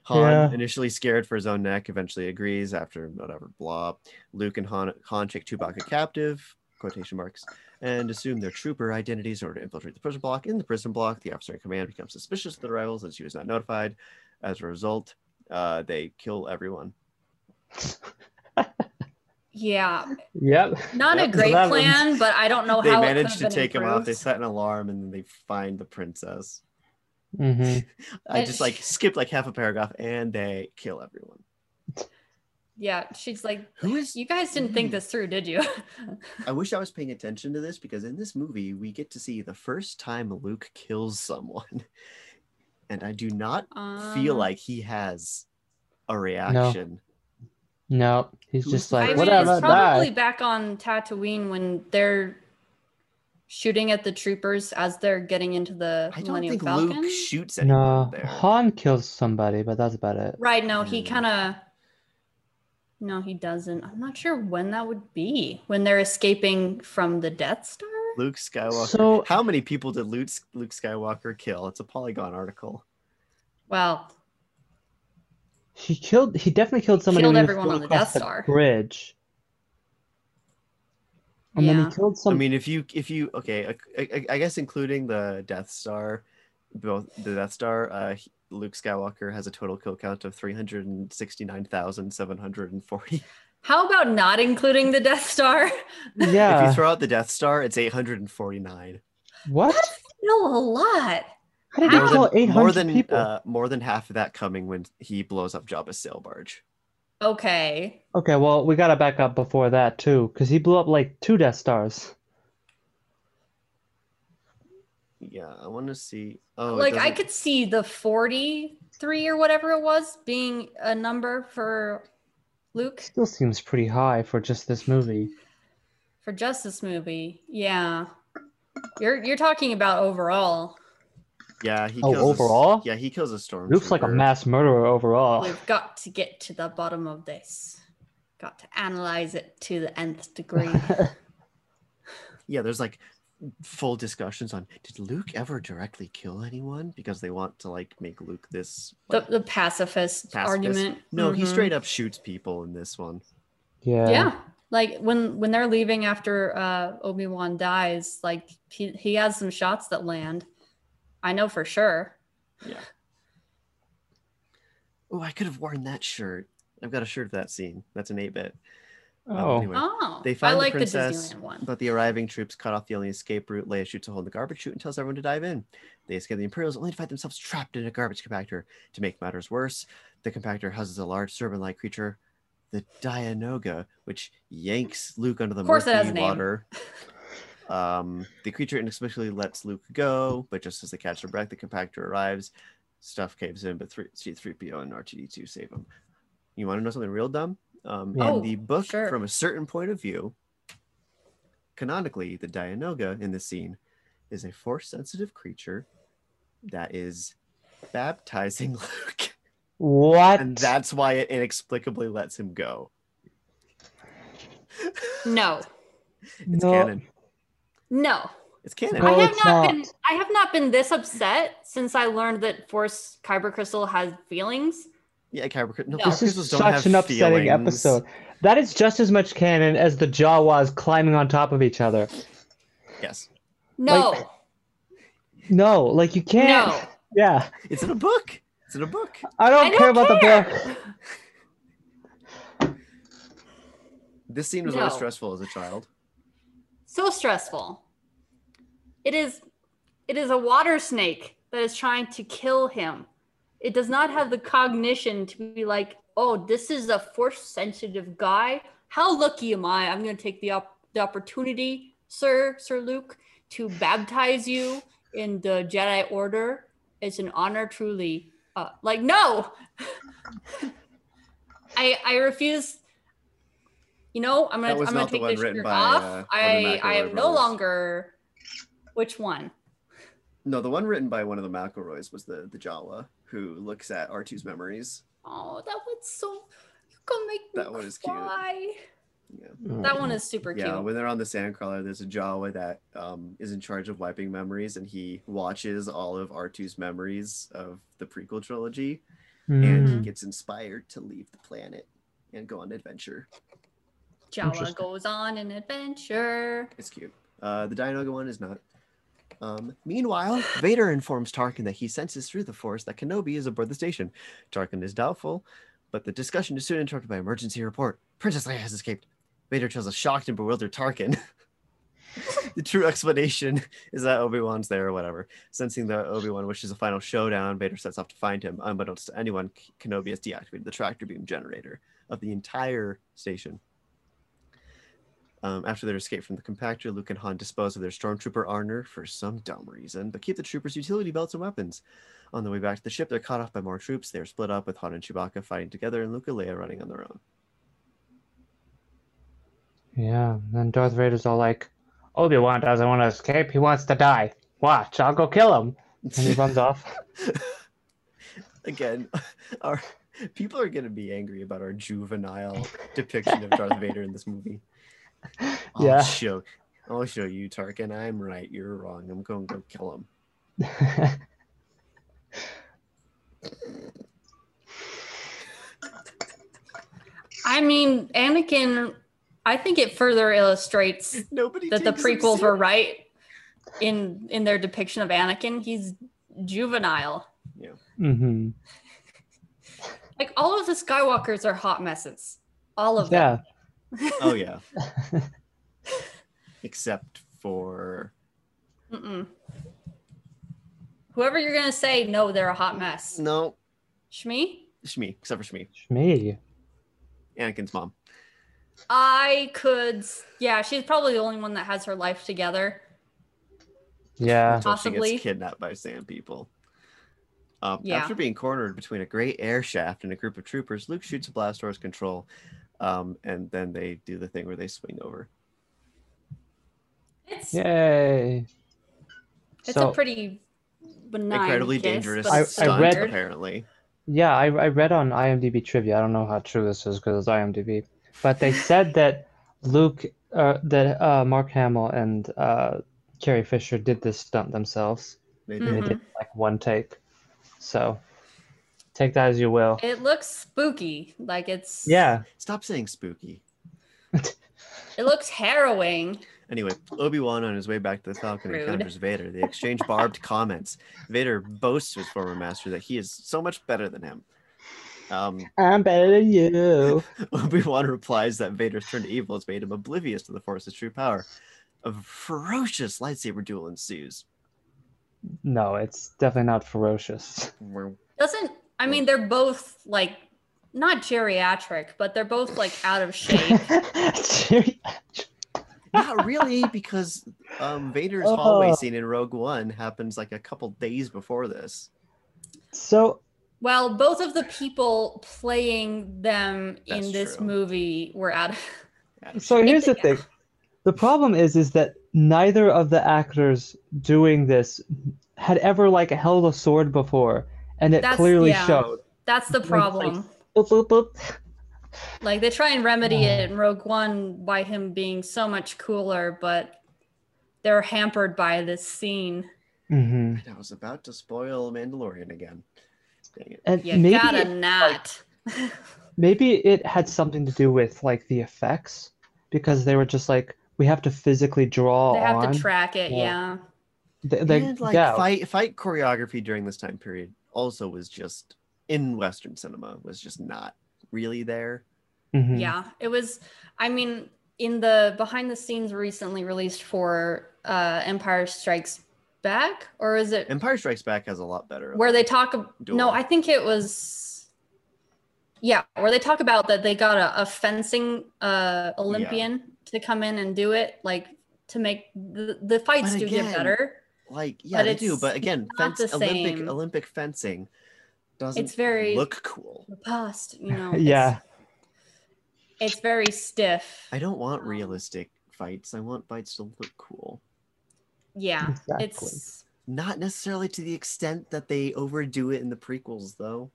Han, Yeah. initially scared for his own neck, eventually agrees after whatever blah. Luke and Han, Han take Chewbacca captive, quotation marks, and assume their trooper identities in order to infiltrate the prison block. In the prison block, the officer in command becomes suspicious of the rebels and she was not notified. As a result, uh, they kill everyone. Yeah, Yep. not Yep. a great Eleven. plan, but I don't know they how it managed could to have been take him out. They improved. set an alarm and then they find the princess. hmm I And just like she- skipped like half a paragraph and they kill everyone. Yeah, she's like, Who is "You guys didn't Mm. think this through, did you?" [laughs] I wish I was paying attention to this because in this movie we get to see the first time Luke kills someone. [laughs] and I do not Um, feel like he has a reaction. No, he's Who's just the like, I mean, what it's about probably that? back on Tatooine when they're shooting at the troopers as they're getting into the I don't Millennium think Falcon. Luke shoots anyone No, there. Han kills somebody, but that's about it. right? No, he Mm. kind of. No, he doesn't. I'm not sure when that would be. When they're escaping from the Death Star. Luke Skywalker. So- How many people did Luke, Luke Skywalker kill? It's a Polygon article. Well, He killed. He definitely killed somebody. killed when he was everyone going on the across Death Star. bridge, and then yeah. he killed some. I mean, if you if you okay, I, I, I guess including the Death Star, both the Death Star, uh, he- Luke Skywalker has a total kill count of three hundred and sixty nine thousand seven hundred and forty. How about not including the Death Star? [laughs] If yeah. you throw out the Death Star, it's eight hundred and forty nine. what? No, a lot. How did More they kill eight More hundred than people? uh, more than half of that coming when he blows up Jabba's sail barge. Okay. Okay, well, we gotta back up before that too, because he blew up like two Death Stars. Yeah, I want to see. Oh, it like I doesn't- could see the 43 or whatever it was being a number for Luke Still seems pretty high for just this movie. for just this movie. Yeah. You're you're talking about overall. Yeah, he Oh, kills a s- overall? yeah, he kills a storm. Luke's like a mass murderer Oh. overall. We've got to get to the bottom of this. Got to analyze it to the nth [laughs] degree. Yeah, there's like full discussions on did Luke ever directly kill anyone because they want to like make Luke this. the, like, the pacifist, pacifist. argument. No, he Mhm. straight up shoots people in this one. [laughs] Yeah. yeah like when when they're leaving after uh obi-wan dies like he, he has some shots that land i know for sure Oh, I could have worn that shirt. I've got a shirt of that scene. That's an eight bit. Um, Oh. oh They i find the like the, princess, disneyland one But the arriving troops cut off the only escape route. Leia shoots a hole in the garbage chute and tells everyone to dive in. They escape the Imperials only to find themselves trapped in a garbage compactor. To make matters worse, the compactor houses a large serpent like creature, the Dianoga, which yanks Luke under the Of course it has murky a name. water. Um, the creature inexplicably lets Luke go, but just as they catch their breath, the compactor arrives. Stuff caves in, but three C3PO and R2D2 save him. You want to know something real dumb? Um, Yeah. in the Oh, book, sure. from a certain point of view, canonically, the Dianoga in this scene is a force sensitive creature that is baptizing [laughs] Luke, What? and that's why it inexplicably lets him go. no It's No. canon. no It's canon. No, i have it's not, been not. i have not been this upset since i learned that force kyber crystal has feelings Yeah, Kyber, no, No. Kyber This is crystals don't such have an upsetting feelings. episode. That is just as much canon as the Jawas climbing on top of each other. Yes, no Like- No, like you can't. no Yeah, it's in a book. It's in a book. I don't, I don't care about care. the book. This scene was more No. stressful as a child. so stressful it is it is a water snake that is trying to kill him it does not have the cognition to be like oh this is a force sensitive guy how lucky am i i'm going to take the, op- the opportunity sir sir luke to baptize you in the jedi order it's an honor truly uh, like no [laughs] i i refuse you know i'm That gonna was i'm gonna not the take one this written shirt by, off uh, one of i the i McElroy am no brothers. longer which one No, the one written by one of the McElroys was the the Jawa who looks at R2's memories. oh that one's so you can make me That one is cute. cry Yeah. that one is super Yeah, cute when they're on the sandcrawler, there's a Jawa that um, is in charge of wiping memories, and he watches all of R2's memories of the prequel trilogy, and he Mm. gets inspired to leave the planet and go on an adventure. jawa Interesting. goes on an adventure It's cute. Uh, the Dianoga one is not. Um, meanwhile, Vader informs Tarkin that he senses through the Force that Kenobi is aboard the station. Tarkin is doubtful, but the discussion is soon interrupted by emergency report. Princess Leia has escaped. Vader tells a shocked and bewildered Tarkin. [laughs] the true explanation is that Obi-Wan's there or whatever. Sensing that Obi-Wan wishes a final showdown, Vader sets off to find him. Unbeknownst to anyone, K- Kenobi has deactivated the tractor beam generator of the entire station. Um, after their escape from the compactor, Luke and Han dispose of their stormtrooper armor for some dumb reason, but keep the troopers' utility belts and weapons. On the way back to the ship, they're caught off by more troops. They are split up with Han and Chewbacca fighting together, and Luke and Leia running on their own. Yeah, and then Darth Vader's all like, Obi Wan doesn't want to escape. He wants to die. Watch, I'll go kill him. And he runs off. [laughs] Again, [laughs] our people are going to be angry about our juvenile depiction of Darth Vader in this movie. I'll Yeah. Show, I'll show you, Tarkin. I'm right. You're wrong. I'm going to go kill him. [laughs] I mean, Anakin. I think it further illustrates Nobody. that the takes him prequels serious. were right in in their depiction of Anakin. He's juvenile. hmm Like all of the Skywalkers are hot messes. All of them. Yeah. Oh yeah. Except for Mm-mm. Whoever you're gonna say, no, they're a hot mess. no Shmi, Shmi. Except for Shmi, Me. Anakin's mom. I could. s- Yeah, she's probably the only one that has her life together. Yeah. until she Possibly. gets kidnapped by sand people. Um, Yeah. After being cornered between a great air shaft and a group of troopers, Luke shoots a blast door's control, um, and then they do the thing where they swing over. It's Yay. it's so, a pretty benign Incredibly kiss, dangerous but it's I- I stunt, read- standard. apparently. yeah, I, I read on IMDb trivia. I don't know how true this is because it's IMDb, but they [laughs] said that Luke, uh, that uh, Mark Hamill and uh, Carrie Fisher did this stunt themselves. Maybe They Mhm. did like one take. So take that as you will. It looks spooky. Like it's Yeah. Stop saying spooky. It looks harrowing. Anyway, Obi Wan on his way back to the Falcon Rude. encounters Vader. They exchange barbed [laughs] comments. Vader boasts to his former master that he is so much better than him. Um, I'm better than you. Obi Wan replies that Vader's turn to evil has made him oblivious to the Force's true power. A ferocious lightsaber duel ensues. No, it's definitely not [laughs] ferocious. Doesn't I mean they're both like not geriatric, but they're both like out of shape. [laughs] [laughs] Not really, because um, Vader's hallway Oh. scene in Rogue One happens like a couple days before this. so well, both of the people playing them That's in this true. movie were out of [laughs] Adam, so here's the Yeah. thing the problem is is that neither of the actors doing this had ever like held a sword before and it That's- clearly yeah. showed that's the problem. Boop, boop, boop. Like they try and remedy it in Rogue One by him being so much cooler, but they're hampered by this scene. Mhm. I was about to spoil Mandalorian again. Dang it. and You maybe gotta it, not. maybe it had something to do with like the effects because they were just like we have to physically draw they have on to track it, Yeah. yeah. They- they- and, like yeah. fight fight choreography during this time period also was just in Western cinema was just not really there. Mhm. Yeah, it was. I mean, in the behind the scenes recently released for uh, Empire Strikes Back, or is it Empire Strikes Back has a lot better. where they talk? ab- No, Duel. I think it was. Yeah, where they talk about that they got a, a fencing uh, Olympian to come in and do it, like to make the, the fights But do again, get better. Like yeah, But they do, it's but again, not fence, the Olympic same. Olympic fencing doesn't It's very look cool. past, [laughs] you know. it's- yeah it's, very stiff. I don't want Um, realistic fights. I want fights to look cool. yeah, exactly it's Not necessarily to the extent that they overdo it in the prequels, though.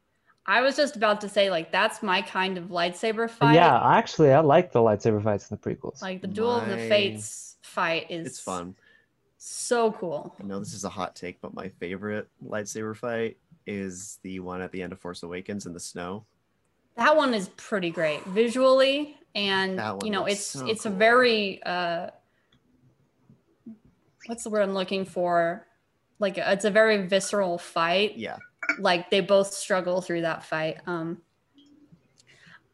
I was just about to say, like, that's my kind of lightsaber fight. yeah actually i like the lightsaber fights in the prequels Like, the Duel of My- the Fates fight is It's fun. so cool. I know this is a hot take, but my favorite lightsaber fight is the one at the end of Force Awakens in the snow. That one is pretty great visually. And, That one you know, looks it's so it's a cool. very, uh, what's the word I'm looking for? Like, it's a very visceral fight. Yeah. Like, they both struggle through that fight. Um,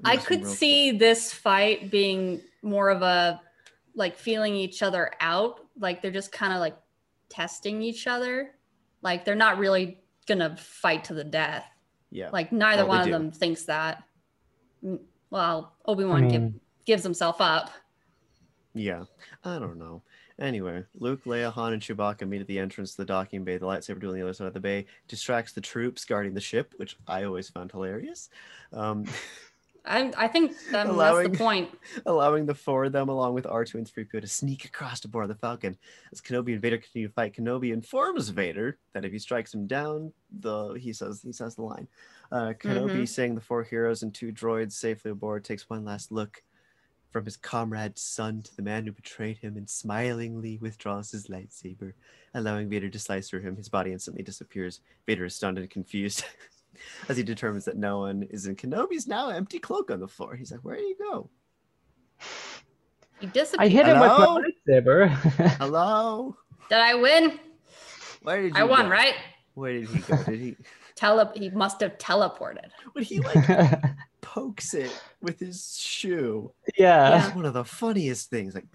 I There's some could real cool- see this fight being more of a like feeling each other out. Like they're just kind of like testing each other. Like they're not really gonna fight to the death. Yeah. Like neither Well, Oh, they one of do. them Hmm. thinks that. Mm, Well, Obi Wan give, mean- gives himself up. Yeah, I don't know. Anyway, Luke, Leia, Han, and Chewbacca meet at the entrance to the docking bay. The lightsaber duel on the other side of the bay distracts the troops guarding the ship, which I always found hilarious, um, I, I think that, that's Allowing- the point. [laughs] allowing the four of them, along with R2 and 3PO, to sneak across to board the Falcon. As Kenobi and Vader continue to fight, Kenobi informs Vader that if he strikes him down, the he says he says the line. Uh, Kenobi, Mhm. saying the four heroes and two droids safely aboard, takes one last look from his comrade's son to the man who betrayed him and smilingly withdraws his lightsaber, allowing Vader to slice through him. His body instantly disappears. Vader is stunned and confused [laughs] as he determines that no one is in Kenobi's now empty cloak on the floor. He's like, Where do you go? He disappeared. I hit him Hello? with my lightsaber. Hello? Did I win? Where did you I won, go? right? Where did he go? Did he Tele- he must have teleported. when [laughs] [laughs] he like pokes it with his shoe? yeah. That's one of the funniest things. Like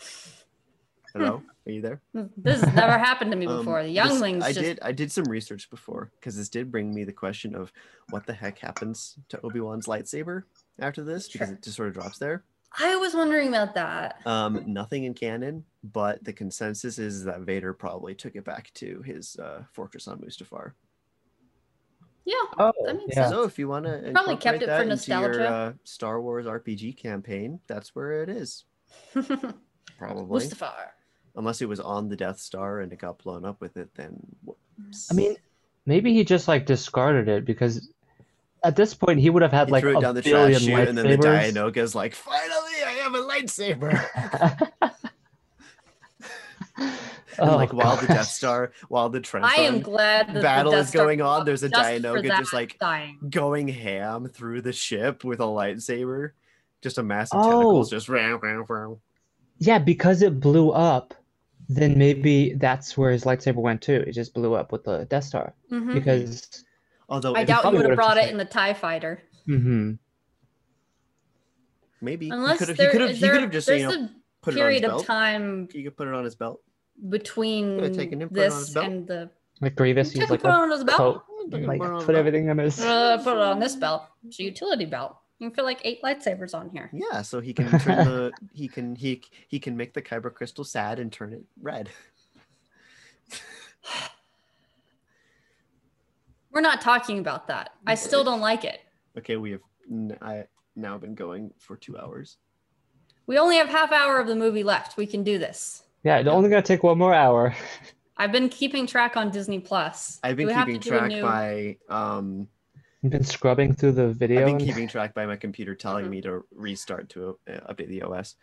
Hello? Are you there? This [laughs] has never happened to me Um, before. the this- younglings I just did. I did some research before because this did bring me the question of what the heck happens to Obi Wan's lightsaber after this because Sure. it just sort of drops there. I was wondering about that. Um, nothing in canon, but the consensus is that Vader probably took it back to his uh, fortress on Mustafar. Yeah. [laughs] Oh, That makes yeah. So if you want to Probably kept it for that into your nostalgia. uh, Star Wars RPG campaign, that's where it is. Probably, Mustafar. unless it was on the Death Star and it got blown up with it, then. whoops. I mean, maybe he just like discarded it because at this point he would have had He like threw a it down the billion trash chute, and then the lightsabers. [laughs] [laughs] Dianoga's like, "Finally, I have a lightsaber!" [laughs] and Oh, like while the God. Death Star, while the trench I am run glad that the battle Death is Star going on, was there's a just for Dianoga that just like dying. going ham through the ship with a lightsaber, just a massive Oh. tentacles, just round, round, round. Yeah, because it blew up, then maybe that's where his lightsaber went too. It just blew up with the Death Star Mhm. because Although I it doubt you probably would have would've brought just it in the Tie Fighter, hmm maybe he unless could have, he there- could have, is he could there- have just there's you know a put it on his period belt. of time You could put it on his belt. between taken him, put it on his this belt. and the. like You Grievous, took he's and like put it a on his belt. coat, Put it like on his put belt. everything on his. Uh, put it on this belt. It's a utility belt. You can fit like eight lightsabers on here. Yeah, so he can turn the [laughs] he can he he can make the kyber crystal sad and turn it red. [laughs] We're not talking about that. I still don't like it. Okay, we have n- I now been going for two hours. We only have half hour of the movie left. We can do this. Yeah, it's only gonna take one more hour. [laughs] I've been keeping track on Disney Plus. I've Do been we have to keeping do a track new- by um I've been scrubbing through the I've video. been and- keeping track by my computer Mm-hmm. telling me to restart to uh, update the OS.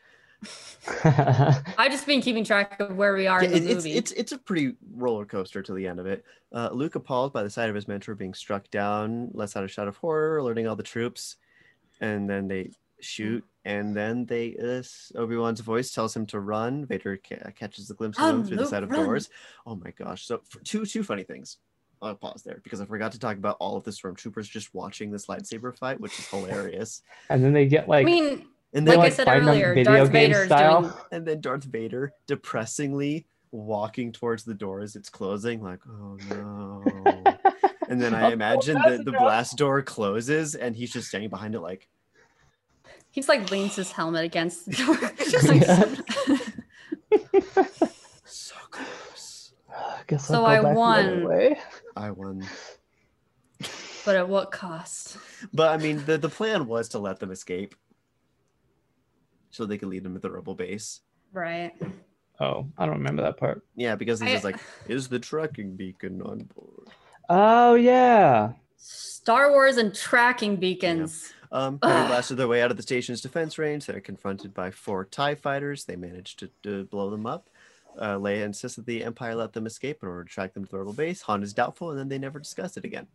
I've just been keeping track of where we are Yeah, in the it- it's movie. it's it's a pretty roller coaster to the end of it. Uh, Luke appalled by the sight of his mentor being struck down, lets out a shout of horror, alerting all the troops, and then they shoot. And then they uh, Obi Wan's voice tells him to run. Vader ca- catches a glimpse of him Run, through the Luke, side of Um, run. doors. Oh my gosh! So for two two funny things. I'll pause there because I forgot to talk about all of the stormtroopers just watching this lightsaber fight, which is hilarious. [laughs] and then they get like I mean, And then like they, I like, said find them earlier, video Darth game Vader is style. doing. and then Darth Vader depressingly walking towards the door as it's closing, like, oh no. and then I imagine that the blast door closes and he's just standing behind it, like, He just like leans his helmet against [laughs] the door. It's just like- Yeah. so close. [sighs] I guess So I'll go I back the other won. way. I won. [laughs] but at what cost? But I mean, the, the plan was to let them escape so they could lead them to the rebel base. Right. Oh, I don't remember that part. Yeah, because he's I- just like, is the tracking beacon on board? Oh yeah. Star Wars and tracking beacons. Um, Ugh. they blasted their way out of the station's defense range. They're confronted by four TIE fighters. They managed to, to blow them up. Uh, Leia insists that the Empire let them escape in order to track them to the rebel base. Han is doubtful, and then they never discuss it again.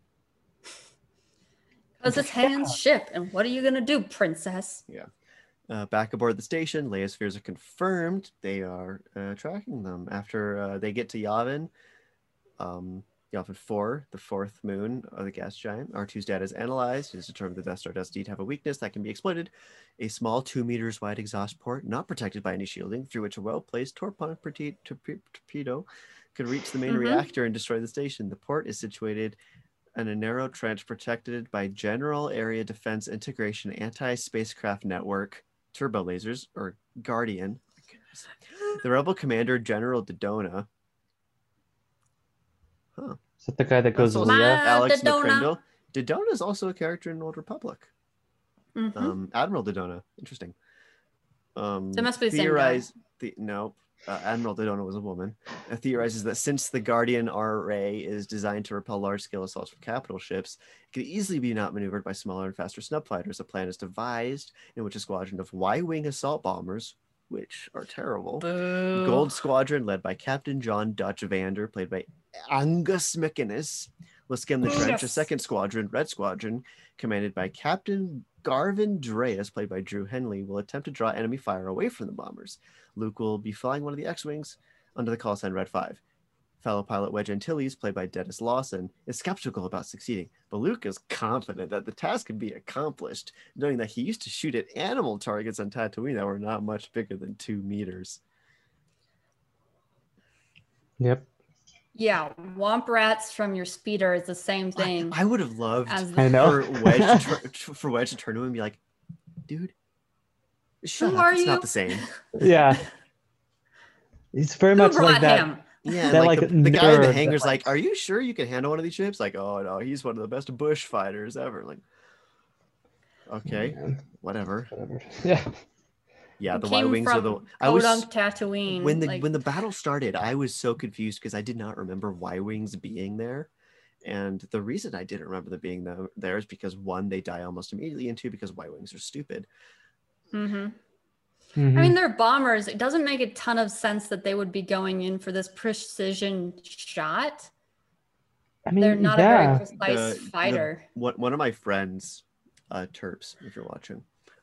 Because it's Han's ship. And what are you going to do, princess? Uh, back aboard the station, Leia's fears are confirmed. They are uh, tracking them. After uh, they get to Yavin, um, Yavin 4, the fourth moon of the gas giant, R2's data is analyzed. It is determined the Death Star does indeed have a weakness that can be exploited. A small two meters wide exhaust port, not protected by any shielding, through which a well placed torpon prote- torpe- torpedo could reach the main Mhm. reactor and destroy the station. The port is situated in a narrow trench protected by General Area Defense Integration Anti Spacecraft Network turbo lasers or Guardian. The rebel commander, General Dodona, Is that the guy that goes That's with also Leah? Alex Dodona. McCrindle. Dodona is also a character in Old Republic. Mhm. Um, Admiral Dodona, interesting. Um, That must be the same guy. theorize- the- no, uh, Admiral Dodona was a woman. Uh, theorizes that since the Guardian RA is designed to repel large-scale assaults from capital ships, it could easily be outmaneuvered by smaller and faster snub fighters. A plan is devised in which a squadron of Y-wing assault bombers, which are terrible, Boo. Gold Squadron, led by Captain John Dutch Vander, played by Angus McInnes, will skim the trench. A Yes. second squadron, Red Squadron, commanded by Captain Garvin Dreas, played by Drew Henley, will attempt to draw enemy fire away from the bombers. Luke will be flying one of the X Wings under the call sign Red 5. Fellow pilot Wedge Antilles, played by Dennis Lawson, is skeptical about succeeding, but Luke is confident that the task can be accomplished, knowing that he used to shoot at animal targets on Tatooine that were not much bigger than two meters. Yep. Yeah, womp rats from your speeder is the same I- thing. I, would have loved as I know. [laughs] for [laughs] [laughs] Wedge to tur- t- for Wedge to turn to him and be like, "Dude, shut Who up. are it's you?" not the same." [laughs] Yeah. It's very Who much brought like that. him? Yeah, That, like, like, the, the guy in nerd the that, hangar's like- like, "Are you sure you can handle one of these ships?" Like, "Oh no, he's one of the best bush fighters ever." Like, okay, whatever. Whatever. [laughs] Yeah. Yeah, the He came Y wings are from the. I was Podunk Tatooine. when the like- when the battle started, I was so confused because I did not remember Y wings being there, and the reason I didn't remember them being tho- there is because one, they die almost immediately, and two, because Y wings are stupid. Mhm. Mm-hmm. Mhm. I mean, they're bombers. It doesn't make a ton of sense that they would be going in for this precision shot. I mean, they're not Mm-hmm. yeah. a very precise The- the- fighter. one, one of my friends uh terps if you're watching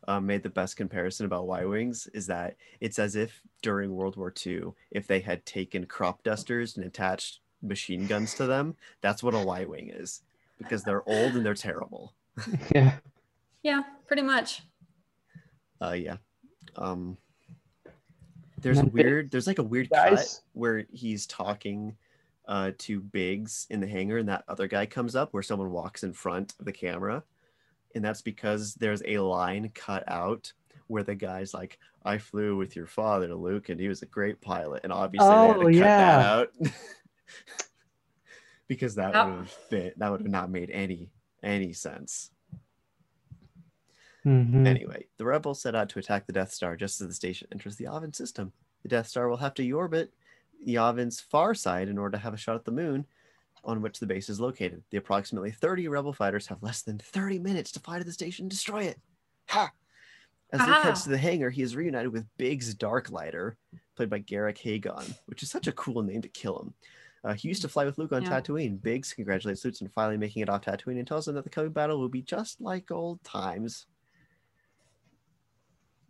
um, made the best comparison about y-wings is that it's as if during world war ii if they had taken crop dusters and attached machine guns to them that's what a y-wing is because they're old and they're terrible yeah. yeah, pretty much. Mm-hmm. uh yeah um there's a Remember- weird there's like a weird cut Guys. where he's talking uh, to Biggs in the hangar, and that other guy comes up where someone walks in front of the camera. And that's because there's a line cut out where the guy's like, I flew with your father, Luke, and he was a great pilot. And obviously, they had to Oh, cut that yeah. out [laughs] because that Yep. would have fit, that would have not made any any sense. Mhm. Anyway, the rebels set out to attack the Death Star just as the station enters the Yavin system. The Death Star will have to orbit Yavin's far side in order to have a shot at the moon on which the base is located. The approximately 30 rebel fighters have less than 30 minutes to fly to the station and destroy it. Ha! As Luke Ah. heads to the hangar, he is reunited with Biggs Darklighter, played by Garrick Hagon, which is such a cool name to kill him. Uh, he used to fly with Luke on Yeah. Tatooine. Biggs congratulates Luke on finally making it off Tatooine and tells him that the coming battle will be just like old times.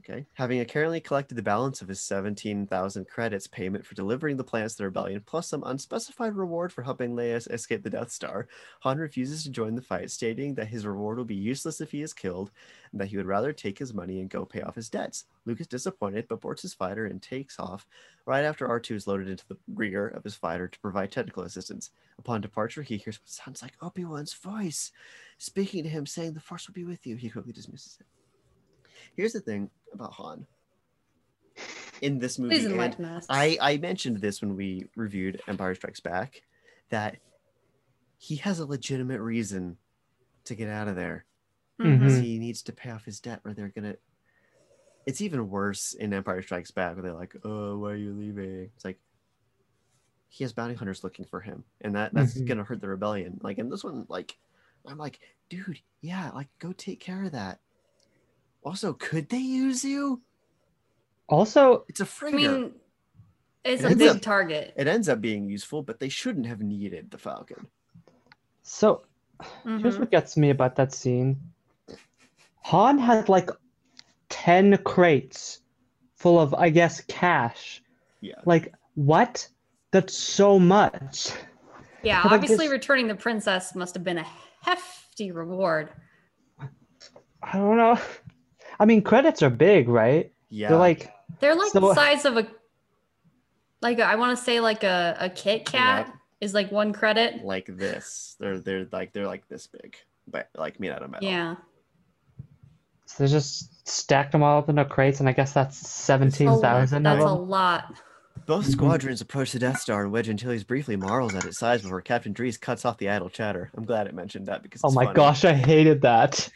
Okay. Having apparently collected the balance of his 17,000 credits payment for delivering the plans to the rebellion, plus some unspecified reward for helping Leia escape the Death Star, Han refuses to join the fight, stating that his reward will be useless if he is killed and that he would rather take his money and go pay off his debts. Luke is disappointed, but boards his fighter and takes off right after R2 is loaded into the rear of his fighter to provide technical assistance. Upon departure, he hears what sounds like Obi Wan's voice speaking to him, saying, The Force will be with you. He quickly dismisses it. Here's the thing about Han in this movie. Please and enlighten us. I, I mentioned this when we reviewed Empire Strikes Back that he has a legitimate reason to get out of there. Mhm. Mhm. He needs to pay off his debt, or they're gonna. It's even worse in Empire Strikes Back, where they're like, "Oh, why are you leaving?" It's like he has bounty hunters looking for him, and that that's Mhm. gonna hurt the rebellion. Like, and this one, like, I'm like, dude, yeah, like, go take care of that. Also, could they use you? Also, It's a I freighter. mean, it's a Mm-hmm. It's big a- target. it ends up being useful, but they shouldn't have needed the Falcon. so here's Mhm. what gets me about that scene. Han had like ten crates full of, I guess, cash. Yeah. Like what? That's so much. Yeah, But I obviously, guess- returning the princess must have been a hefty reward. I don't know. I mean, credits are big, right? Yeah. They're like They're like So- uh, the size of a, like a, I want to say like a, a Kit Kat is like one credit. like this. They're they're like they're like this big, but like made out of metal. Yeah. So they just stacked them all up into crates, and I guess that's seventeen thousand of Oh, That's a them. lot. Both squadrons approach the Death Star, and Wedge Antilles briefly marvels at its size before Captain Drees cuts off the idle chatter. I'm glad it mentioned that because Oh it's my funny. gosh, I hated that.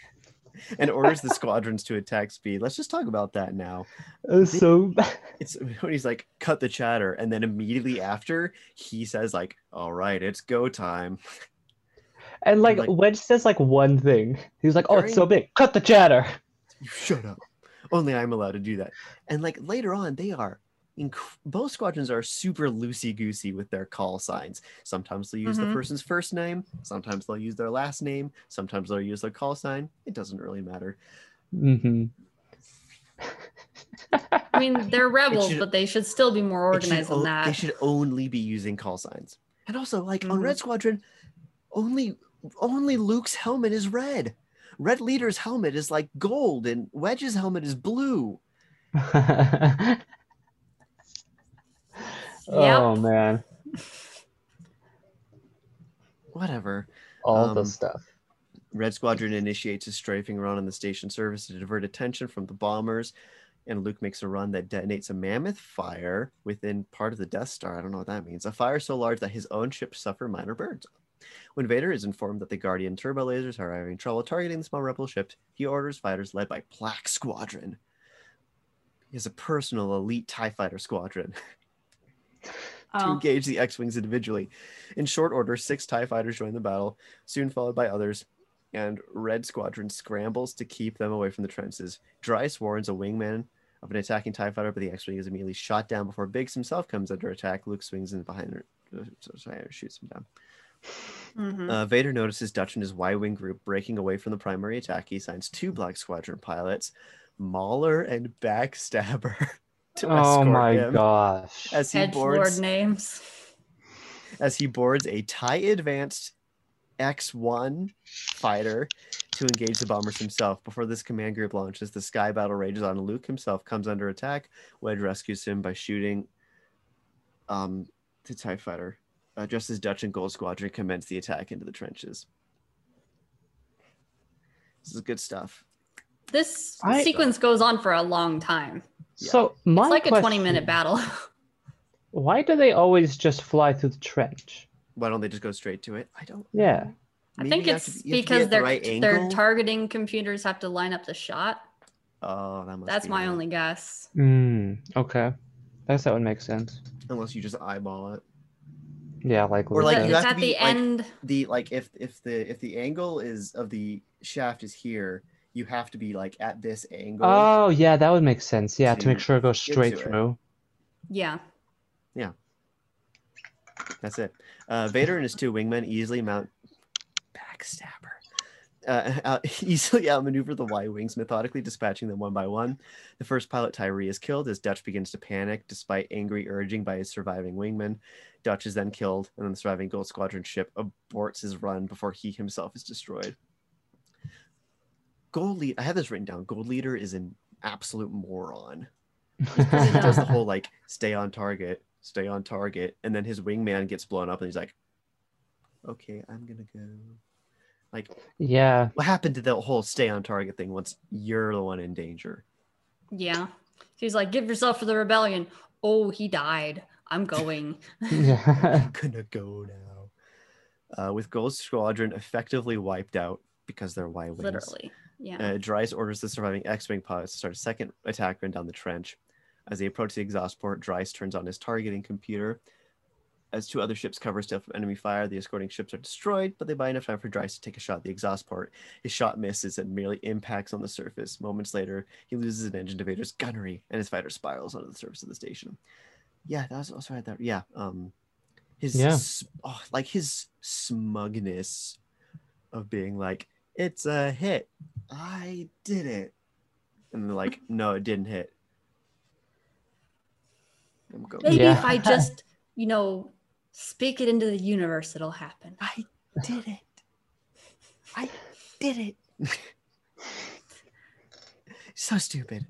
And orders the squadrons to attack speed. Let's just talk about that now. It was so It's [laughs] when he's like, cut the chatter, and then immediately after he says like, "All right, it's go time." and like Like- Wedge says like one thing. He was like, "Oh, it's Very- so big. Cut the chatter." You shut up. Only I'm allowed to do that. And like later on, they are. Inc- both squadrons are super loosey goosey with their call signs. Sometimes they'll use Mhm. the person's first name. Sometimes they'll use their last name. Sometimes they'll use their call sign. It doesn't really matter. hmm [laughs] I [laughs] mean, they're rebels, should- but they should still be more It should organized than o- They that. should only be using call signs. And also, like on Mhm. Red Squadron, only only Luke's helmet is red. Red Leader's helmet is like gold, and Wedge's helmet is blue. Oh man, Whatever. all Um, the stuff. Red Squadron initiates a strafing run on the station service to divert attention from the bombers, and Luke makes a run that detonates a mammoth fire within part of the Death Star. I don't know what that means. A fire so large that his own ships suffer minor burns. When Vader is informed that the Guardian turbo lasers are having trouble targeting the small rebel ships, he orders fighters led by Black Squadron. He has a personal elite TIE fighter squadron to Oh. engage the X-wings individually. In short order, six Tie fighters join the battle, soon followed by others, and Red Squadron scrambles to keep them away from the trenches. Dryce warns a wingman of an attacking Tie fighter, but the X-wing is immediately shot down before Biggs himself comes under attack. Luke swings in behind her, uh, so- sorry, shoots him down. Mm. Mhm. Uh, Vader notices Dutch and his Y-wing group breaking away from the primary attack. He signs two Black Squadron pilots, Mauler and Backstabber. [laughs] To Oh escort my him gosh. As he Edge boards lord names. as he boards a TIE advanced X1 fighter to engage the bombers himself. Before this command group launches, the sky battle rages on. Luke himself comes under attack. Wedge rescues him by shooting um, the TIE fighter. Uh, just as Dutch and Gold Squadron commence the attack into the trenches. This is good stuff. This I- sequence goes on for a long time. so my It's like a question, 20 minute battle. [laughs] Why do they always just fly through the trench? Why don't they just go straight to it? I don't. Yeah. I maybe think you have it's to be- you have to be because at the their right their angle? targeting computers have to line up the shot. Oh, that must That's be my it. only guess. Mm, okay. I guess that would make sense. Unless you just eyeball it. Yeah, like Or, Luke like, But said. you it's have to at be, the like- end. the like if if the if the angle is of the shaft is here you have to be like at this angle Oh yeah, that would make sense. Yeah, to, to make sure it goes get straight to it. through. Yeah. that's it uh, vader and his two wingmen easily mount backstabber uh, [laughs] out, easily outmaneuver the Y wings, methodically dispatching them one by one. The first pilot, Tyree, is killed as Dutch begins to panic, despite angry urging by his surviving wingman. Dutch is then killed, and then the surviving Gold Squadron ship aborts his run before he himself is destroyed. Gold lead. I have this written down. Gold leader is an absolute moron. He [laughs] does the whole like stay on target, stay on target, and then his wingman gets blown up, and he's like, "Okay, I'm gonna go." Like, yeah. what happened to the whole stay on target thing once you're the one in danger? Yeah. He's like, give yourself for the rebellion. Oh, he died. [laughs] I'm going. Yeah. gonna go now. Uh, with Gold Squadron effectively wiped out because they're Y wings. Literally. Yeah. Uh, Dries orders the surviving X-wing pilots to start a second attack run down the trench. As they approach the exhaust port, Dries turns on his targeting computer. As two other ships cover still from enemy fire, the escorting ships are destroyed, but they buy enough time for Dries to take a shot at the exhaust port. His shot misses and merely impacts on the surface. Moments later, he loses an engine to Vader's gunnery, and his fighter spirals onto the surface of the station. Yeah, that was also right there. Yeah, um, his Yeah. s- oh, like his smugness of being like, "It's a hit, I did it," and they're like, "No, it didn't hit." I'm going. Maybe Yeah. if I just, you know, speak it into the universe, it'll happen. I did it. I did it. [laughs] so stupid.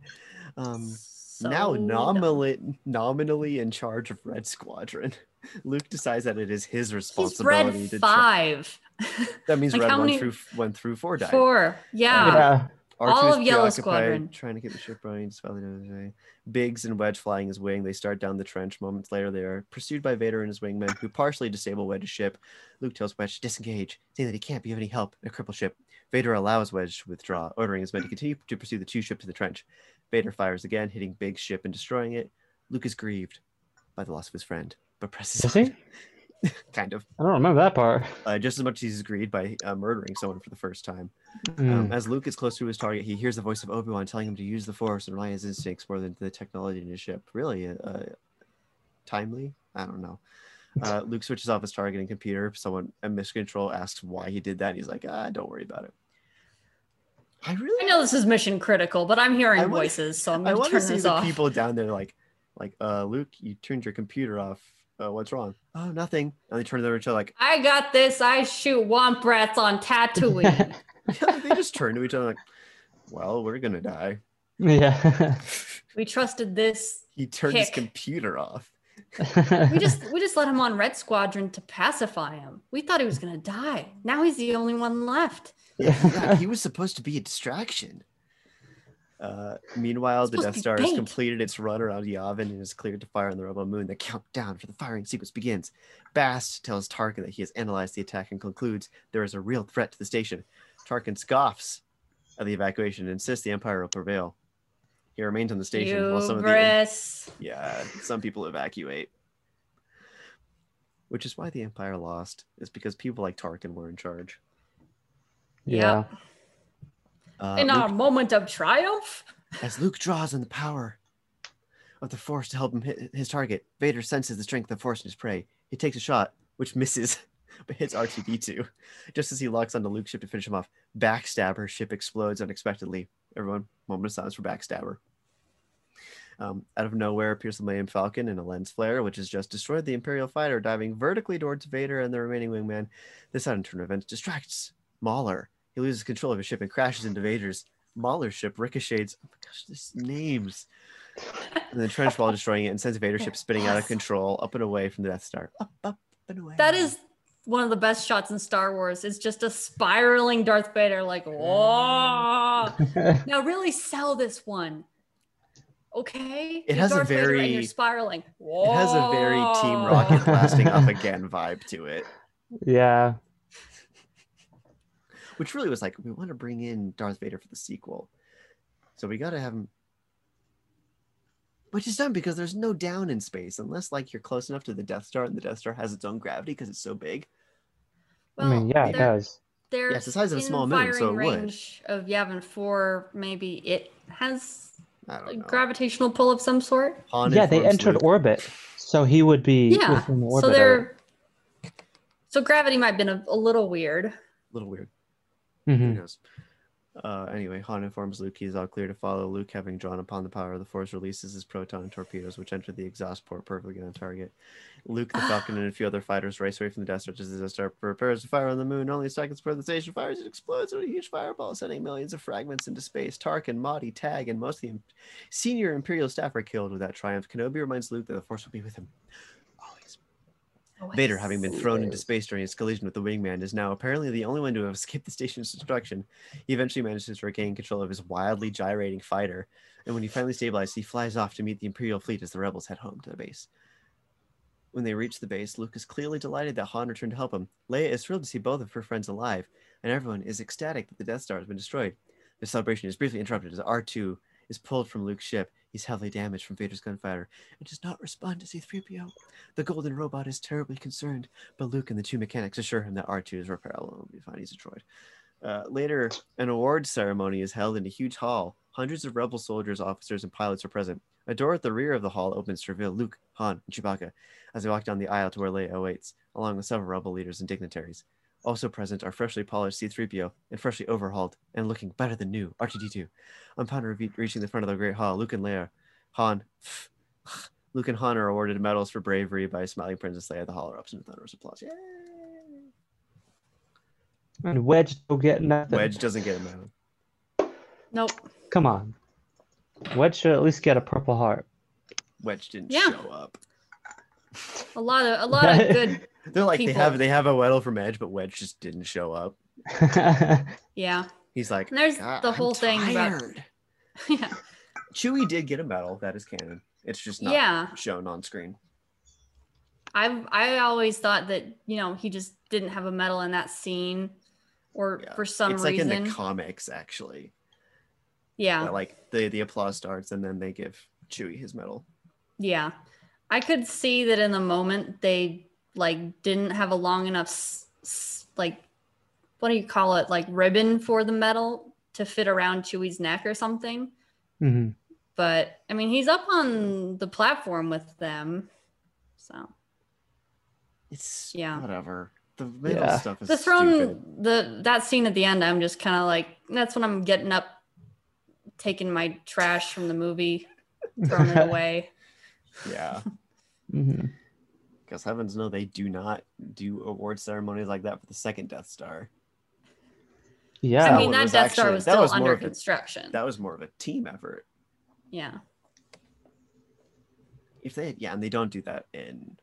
Um, So now dumb. nominally, nominally in charge of Red Squadron, [laughs] Luke decides that it is his He's red responsibility to. check- five, that means Like, Red how one many- through one through four died. four. [laughs] Yeah. yeah. All R2's of Yellow preoccupied Squadron. Trying to keep the ship running. despite the other way. Biggs and Wedge flying his wing. They start down the trench. Moments later, they are pursued by Vader and his wingmen, who partially disable Wedge's ship. Luke tells Wedge to disengage, saying that he can't be of any help in a crippled ship. Vader allows Wedge to withdraw, ordering his men to continue to pursue the two ships in the trench. Vader fires again, hitting Biggs' ship and destroying it. Luke is grieved by the loss of his friend, but presses Is he? on. [laughs] kind of. I don't remember that part. Uh, just as much as he's grieved by uh, murdering someone for the first time. Mm. Um, as Luke is close to his target, he hears the voice of Obi Wan telling him to use the Force and rely on his instincts more than the technology in his ship. Really, uh, uh, timely? I don't know. Uh, Luke switches off his targeting computer. Someone at Mission Control asks why he did that. and He's like, ah, don't worry about it. I really, I know this is mission critical, but I'm hearing I wanna- voices, so I'm I going to want to turn see this the off. people down there like, like, uh, Luke, you turned your computer off. Uh, what's wrong? Oh, nothing. And they turn to each other like, [laughs] I got this. I shoot womp rats [laughs] on Tatooine. they just turn to each other like, well, we're gonna die. Yeah. we trusted this. He turned his Hick. computer off. [laughs] We just we just let him on Red Squadron to pacify him. We thought he was going to die. Now he's the only one left. Yeah, yeah, he was supposed to be a distraction. Uh, meanwhile, the Supposed to Death be Star has bait. completed its run around Yavin and is cleared to fire on the rebel moon. The countdown for the firing sequence begins. Bast tells Tarkin that he has analyzed the attack and concludes there is a real threat to the station. Tarkin scoffs at the evacuation and insists the Empire will prevail. He remains on the station while some of the Hubris. yeah, some people evacuate. Which is why the Empire lost, is because people like Tarkin were in charge. yeah. Uh, In Luke- our moment of triumph, As Luke draws on the power of the Force to help him hit his target, Vader senses the strength of the Force in his prey. He takes a shot, which misses, [laughs] but hits R2D2. Just as he locks onto Luke's ship to finish him off, Backstabber ship explodes unexpectedly. Everyone, moment of silence for Backstabber. Um, out of nowhere appears the Millennium Falcon in a lens flare, which has just destroyed the Imperial fighter, diving vertically towards Vader and the remaining wingman. This sudden turn of events distracts Mauler. He loses control of his ship and crashes into Vader's. Mahler's ship ricochets. Oh my gosh, these names. And then trench while destroying it and sends Vader's ship spinning out of control, up and away from the Death Star. Up, up, and away. that is one of the best shots in Star Wars. It's just a spiraling Darth Vader, like, Mm. whoa. Now really sell this one. Okay? It You're has a Darth Vader and you're very- spiraling. It has a very Team Rocket blasting Oh. off again vibe to it, [laughs] yeah. which really was like, we want to bring in Darth Vader for the sequel. So we got to have him. Which is done because there's no down in space unless like you're close enough to the Death Star and the Death Star has its own gravity because it's so big. I mean, yeah, it they're- does. They're Yeah, it's the size of a in small moon, so firing it would. range of Yavin 4, maybe it has I a don't know. gravitational pull of some sort. Han Yeah, they informs entered Luke- orbit, so he would be Yeah. within orbit. So of they're so gravity might have been a, a little weird. little weird. it. Who Mhm. knows? Uh, anyway, Han informs Luke he is all clear to follow. Luke, having drawn upon the power of the Force, releases his proton torpedoes, which enter the exhaust port perfectly on target. Luke, the Falcon, and a few other fighters race away from the Death Star just as the Death Star prepares to fire on the moon. Only seconds before the station fires, it explodes in a huge fireball, sending millions of fragments into space. Tarkin, Mahdi, Tag, and most of the im- senior Imperial staff are killed with that triumph. Kenobi reminds Luke that the Force will be with him. Always. Vader, having been thrown into space during his collision with the wingman, is now apparently the only one to have [laughs] escaped the station's destruction. He eventually manages to regain control of his wildly gyrating fighter, and when he finally stabilizes, he flies off to meet the Imperial fleet as the rebels head home to the base. When they reach the base, Luke is clearly delighted that Han returned to help him. Leia is thrilled to see both of her friends alive, and everyone is ecstatic that the Death Star has been destroyed. The celebration is briefly interrupted as R2 is pulled from Luke's ship. He's heavily damaged from Vader's gunfire and does not respond to C3PO. The golden robot is terribly concerned, but Luke and the two mechanics assure him that R2 is repairable and will be fine. He's a droid. Uh, later, an award ceremony is held in a huge hall. Hundreds of rebel soldiers, officers, and pilots are present. A door at the rear of the hall opens to reveal Luke, Han, and Chewbacca as they walk down the aisle to where Leia waits, along with several rebel leaders and dignitaries. Also present are freshly polished C3PO and freshly overhauled and looking better than new R2D2. Upon re- reaching the front of the Great Hall, Luke and Leia, Han, Luke and Han are awarded medals for bravery by smiling Princess Leia. The hall erupts into thunderous applause. Yay! And Wedge will get nothing. Wedge doesn't get a medal. Nope. Come on. Wedge should at least get a Purple Heart. Wedge didn't Yeah. show up. A lot of a [laughs] lot of [laughs] good They're like they people. have they have a medal from Edge, but Wedge just didn't show up. yeah. He's like, And there's "God, the I'm whole thing about- tired." [laughs] yeah. Chewie did get a medal. That is canon. It's just not Yeah. shown on screen. I I always thought that you know he just didn't have a medal in that scene, or Yeah. for some it's like reason. in the comics, actually. yeah, Yeah, like the the applause starts and then they give Chewie his medal. yeah. I could see that in the moment they like didn't have a long enough s- s- like what do you call it like ribbon for the medal to fit around Chewie's neck or something. hmm But I mean he's up on the platform with them, so It's Yeah. whatever. The medal Yeah. stuff is the throne stupid. the that scene at the end i'm just kind of like that's when i'm getting up taking my trash from the movie throwing [laughs] it away Yeah, hmm because heavens no, they do not do award ceremonies like that for the second Death Star. Yeah. i mean one that was death star actually- was that still was more under of a- construction That was more of a team effort. yeah If they, yeah, and they don't do that in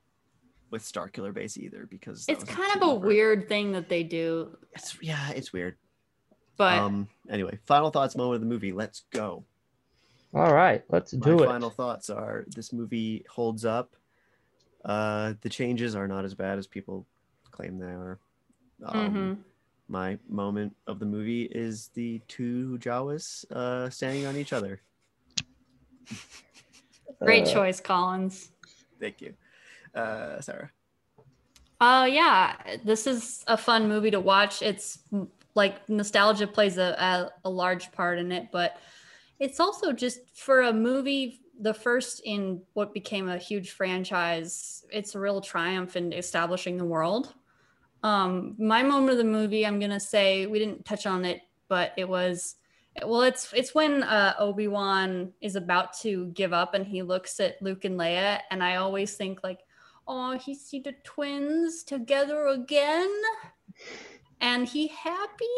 with Starkiller Base either because that it's was kind of team a effort. weird thing that they do It's, yeah, it's weird. but um. Anyway, final thoughts moment of the movie. Let's go. All right, let's My do it. final thoughts are this movie holds up. Uh, the changes are not as bad as people claim they are. Um, mhm. My moment of the movie is the two Jawas uh, standing on each other. great Uh, choice collins Thank you, uh, Sarah. Oh yeah, this is a fun movie to watch. It's mm, like nostalgia plays a, a, a large part in it, but it's also just for a movie, the first in what became a huge franchise, it's a real triumph in establishing the world. Um, my moment of the movie, I'm gonna say we didn't touch on it, but it was well, it's it's when uh, Obi Wan is about to give up and he looks at Luke and Leia, and I always think like oh, he see the twins together again, and he happy.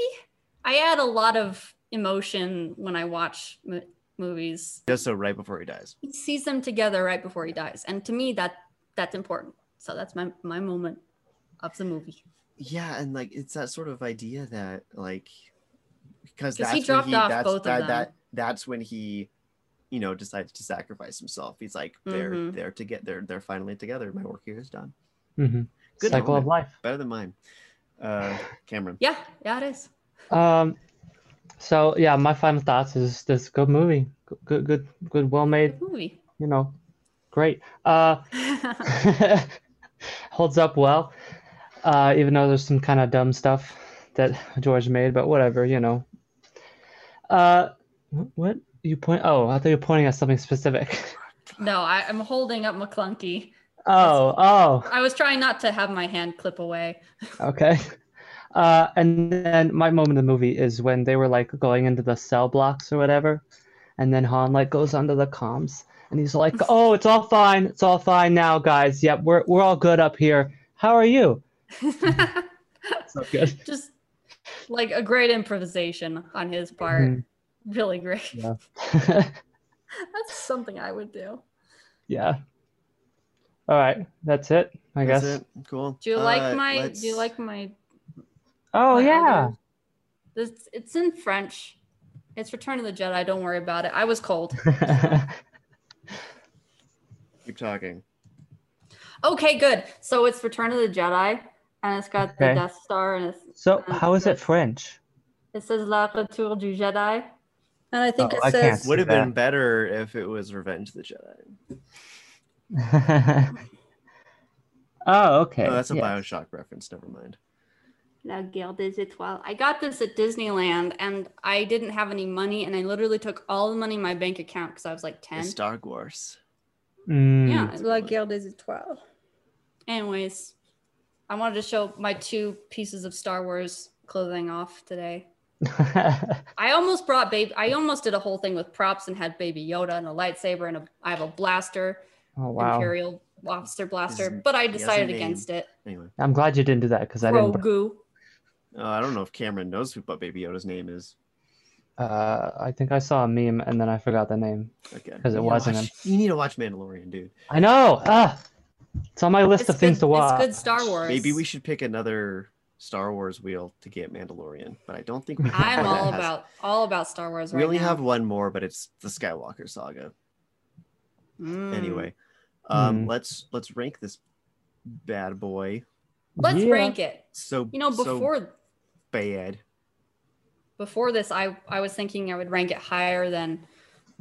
I add a lot of emotion when I watch m- movies. Just so right before he dies. He sees them together right before he dies, and to me, that that's important. So that's my my moment of the movie Yeah, and like it's that sort of idea that like because 'Cause that's he when dropped off that's, both of that, them. that that's when he you know decides to sacrifice himself. He's like they're Mhm. they're to get they're they're finally together. My work here is done. hmm Good Cycle moment. of life. Better than mine. [sighs] Uh Cameron. Yeah, yeah, it is. Um, so yeah, my final thoughts is this good movie, Good- good, good, good, well made. Good movie. [laughs] You know, great. Uh, [laughs] holds up well, uh, even though there's some kind of dumb stuff that George made, but whatever, you know. Uh, wh- what you point? Oh, I thought you were pointing at something specific. [laughs] no, I, I'm holding up McClunky. Oh, oh. I was trying not to have my hand clip away. [laughs] Okay. Uh, and then my moment of the movie is when they were like going into the cell blocks or whatever, and then Han like goes under the comms and he's like, "Oh, it's all fine. It's all fine now, guys. Yep, we're we're all good up here. How are you?" It's not good. just like a great improvisation on his part. Mhm. Really great. Yeah. [laughs] That's something I would do. yeah. All right, that's it, I That's guess. it. Cool. Do you like Uh, my let's- do you like my Oh my yeah. other- This it's in French. It's Return of the Jedi, don't worry about it. I was cold. keep talking. Okay, good. So it's Return of the Jedi and it's got the Okay. Death Star and [laughs] it's, so how is it French? [laughs] it says La Retour du Jedi. And I think Oh, it I can't says Would have Yeah. been better if it was Revenge of the Jedi. oh, okay. Oh, that's a yeah. Bioshock reference. Never mind. La Guerre des Étoiles. I got this at Disneyland and I didn't have any money and I literally took all the money in my bank account because I was like 10. It's Star Wars. Mm. Yeah, Mm. La Guerre des Étoiles. Anyways, I wanted to show my two pieces of Star Wars clothing off today. I almost brought baby. I almost did a whole thing with props and had Baby Yoda and a lightsaber and a. I have a blaster, [laughs] oh wow. Imperial Officer blaster, His- but I has a decided name. against it. Anyway, I'm glad you didn't do that because I didn't. Grogu. uh, I don't know if Cameron knows who but Baby Yoda's name is. Uh, I think I saw a meme and then I forgot the name. Okay. 'Cause it You need to wasn't watch- [laughs] You need to watch Mandalorian, dude. I know. Ah, it's on my list of things to good, watch. It's good Star Wars. Maybe we should pick another Star Wars wheel to get Mandalorian, but I don't think we. have I'm one [laughs] that all has- about all about Star Wars right We only now. have one more, but it's the Skywalker saga. Mm. Anyway, um, Mm. let's let's rank this bad boy. let's Yeah. rank it. So You know, so before bad. before this, I I was thinking I would rank it higher than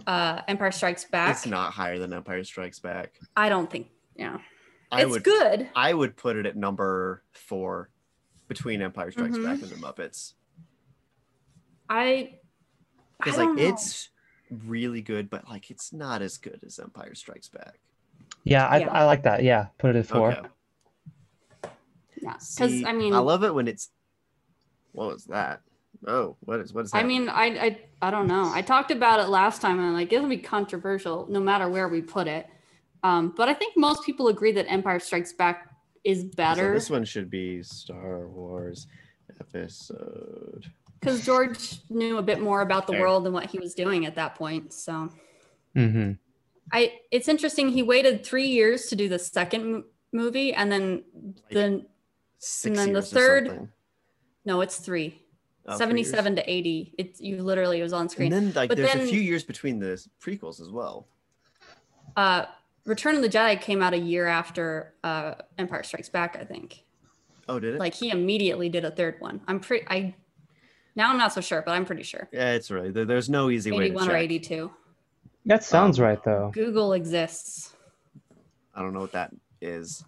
uh Empire Strikes Back. It's not higher than Empire Strikes Back. I don't think. Yeah, I it's would good. I would put it at number four, between Empire Strikes Mhm. Back and the Muppets. I I because don't like know. it's really good but like it's not as good as empire strikes back Yeah, I, Yeah. I like that. Yeah, put it at four. Okay. because See, I mean i love it when it's what was that oh what is what is that I mean, I, I I don't know. I talked about it last time, and I'm like it'll be controversial no matter where we put it. Um, but I think most people agree that Empire Strikes Back is So better this one should be star wars episode because George knew a bit more about the Fair. world and what he was doing at that point. So hmm I, it's interesting. He waited three years to do the second m- movie, and then the six And then the years or third- something. no, it's three. Oh, three years. 77 to 80 it's you literally it was on and screen then like But there's a then- few years between the prequels as well uh return of the jedi came out a year after uh empire strikes back i think oh did it like he immediately did a third one i'm pretty i now i'm not so sure but i'm pretty sure yeah it's right There- there's no easy way to 81 or check 82 That sounds Um, right though. google exists i don't know what that is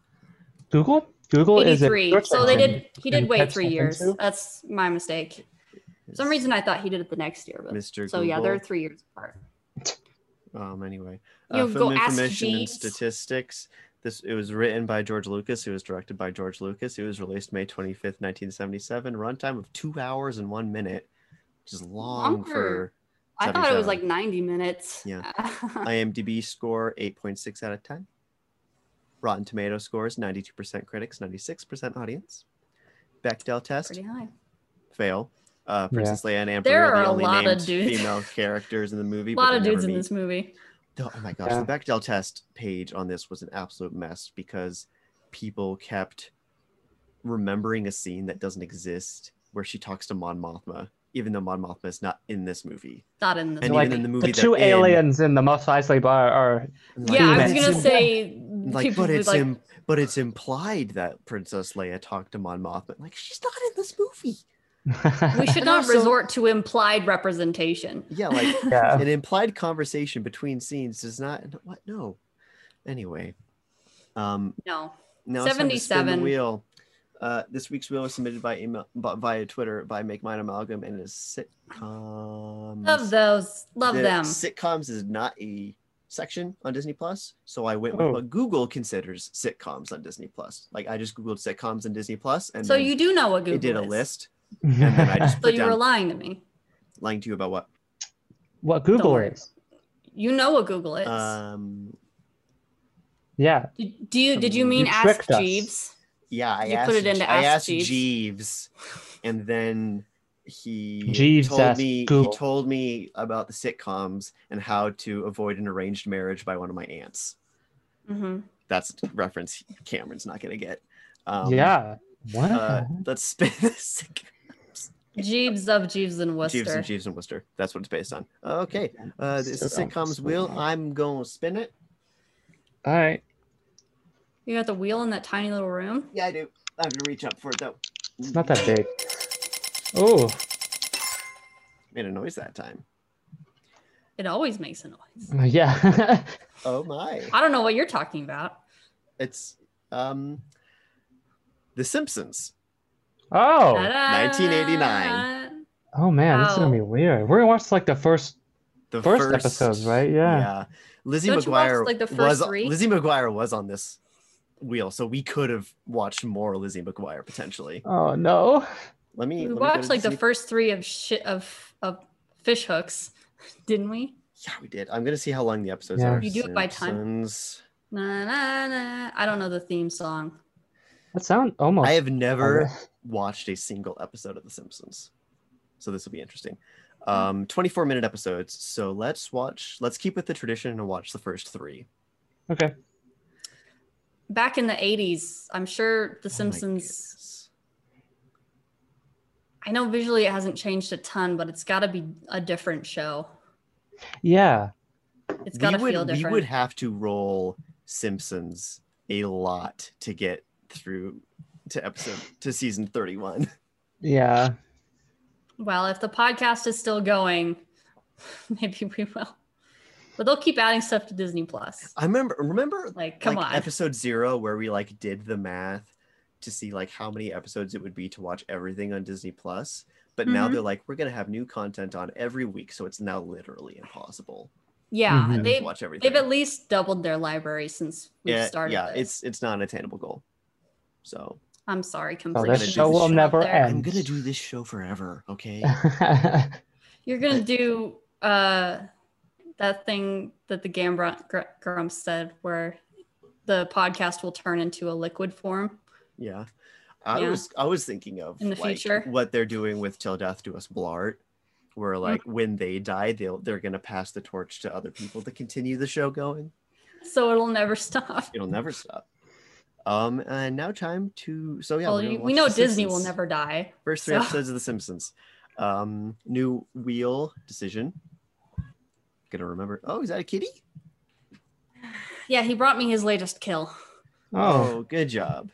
Google. Google is a 83 search so they engine. did he did and wait type three something years too? that's my mistake for some reason i thought he did it the next year but mr so yeah they're Google. three years apart um anyway You uh, go film ask information and Jeeves. statistics this it was written by george lucas it was directed by george lucas it was released may 25th 1977 runtime of two hours and one minute which is long Longer. for i thought it was 77. like 90 minutes [laughs] Yeah. imdb score 8.6 out of 10 rotten tomato scores 92% critics 96% audience bechdel test pretty high fail uh, Princess Leia and Amber There are are the a only lot of named dudes. female characters in the movie. [laughs] a but lot they of never dudes in meet. this movie The- oh my gosh, Yeah. the Bechdel test page on this was an absolute mess because people kept remembering a scene that doesn't exist where she talks to Mon Mothma, even though Mon Mothma is not in the movie. not in this And like even in the movie, the two they're in, aliens in the Mos Eisley bar are and yeah, I was Like, gonna it's- say Like, people but would it's like, im- but it's implied that Princess Leia talked to Mon Mothma. Like, she's not in this movie. [laughs] we [laughs] should And not also- resort to implied representation. Yeah, [laughs] like [laughs] yeah. an implied conversation between scenes does not. What? No. Anyway, um, No, Now it's time to spin 77. the wheel. Uh, this week's wheel was submitted by email by, via Twitter by Make Mine Amalgam and is sitcoms. love those, love The them. Sitcoms is not a section on Disney Plus, so I went with Oh. what Google considers sitcoms on Disney Plus. Like I just googled sitcoms on Disney Plus, and So then you do know what Google it did a is. list, and then I just [laughs] So put you were down lying to me. lying to you about what. [laughs] what Google worry. is. You know what Google is. Um, Yeah. Did- do you? Did you mean you Ask tricked us. Jeeves? yeah, I You asked. put it into I Ask asked Jeeves. Jeeves, and then he Jeeves told asked me Google. he told me about the sitcoms and how to avoid an arranged marriage by one of my aunts. hmm That's a reference Cameron's not gonna get. Um, yeah. What? Uh, let's spin [laughs] the sitcom. Jeeves of Jeeves and Worcester. Jeeves and Jeeves and Worcester. That's what it's based on. Okay, uh, this is So dumb. sitcoms wheel. I'm gonna spin it. All right. You got the wheel in that tiny little room. Yeah, I do. I have to reach up for it though. It's not that big. Oh, Made a noise that time. It always makes a noise. yeah. [laughs] Oh my! I don't know what you're talking about. It's um, The Simpsons. oh. Ta-da! 1989. Oh man, this is gonna Wow. be weird. We're gonna watch like the first. the First episodes, right? Yeah. Lizzie Don't you watch, McGuire like, the first was three? Lizzie McGuire was on this wheel, so we could have watched more Lizzie McGuire potentially. Oh no. Let me. We let me go watched to like the Disney- first three of shit of of fish hooks, [laughs] didn't we? Yeah, we did. I'm gonna see how long the episodes Yeah. are. You do it by time. Simpsons. Na, na, na. I don't know the theme song. That sound almost. I have never watched a single episode of The Simpsons, so this will be interesting. Um, 24 minute episodes. So let's watch. Let's keep with the tradition and watch the first three. Okay. Back in the 80s, I'm sure Oh my The Simpsons goodness. I know visually it hasn't changed a ton, but it's got to be a different show. Yeah. It's got to we would, feel different. We would have to roll Simpsons a lot to get through to episode to season 31. Yeah. [laughs] Well, if the podcast is still going, [laughs] maybe we will. But they'll keep adding stuff to Disney Plus. I remember remember Like, come like on. episode 0 where we like did the math to see like how many episodes it would be to watch everything on Disney Plus. But now Mhm. they're like we're going to have new content on every week, so it's now literally impossible yeah, Mhm. to they've watch everything. they've at least doubled their library since we yeah, started. yeah, this. it's it's not an attainable goal. So, I'm sorry, Oh, completely. this gonna do show the will show never there. end. I'm going to do this show forever, okay? You're gonna do uh that thing that the Gambra Gr- Grumps said, where the podcast will turn into a liquid form. Yeah. I Yeah. was I was thinking of In the like, future. Mm. what they're doing with Till Death Do Us Blart, where like when they die, they'll they're gonna pass the torch to other people to continue the show going. So it'll never [laughs] stop. It'll never stop. Um and now time to so yeah, well, we're gonna you- we watch know The Disney will Simpsons. never die. first three so- episodes of The Simpsons. Um new wheel decision. Gonna remember. Oh, is that a kitty? Yeah, he brought me his latest kill. oh. good job.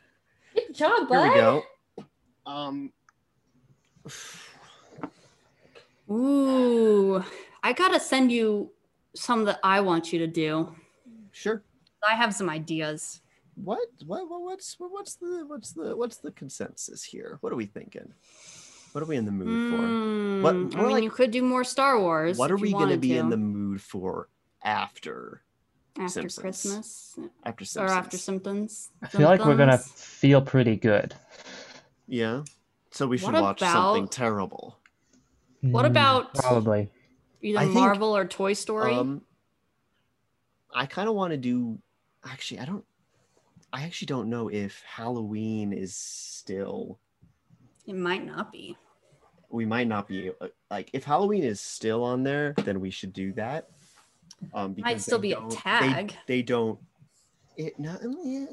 Good job, Here bud. we go. Um Ooh, I gotta send you some that I want you to do. sure. I have some ideas. what what what- what's what's the what's the what's the consensus here what are we thinking what are we in the mood Mm, What- I what, mean, like- you could do more Star for Wars. what are if you we going to wanted be in the mood for after after Simpsons? Christmas after or Simpsons? after symptoms? I feel like we're gonna Symptoms? feel pretty good. yeah so we should What watch something about- terrible What Mm, about- probably? either I think- Marvel or Toy Story. um i kind of want to do actually i don't i actually don't know if halloween is still it might not be. we might not be uh, like if Halloween is still on there, then we should do that. Um, because still they be a don't- they- tag. They, don't. It no yeah,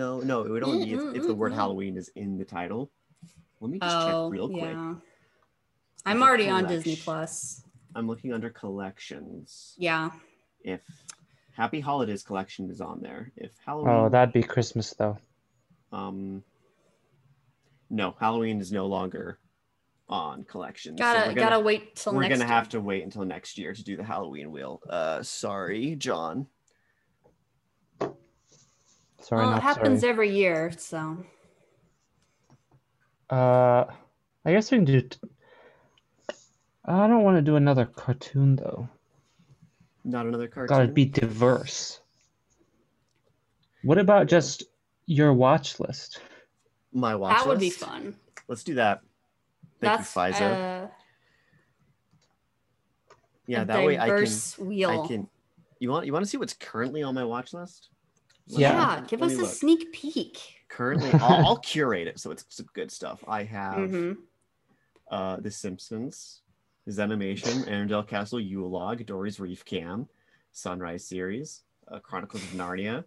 no no. It would only be if, if the word Mm-mm-mm-mm. Halloween is in the title. Let me just Oh, check real quick. yeah. Like I'm a already on collection. Disney Plus. I'm looking under collections. Yeah. If Happy Holidays collection is on there, if Halloween. Oh, that'd be Christmas though. um. No, Halloween is no longer on collection. so Gotta we're gonna- gotta wait till we're next. gonna year. have to wait until next year to do the Halloween wheel. Uh, sorry, John. Sorry, Well, Oh, it not happens sorry. every year, so uh, I guess we can do. T- I don't want to do another cartoon though. Not another cartoon. Gotta be diverse. What about just your watch list? [laughs] my watch. that would be list. fun. Let's do that. Thank That's you, Fiza. uh, yeah, a that way I can. diverse wheel. I can. You want you want to see what's currently on my watch list? Let me- Yeah. yeah, give let us me a look. sneak peek. Currently, [laughs] I'll, I'll curate it so it's some good stuff. I have Mhm. uh, The Simpsons, Zenimation, Arendelle Castle, Ulog, Dory's Reef Cam, Sunrise Series, uh, Chronicles of Narnia,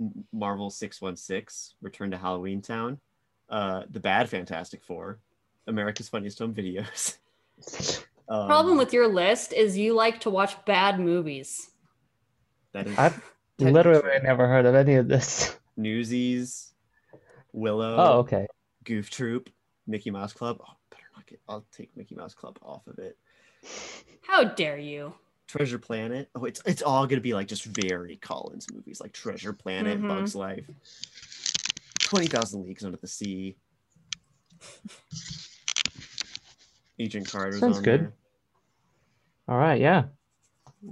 M- Marvel 616, Return to Halloween Town, uh, The Bad Fantastic Four, America's Funniest Home Videos. [laughs] Um, Problem with your list is you like to watch bad movies. that is I've technically literally true. never heard of any of this. Newsies, Willow, Oh, okay. Goof Troop, Mickey Mouse Club. Oh, better not get. I'll take Mickey Mouse Club off of it. How dare you? Treasure Planet. Oh, it's it's all gonna be like just very Collins movies, like Treasure Planet, Mhm. Bugs Life, Twenty Thousand Leagues Under the Sea, Agent Carter. Sounds good. All right. Yeah.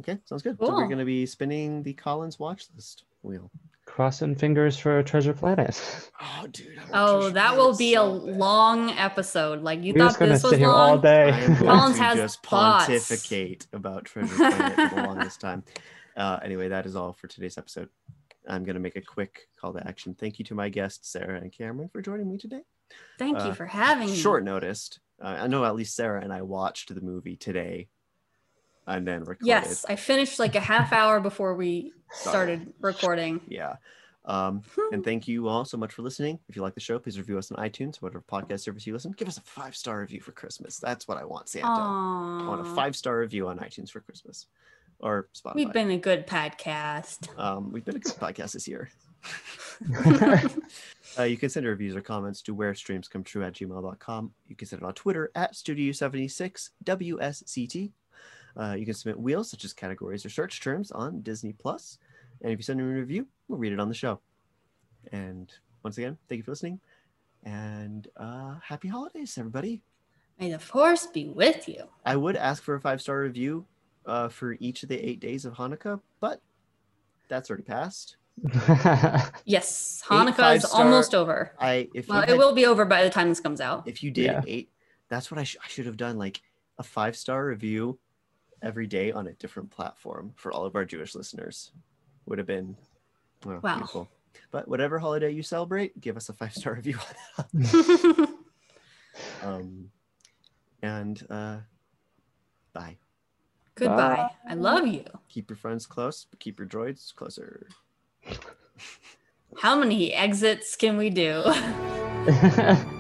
Okay, sounds good. So we're Cool. gonna be spinning the Collins watch list wheel. Crossing fingers for Treasure Planet. Oh, dude. I want Oh, Treasure that Planet will be a so bad. long episode. Like you We're thought just gonna this was sit here all long. I day. am going Collins to has just thoughts. pontificate about Treasure Planet for the [laughs] longest time. Uh, anyway, that is all for today's episode. I'm going to make a quick call to action. Thank you to my guests, Sarah and Cameron, for joining me today. Thank uh, you for having me. Short noticed. Uh, I know at least Sarah and I watched the movie today and then recorded. Yes, I finished like a half hour before we started recording. Yeah. Um, and thank you all so much for listening. If you like the show, please review us on iTunes, whatever podcast service you listen. Give us a five star review for Christmas. That's what I want, Santa. I want a Aw. five star review on iTunes for Christmas or Spotify. We've been a [laughs] good podcast. um, we've been a good podcast this year. [laughs] Uh, you can send your reviews or comments to where streams come true at gmail.com. You can send it on Twitter at Studio76WSCT. Uh, you can submit wheels such as categories or search terms on Disney Plus. And if you send in a review, we'll read it on the show. And once again, thank you for listening. And uh, happy holidays, everybody. May the force be with you. I would ask for a five star review uh, for each of the eight days of Hanukkah, but that's already passed. Yes, Eight Hanukkah is five-star- almost over. I if Well, you it had- will be over by the time this comes out. if you did Yeah. eight that's what i, sh- I should have done like a five star review every day on a different platform for all of our jewish listeners would have been well, Wow. beautiful but whatever holiday you celebrate give us a five star [laughs] review [laughs] um and uh bye Goodbye. I love you. keep your friends close but keep your droids closer [laughs] How many exits can we do? [laughs] [laughs] Bye. Oh,